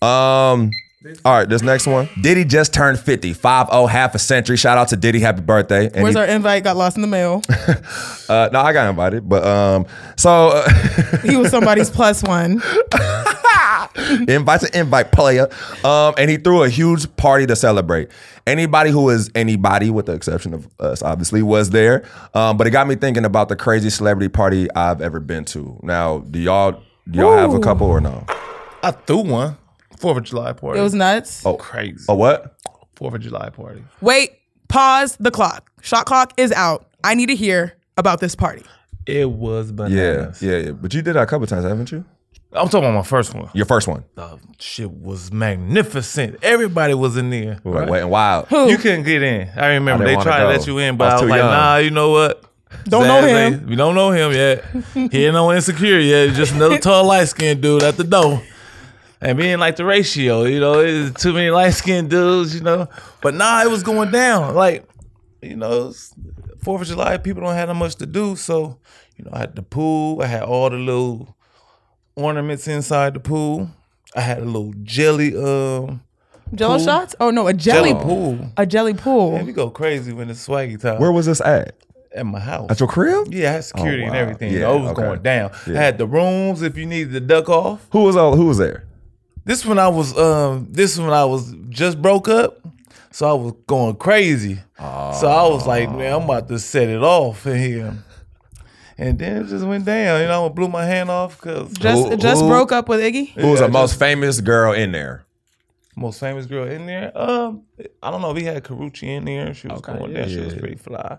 [SPEAKER 1] Um. All right, this next one. Diddy just turned 50, 5 half a century. Shout out to Diddy, happy birthday. And
[SPEAKER 3] Where's
[SPEAKER 1] he-
[SPEAKER 3] our invite? Got lost in the mail.
[SPEAKER 1] uh, no, I got invited, but um, so uh,
[SPEAKER 3] He was somebody's plus one.
[SPEAKER 1] invite to invite player. Um, and he threw a huge party to celebrate. Anybody who is anybody, with the exception of us, obviously, was there. Um, but it got me thinking about the craziest celebrity party I've ever been to. Now, do y'all do y'all have a
[SPEAKER 3] Ooh.
[SPEAKER 1] couple or no?
[SPEAKER 2] I threw one. Fourth of July party.
[SPEAKER 3] It was nuts.
[SPEAKER 1] Oh,
[SPEAKER 2] crazy.
[SPEAKER 1] A what?
[SPEAKER 2] Fourth of July party.
[SPEAKER 3] Wait, pause the clock. Shot clock is out. I need to hear about this party.
[SPEAKER 6] It was
[SPEAKER 1] Yeah,
[SPEAKER 6] bananas.
[SPEAKER 1] yeah, yeah. But you did that a couple times, haven't you?
[SPEAKER 2] I'm talking about my first one.
[SPEAKER 1] Your first one,
[SPEAKER 2] The shit was magnificent. Everybody was in there.
[SPEAKER 1] We were, like waiting wild.
[SPEAKER 2] You couldn't get in. I remember
[SPEAKER 1] I
[SPEAKER 2] they
[SPEAKER 1] didn't
[SPEAKER 2] tried to
[SPEAKER 1] wanna
[SPEAKER 2] let
[SPEAKER 1] go.
[SPEAKER 2] you in,
[SPEAKER 1] I
[SPEAKER 2] but
[SPEAKER 1] was
[SPEAKER 2] I was,
[SPEAKER 1] too
[SPEAKER 2] like,
[SPEAKER 1] young.
[SPEAKER 2] nah, you know what?
[SPEAKER 3] Don't know him.
[SPEAKER 2] We don't know him yet. he ain't no insecure yet. Just another tall, light skinned dude at the door. And being like the ratio, you know, it's too many light skinned dudes, you know. But nah, it was going down. Like, you know, it's Fourth of July, people don't have that much to do. So, you know, I had the pool, I had all the little ornaments inside the pool. I had a little jelly um
[SPEAKER 3] Jello
[SPEAKER 2] Pool.
[SPEAKER 3] shots? Oh no, a jelly
[SPEAKER 2] jelly
[SPEAKER 3] pool.
[SPEAKER 2] pool.
[SPEAKER 3] A jelly
[SPEAKER 2] Man,
[SPEAKER 3] pool.
[SPEAKER 2] we go crazy when it's swaggy time.
[SPEAKER 1] Where was this at?
[SPEAKER 2] at my house.
[SPEAKER 1] At your crib?
[SPEAKER 2] Yeah, I had security
[SPEAKER 1] Oh,
[SPEAKER 2] and
[SPEAKER 1] wow.
[SPEAKER 2] everything.
[SPEAKER 1] Yeah,
[SPEAKER 2] I was
[SPEAKER 1] okay.
[SPEAKER 2] going down.
[SPEAKER 1] Yeah.
[SPEAKER 2] I had the rooms if you needed to duck off.
[SPEAKER 1] Who was all, who was there?
[SPEAKER 2] This one I was um this one I was just broke up. So I was going crazy. So I was like, man, I'm about to set it off in here. And then it just went down. You know, I blew my hand off because
[SPEAKER 3] Just
[SPEAKER 1] Who-
[SPEAKER 3] just
[SPEAKER 1] who-
[SPEAKER 3] broke up with Iggy.
[SPEAKER 1] Who was
[SPEAKER 2] Yeah,
[SPEAKER 1] the most famous girl in there?
[SPEAKER 2] most famous girl in there. Um, I don't know. We had Karuchi in there. She was going down. She was pretty fly.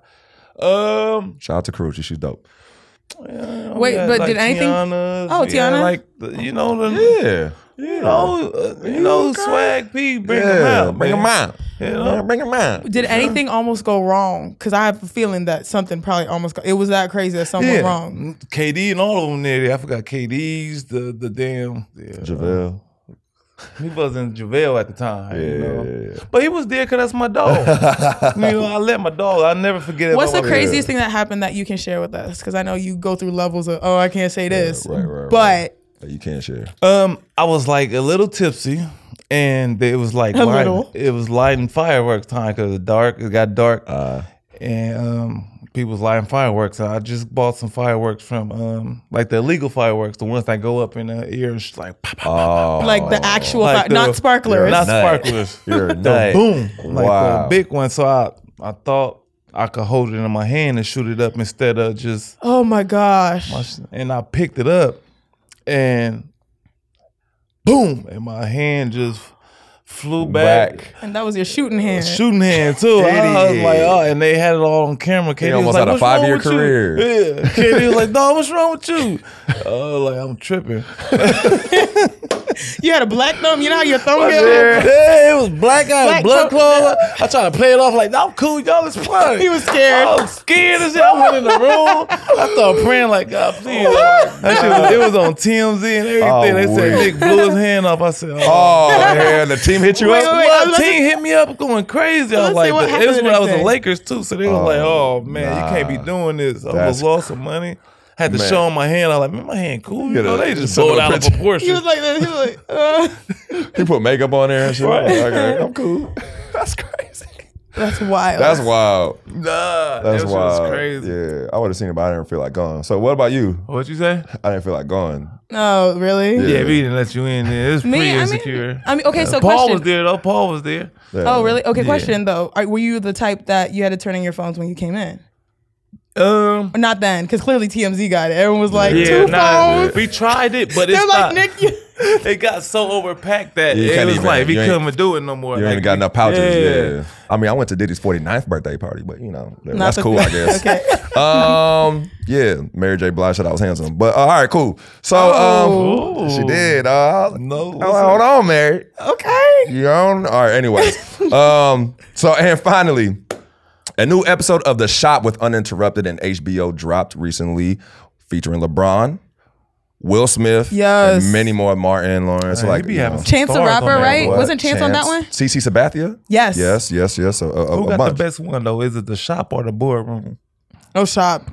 [SPEAKER 2] Um,
[SPEAKER 1] Shout out to Karuchi, she's dope.
[SPEAKER 2] yeah,
[SPEAKER 3] Wait,
[SPEAKER 2] we had,
[SPEAKER 3] but
[SPEAKER 2] like,
[SPEAKER 3] did anything-
[SPEAKER 2] Tiana's.
[SPEAKER 3] Oh,
[SPEAKER 2] We had,
[SPEAKER 3] Tiana?
[SPEAKER 2] Like the, you know the
[SPEAKER 1] Yeah,
[SPEAKER 2] You know, uh, you know, swag P, bring them out,
[SPEAKER 1] bring
[SPEAKER 2] man.
[SPEAKER 1] them out,
[SPEAKER 2] You know?
[SPEAKER 1] bring them out.
[SPEAKER 3] Did anything almost go wrong? Because I have a feeling that something probably almost go, it was that crazy that something
[SPEAKER 2] Yeah,
[SPEAKER 3] went wrong.
[SPEAKER 2] KD and all of them there. I forgot KD's the the damn. Yeah.
[SPEAKER 1] JaVale.
[SPEAKER 2] He wasn't Javale at the time, you
[SPEAKER 1] Yeah, yeah,
[SPEAKER 2] know. But he was there because that's my dog. you know, I let my dog. I will never forget.
[SPEAKER 3] What's the
[SPEAKER 2] about my-
[SPEAKER 3] craziest thing that happened that you can share with us? Because I know you go through levels of oh I can't say this,
[SPEAKER 1] right, right, right.
[SPEAKER 3] but
[SPEAKER 1] You can't share.
[SPEAKER 2] Um, I was like a little tipsy, and it was like
[SPEAKER 3] A
[SPEAKER 2] light-
[SPEAKER 3] little.
[SPEAKER 2] it was lighting fireworks time because it dark. It got dark,
[SPEAKER 3] Uh.
[SPEAKER 2] and um, people was lighting fireworks. I just bought some fireworks from um, like the illegal fireworks, the ones that go up in the ear, it's just like pop, pop,
[SPEAKER 1] Oh,
[SPEAKER 3] like the actual
[SPEAKER 2] Like
[SPEAKER 3] fi-
[SPEAKER 2] the-
[SPEAKER 3] not sparklers.
[SPEAKER 2] not
[SPEAKER 1] nut.
[SPEAKER 2] sparklers.
[SPEAKER 1] you're a
[SPEAKER 2] the
[SPEAKER 1] nut.
[SPEAKER 2] boom, like
[SPEAKER 1] Wow.
[SPEAKER 2] the big one. So I, I thought I could hold it in my hand and shoot it up instead of just
[SPEAKER 3] oh my gosh!
[SPEAKER 2] my sh- and I picked it up and boom, and my hand just flew back.
[SPEAKER 1] Back.
[SPEAKER 3] And that was your shooting hand.
[SPEAKER 2] Shooting hand too. I was like, oh, and they had it all on camera. Katie
[SPEAKER 1] almost
[SPEAKER 2] was like,
[SPEAKER 1] had a
[SPEAKER 2] "What's
[SPEAKER 1] five-year
[SPEAKER 2] wrong with you?"
[SPEAKER 1] career.
[SPEAKER 2] Yeah, Katie was like, "No, what's wrong with you?" Oh, like I'm tripping.
[SPEAKER 3] you had a black thumb. You know how your thumb
[SPEAKER 2] Yeah,
[SPEAKER 3] goes?
[SPEAKER 2] it was black eyes,
[SPEAKER 3] Black
[SPEAKER 2] blood
[SPEAKER 3] co-
[SPEAKER 2] clot. I tried to play it off like, I'm cool, y'all is fun.
[SPEAKER 3] He was scared.
[SPEAKER 2] I was scared as hell. I went in the room. I started praying like, God, please. That shit was, it was on TMZ and everything.
[SPEAKER 1] Oh,
[SPEAKER 2] they said
[SPEAKER 1] wait.
[SPEAKER 2] Nick blew his hand off. I said, oh.
[SPEAKER 1] Oh man, the team hit you
[SPEAKER 3] Wait,
[SPEAKER 1] up.
[SPEAKER 3] wait, wait. I was
[SPEAKER 2] Well,
[SPEAKER 3] about
[SPEAKER 2] team hit me up going crazy. I
[SPEAKER 3] Let's
[SPEAKER 2] was
[SPEAKER 3] see
[SPEAKER 2] like,
[SPEAKER 3] what
[SPEAKER 2] but
[SPEAKER 3] happened
[SPEAKER 2] this is
[SPEAKER 3] the
[SPEAKER 2] when I was
[SPEAKER 3] next
[SPEAKER 2] in
[SPEAKER 3] day.
[SPEAKER 2] Lakers too. So they was like, oh man, you can't be doing this. I
[SPEAKER 1] That's
[SPEAKER 2] was lost some money. I had to
[SPEAKER 1] Man.
[SPEAKER 2] show him my hand. I was like, man, my hand cool. You
[SPEAKER 1] Yeah,
[SPEAKER 2] know, they
[SPEAKER 1] the-
[SPEAKER 2] just
[SPEAKER 1] send
[SPEAKER 2] blew it
[SPEAKER 1] them
[SPEAKER 2] out
[SPEAKER 1] a
[SPEAKER 2] of
[SPEAKER 1] picture.
[SPEAKER 3] He was
[SPEAKER 2] proportion.
[SPEAKER 3] like this. He was like, uh.
[SPEAKER 1] He put makeup on there and shit.
[SPEAKER 2] Right.
[SPEAKER 1] Okay, I'm cool. That's crazy.
[SPEAKER 3] that's wild.
[SPEAKER 1] That's wild.
[SPEAKER 2] Nah,
[SPEAKER 1] That's
[SPEAKER 2] that shit
[SPEAKER 1] wild.
[SPEAKER 2] was crazy.
[SPEAKER 1] Yeah, I would have seen it, but I didn't feel like going. So what about you?
[SPEAKER 2] What you say?
[SPEAKER 1] I didn't feel like going.
[SPEAKER 3] oh, really?
[SPEAKER 2] Yeah, we didn't let you in there. It was pretty
[SPEAKER 3] Me, I
[SPEAKER 2] insecure.
[SPEAKER 3] mean, I mean, okay. So
[SPEAKER 2] Paul
[SPEAKER 3] question.
[SPEAKER 2] was there though. Paul was there.
[SPEAKER 1] Yeah.
[SPEAKER 3] Oh, really? Okay.
[SPEAKER 2] Yeah.
[SPEAKER 3] Question though, Are, were you the type that you had to turn in your phones when you came in?
[SPEAKER 2] Um,
[SPEAKER 3] Or not then, because clearly TMZ got it. Everyone was like,
[SPEAKER 2] yeah,
[SPEAKER 3] two
[SPEAKER 2] nah,
[SPEAKER 3] phones.
[SPEAKER 2] we tried it, but
[SPEAKER 3] They're
[SPEAKER 2] it's
[SPEAKER 3] like,
[SPEAKER 2] not.
[SPEAKER 3] Nick, you.
[SPEAKER 2] it got so overpacked that
[SPEAKER 1] Yeah, you
[SPEAKER 2] it
[SPEAKER 1] can't
[SPEAKER 2] was
[SPEAKER 1] even-
[SPEAKER 2] like we
[SPEAKER 1] you ain't-
[SPEAKER 2] couldn't do it no more.
[SPEAKER 1] You
[SPEAKER 2] like,
[SPEAKER 1] ain't got enough pouches. Yeah.
[SPEAKER 2] yeah.
[SPEAKER 1] I mean, I went to Diddy's 49th birthday party, but you know,
[SPEAKER 3] Not
[SPEAKER 1] that's
[SPEAKER 3] the-
[SPEAKER 1] cool, I guess.
[SPEAKER 3] okay.
[SPEAKER 1] Um, yeah, Mary J. Blige said I was handsome. But uh, all right, cool. So
[SPEAKER 2] Oh.
[SPEAKER 1] um she did. Uh,
[SPEAKER 3] Oh,
[SPEAKER 2] No.
[SPEAKER 1] I was like, hold on, Mary.
[SPEAKER 3] Okay.
[SPEAKER 1] You on? All right, anyways. um, so and finally, a new episode of The Shop with Uninterrupted and HBO dropped recently, featuring LeBron, Will Smith,
[SPEAKER 3] Yes.
[SPEAKER 1] and many more. Martin Lawrence,
[SPEAKER 2] Man,
[SPEAKER 1] like
[SPEAKER 2] he be
[SPEAKER 1] you
[SPEAKER 2] having
[SPEAKER 1] know.
[SPEAKER 2] some
[SPEAKER 3] Chance the
[SPEAKER 2] stars on
[SPEAKER 3] Rapper,
[SPEAKER 2] that
[SPEAKER 3] right?
[SPEAKER 2] boy.
[SPEAKER 3] Wasn't Chance on that one?
[SPEAKER 1] CC Sabathia.
[SPEAKER 3] Yes.
[SPEAKER 1] Yes, yes, yes. A, a, a-
[SPEAKER 2] Who
[SPEAKER 1] a
[SPEAKER 2] got
[SPEAKER 1] bunch.
[SPEAKER 2] the best one though? Is it the shop or the boardroom?
[SPEAKER 3] No Oh, shop.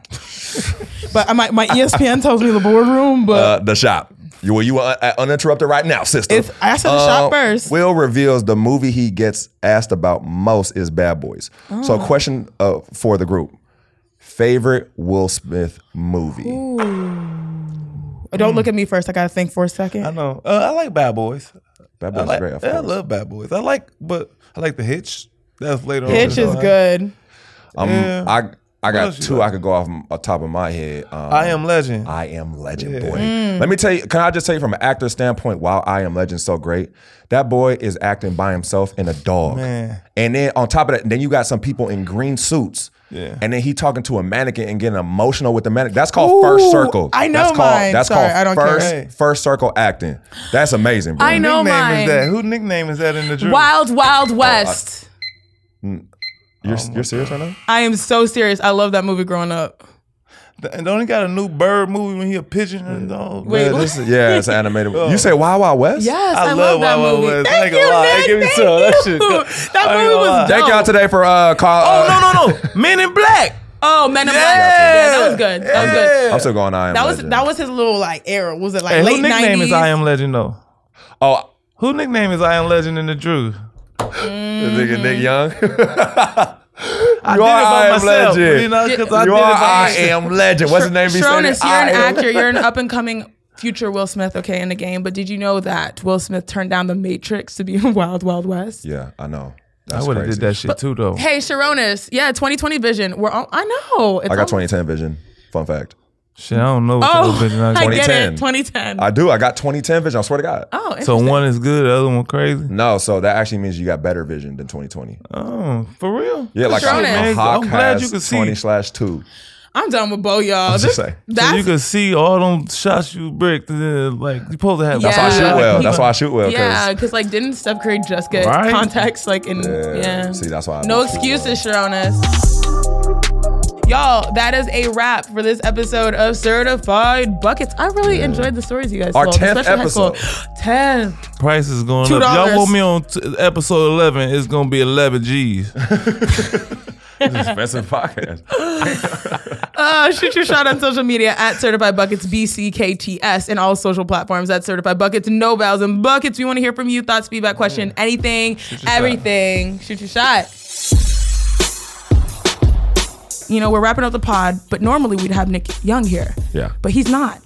[SPEAKER 3] but I- my, my E ESPN tells me the boardroom, but
[SPEAKER 1] Uh, the shop. You well, you are uh, uninterrupted right now, sister.
[SPEAKER 3] It's- I said
[SPEAKER 1] uh,
[SPEAKER 3] the shop first.
[SPEAKER 1] Will reveals the movie he gets asked about most is Bad Boys.
[SPEAKER 3] Oh.
[SPEAKER 1] So, question uh, for the group: favorite Will Smith movie?
[SPEAKER 3] don't look at me first. I got to think for a
[SPEAKER 2] I
[SPEAKER 3] second.
[SPEAKER 2] know. Uh, I like Bad Boys.
[SPEAKER 1] Bad
[SPEAKER 2] I
[SPEAKER 1] Boys
[SPEAKER 2] like.
[SPEAKER 1] great. Of
[SPEAKER 2] Uh, yeah, I
[SPEAKER 1] course.
[SPEAKER 2] love Bad Boys. I like, but I like the Hitch. That's later. on.
[SPEAKER 3] Pitch is good.
[SPEAKER 1] Um,
[SPEAKER 2] yeah.
[SPEAKER 1] I I got
[SPEAKER 2] else you
[SPEAKER 1] two
[SPEAKER 2] like?
[SPEAKER 1] I could go off m- off top of my head. Um,
[SPEAKER 2] I am Legend.
[SPEAKER 1] I Am Legend,
[SPEAKER 2] Yeah.
[SPEAKER 1] boy.
[SPEAKER 3] Mm.
[SPEAKER 1] Let me tell you, can I just tell you from an actor standpoint, while I Am Legend so great, that boy is acting by himself in a dog.
[SPEAKER 2] Man.
[SPEAKER 1] And then on top of that, then you got some people in green suits.
[SPEAKER 2] Yeah.
[SPEAKER 1] And then he talking to a mannequin and getting emotional with the mannequin. That's called first
[SPEAKER 3] Ooh,
[SPEAKER 1] circle.
[SPEAKER 3] I know
[SPEAKER 1] That's called,
[SPEAKER 3] mine.
[SPEAKER 1] That's
[SPEAKER 3] Sorry,
[SPEAKER 1] called
[SPEAKER 3] I don't care.
[SPEAKER 1] first,
[SPEAKER 2] Hey.
[SPEAKER 1] first circle acting. That's amazing, bro.
[SPEAKER 2] Who
[SPEAKER 6] I know
[SPEAKER 2] nickname
[SPEAKER 6] mine.
[SPEAKER 2] is that? Who nickname is that in the dream?
[SPEAKER 6] Wild
[SPEAKER 2] Oh,
[SPEAKER 6] Wild West.
[SPEAKER 1] You're, you're serious right now?
[SPEAKER 3] I am so serious. I love that movie growing up.
[SPEAKER 2] And don't he got a new bird movie when he a pigeon and dog?
[SPEAKER 3] Wait,
[SPEAKER 1] yeah,
[SPEAKER 3] what?
[SPEAKER 1] this is- yeah, it's animated. You say Wild Wild West?
[SPEAKER 6] Yes, I,
[SPEAKER 2] I,
[SPEAKER 6] love, that
[SPEAKER 2] Wild Wild
[SPEAKER 6] movie.
[SPEAKER 2] West. I
[SPEAKER 3] Thank
[SPEAKER 2] ain't gonna
[SPEAKER 3] you,
[SPEAKER 2] lie.
[SPEAKER 3] Nick.
[SPEAKER 2] Give me
[SPEAKER 3] Thank
[SPEAKER 2] some. That
[SPEAKER 3] you.
[SPEAKER 2] shit. go-
[SPEAKER 3] That
[SPEAKER 2] I ain't
[SPEAKER 3] movie
[SPEAKER 2] gonna
[SPEAKER 3] was
[SPEAKER 2] lie.
[SPEAKER 1] Thank y'all today for uh, call.
[SPEAKER 2] Oh
[SPEAKER 1] uh,
[SPEAKER 2] no no no! Men in Black.
[SPEAKER 6] Oh, Men in
[SPEAKER 2] Yeah.
[SPEAKER 6] Black. Yeah, that was good. That was good.
[SPEAKER 1] I'm still going. I am
[SPEAKER 3] That was
[SPEAKER 1] Legend.
[SPEAKER 3] that was his little like era. Was it like
[SPEAKER 2] Hey,
[SPEAKER 3] late
[SPEAKER 2] who nickname
[SPEAKER 3] 90s?
[SPEAKER 2] is I Am Legend though?
[SPEAKER 1] Oh,
[SPEAKER 2] Who nickname is I Am Legend in the Drew?
[SPEAKER 1] the
[SPEAKER 3] Mm-hmm.
[SPEAKER 1] nigga Nick Young.
[SPEAKER 2] I
[SPEAKER 1] You are
[SPEAKER 2] did it by
[SPEAKER 1] I Am
[SPEAKER 2] myself.
[SPEAKER 1] Legend.
[SPEAKER 2] You know, 'cause I
[SPEAKER 1] you
[SPEAKER 2] did it
[SPEAKER 1] are
[SPEAKER 2] by
[SPEAKER 1] I
[SPEAKER 2] myself.
[SPEAKER 1] am legend. What's his name? He said
[SPEAKER 3] Shronis,
[SPEAKER 1] it.
[SPEAKER 3] you're
[SPEAKER 1] I
[SPEAKER 3] an
[SPEAKER 1] am-
[SPEAKER 3] actor. You're an up and coming future Will Smith, okay, in the game. But did you know that Will Smith turned down The Matrix to be in Wild Wild West?
[SPEAKER 1] Yeah, I know.
[SPEAKER 2] I
[SPEAKER 1] That's
[SPEAKER 2] would have
[SPEAKER 1] crazy.
[SPEAKER 2] did that shit too though.
[SPEAKER 3] Hey, Sharonis, yeah, 2020 vision. We're all, I know. It's
[SPEAKER 1] I
[SPEAKER 3] all-
[SPEAKER 1] got 2010 vision. Fun fact.
[SPEAKER 2] Shit, I don't know what type
[SPEAKER 3] Oh,
[SPEAKER 2] of vision I
[SPEAKER 3] I
[SPEAKER 2] got.
[SPEAKER 3] get it.
[SPEAKER 1] 2010.
[SPEAKER 3] 2010.
[SPEAKER 1] I do. I got 2010 vision. I swear to God.
[SPEAKER 3] oh,
[SPEAKER 2] So one is good, the other one crazy.
[SPEAKER 1] No, so that actually means you got better vision than 2020.
[SPEAKER 2] Oh, for real?
[SPEAKER 1] Yeah, like
[SPEAKER 3] Shit,
[SPEAKER 1] a, a
[SPEAKER 3] man.
[SPEAKER 1] hawk
[SPEAKER 2] I'm glad
[SPEAKER 1] has
[SPEAKER 2] you could see.
[SPEAKER 1] 20 slash two.
[SPEAKER 3] I'm done with Bo, y'all.
[SPEAKER 1] just
[SPEAKER 3] This-
[SPEAKER 1] saying. So
[SPEAKER 2] So
[SPEAKER 3] That's
[SPEAKER 2] you could see all them shots you bricked. uh, Like you supposed to have.
[SPEAKER 1] That's why I
[SPEAKER 3] Yeah.
[SPEAKER 1] shoot well.
[SPEAKER 3] He-
[SPEAKER 1] That's why I shoot well.
[SPEAKER 3] yeah,
[SPEAKER 1] Yeah.
[SPEAKER 3] because like didn't Steph Curry just get
[SPEAKER 2] Right?
[SPEAKER 3] contacts like in yeah.
[SPEAKER 1] Yeah. See, that's why I
[SPEAKER 3] no
[SPEAKER 1] don't shoot
[SPEAKER 3] excuses, Sharonis. Y'all, that is a wrap for this episode of Certified Buckets. I really enjoyed the stories you guys
[SPEAKER 1] Our
[SPEAKER 3] told,
[SPEAKER 1] 10th
[SPEAKER 3] especially high school. 10.
[SPEAKER 2] Price is going up.
[SPEAKER 3] $2.
[SPEAKER 2] Y'all want me on t- episode eleven? It's gonna be eleven G's.
[SPEAKER 1] Expensive podcast.
[SPEAKER 3] Uh, shoot your shot on social media at Certified Buckets BCKTS and all social platforms at Certified Buckets. No vows and buckets. We want to hear from you. Thoughts, feedback, question, anything, everything. Shoot your shot. You know, we're wrapping up the pod, but normally we'd have Nick Young here,
[SPEAKER 1] Yeah.
[SPEAKER 3] but he's not.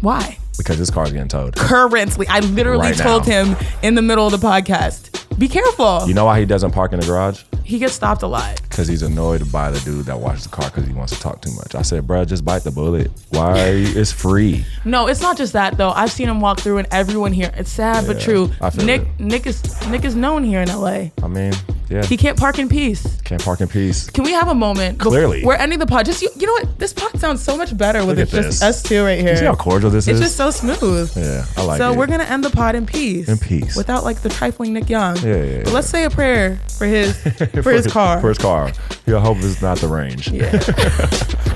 [SPEAKER 3] Why?
[SPEAKER 1] Because this car's getting towed.
[SPEAKER 3] Currently, I literally
[SPEAKER 1] Right now.
[SPEAKER 3] told him in the middle of the podcast, be careful.
[SPEAKER 1] You know why he doesn't park in the garage?
[SPEAKER 3] he gets stopped a lot.
[SPEAKER 1] because he's annoyed by the dude that washes the car because he wants to talk too much. I said, bruh, just bite the bullet. Why? Are you, it's free.
[SPEAKER 6] No, it's not just that though. I've seen him walk through, and everyone here. It's sad but
[SPEAKER 1] Yeah,
[SPEAKER 6] true.
[SPEAKER 1] I feel
[SPEAKER 6] Nick,
[SPEAKER 1] it.
[SPEAKER 6] Nick is Nick is known here in L.A.
[SPEAKER 1] I mean, yeah,
[SPEAKER 6] He can't park in peace.
[SPEAKER 1] can't park in peace.
[SPEAKER 6] Can we have a moment? bef-
[SPEAKER 1] Clearly.
[SPEAKER 6] we're ending the pod. Just you, you know what? This pod sounds so much better with
[SPEAKER 1] Look
[SPEAKER 6] it
[SPEAKER 1] at
[SPEAKER 6] just
[SPEAKER 1] this.
[SPEAKER 3] Us two right here.
[SPEAKER 1] You see how cordial this
[SPEAKER 3] it's
[SPEAKER 1] is?
[SPEAKER 3] just so smooth.
[SPEAKER 1] yeah, I like
[SPEAKER 3] so
[SPEAKER 1] it.
[SPEAKER 3] we're gonna end the pod in peace.
[SPEAKER 1] In peace.
[SPEAKER 3] Without like the trifling Nick Young.
[SPEAKER 1] Yeah, yeah, yeah.
[SPEAKER 3] But let's say a prayer for his for his car.
[SPEAKER 1] For his car. Yeah, I hope it's not the range.
[SPEAKER 3] Yeah.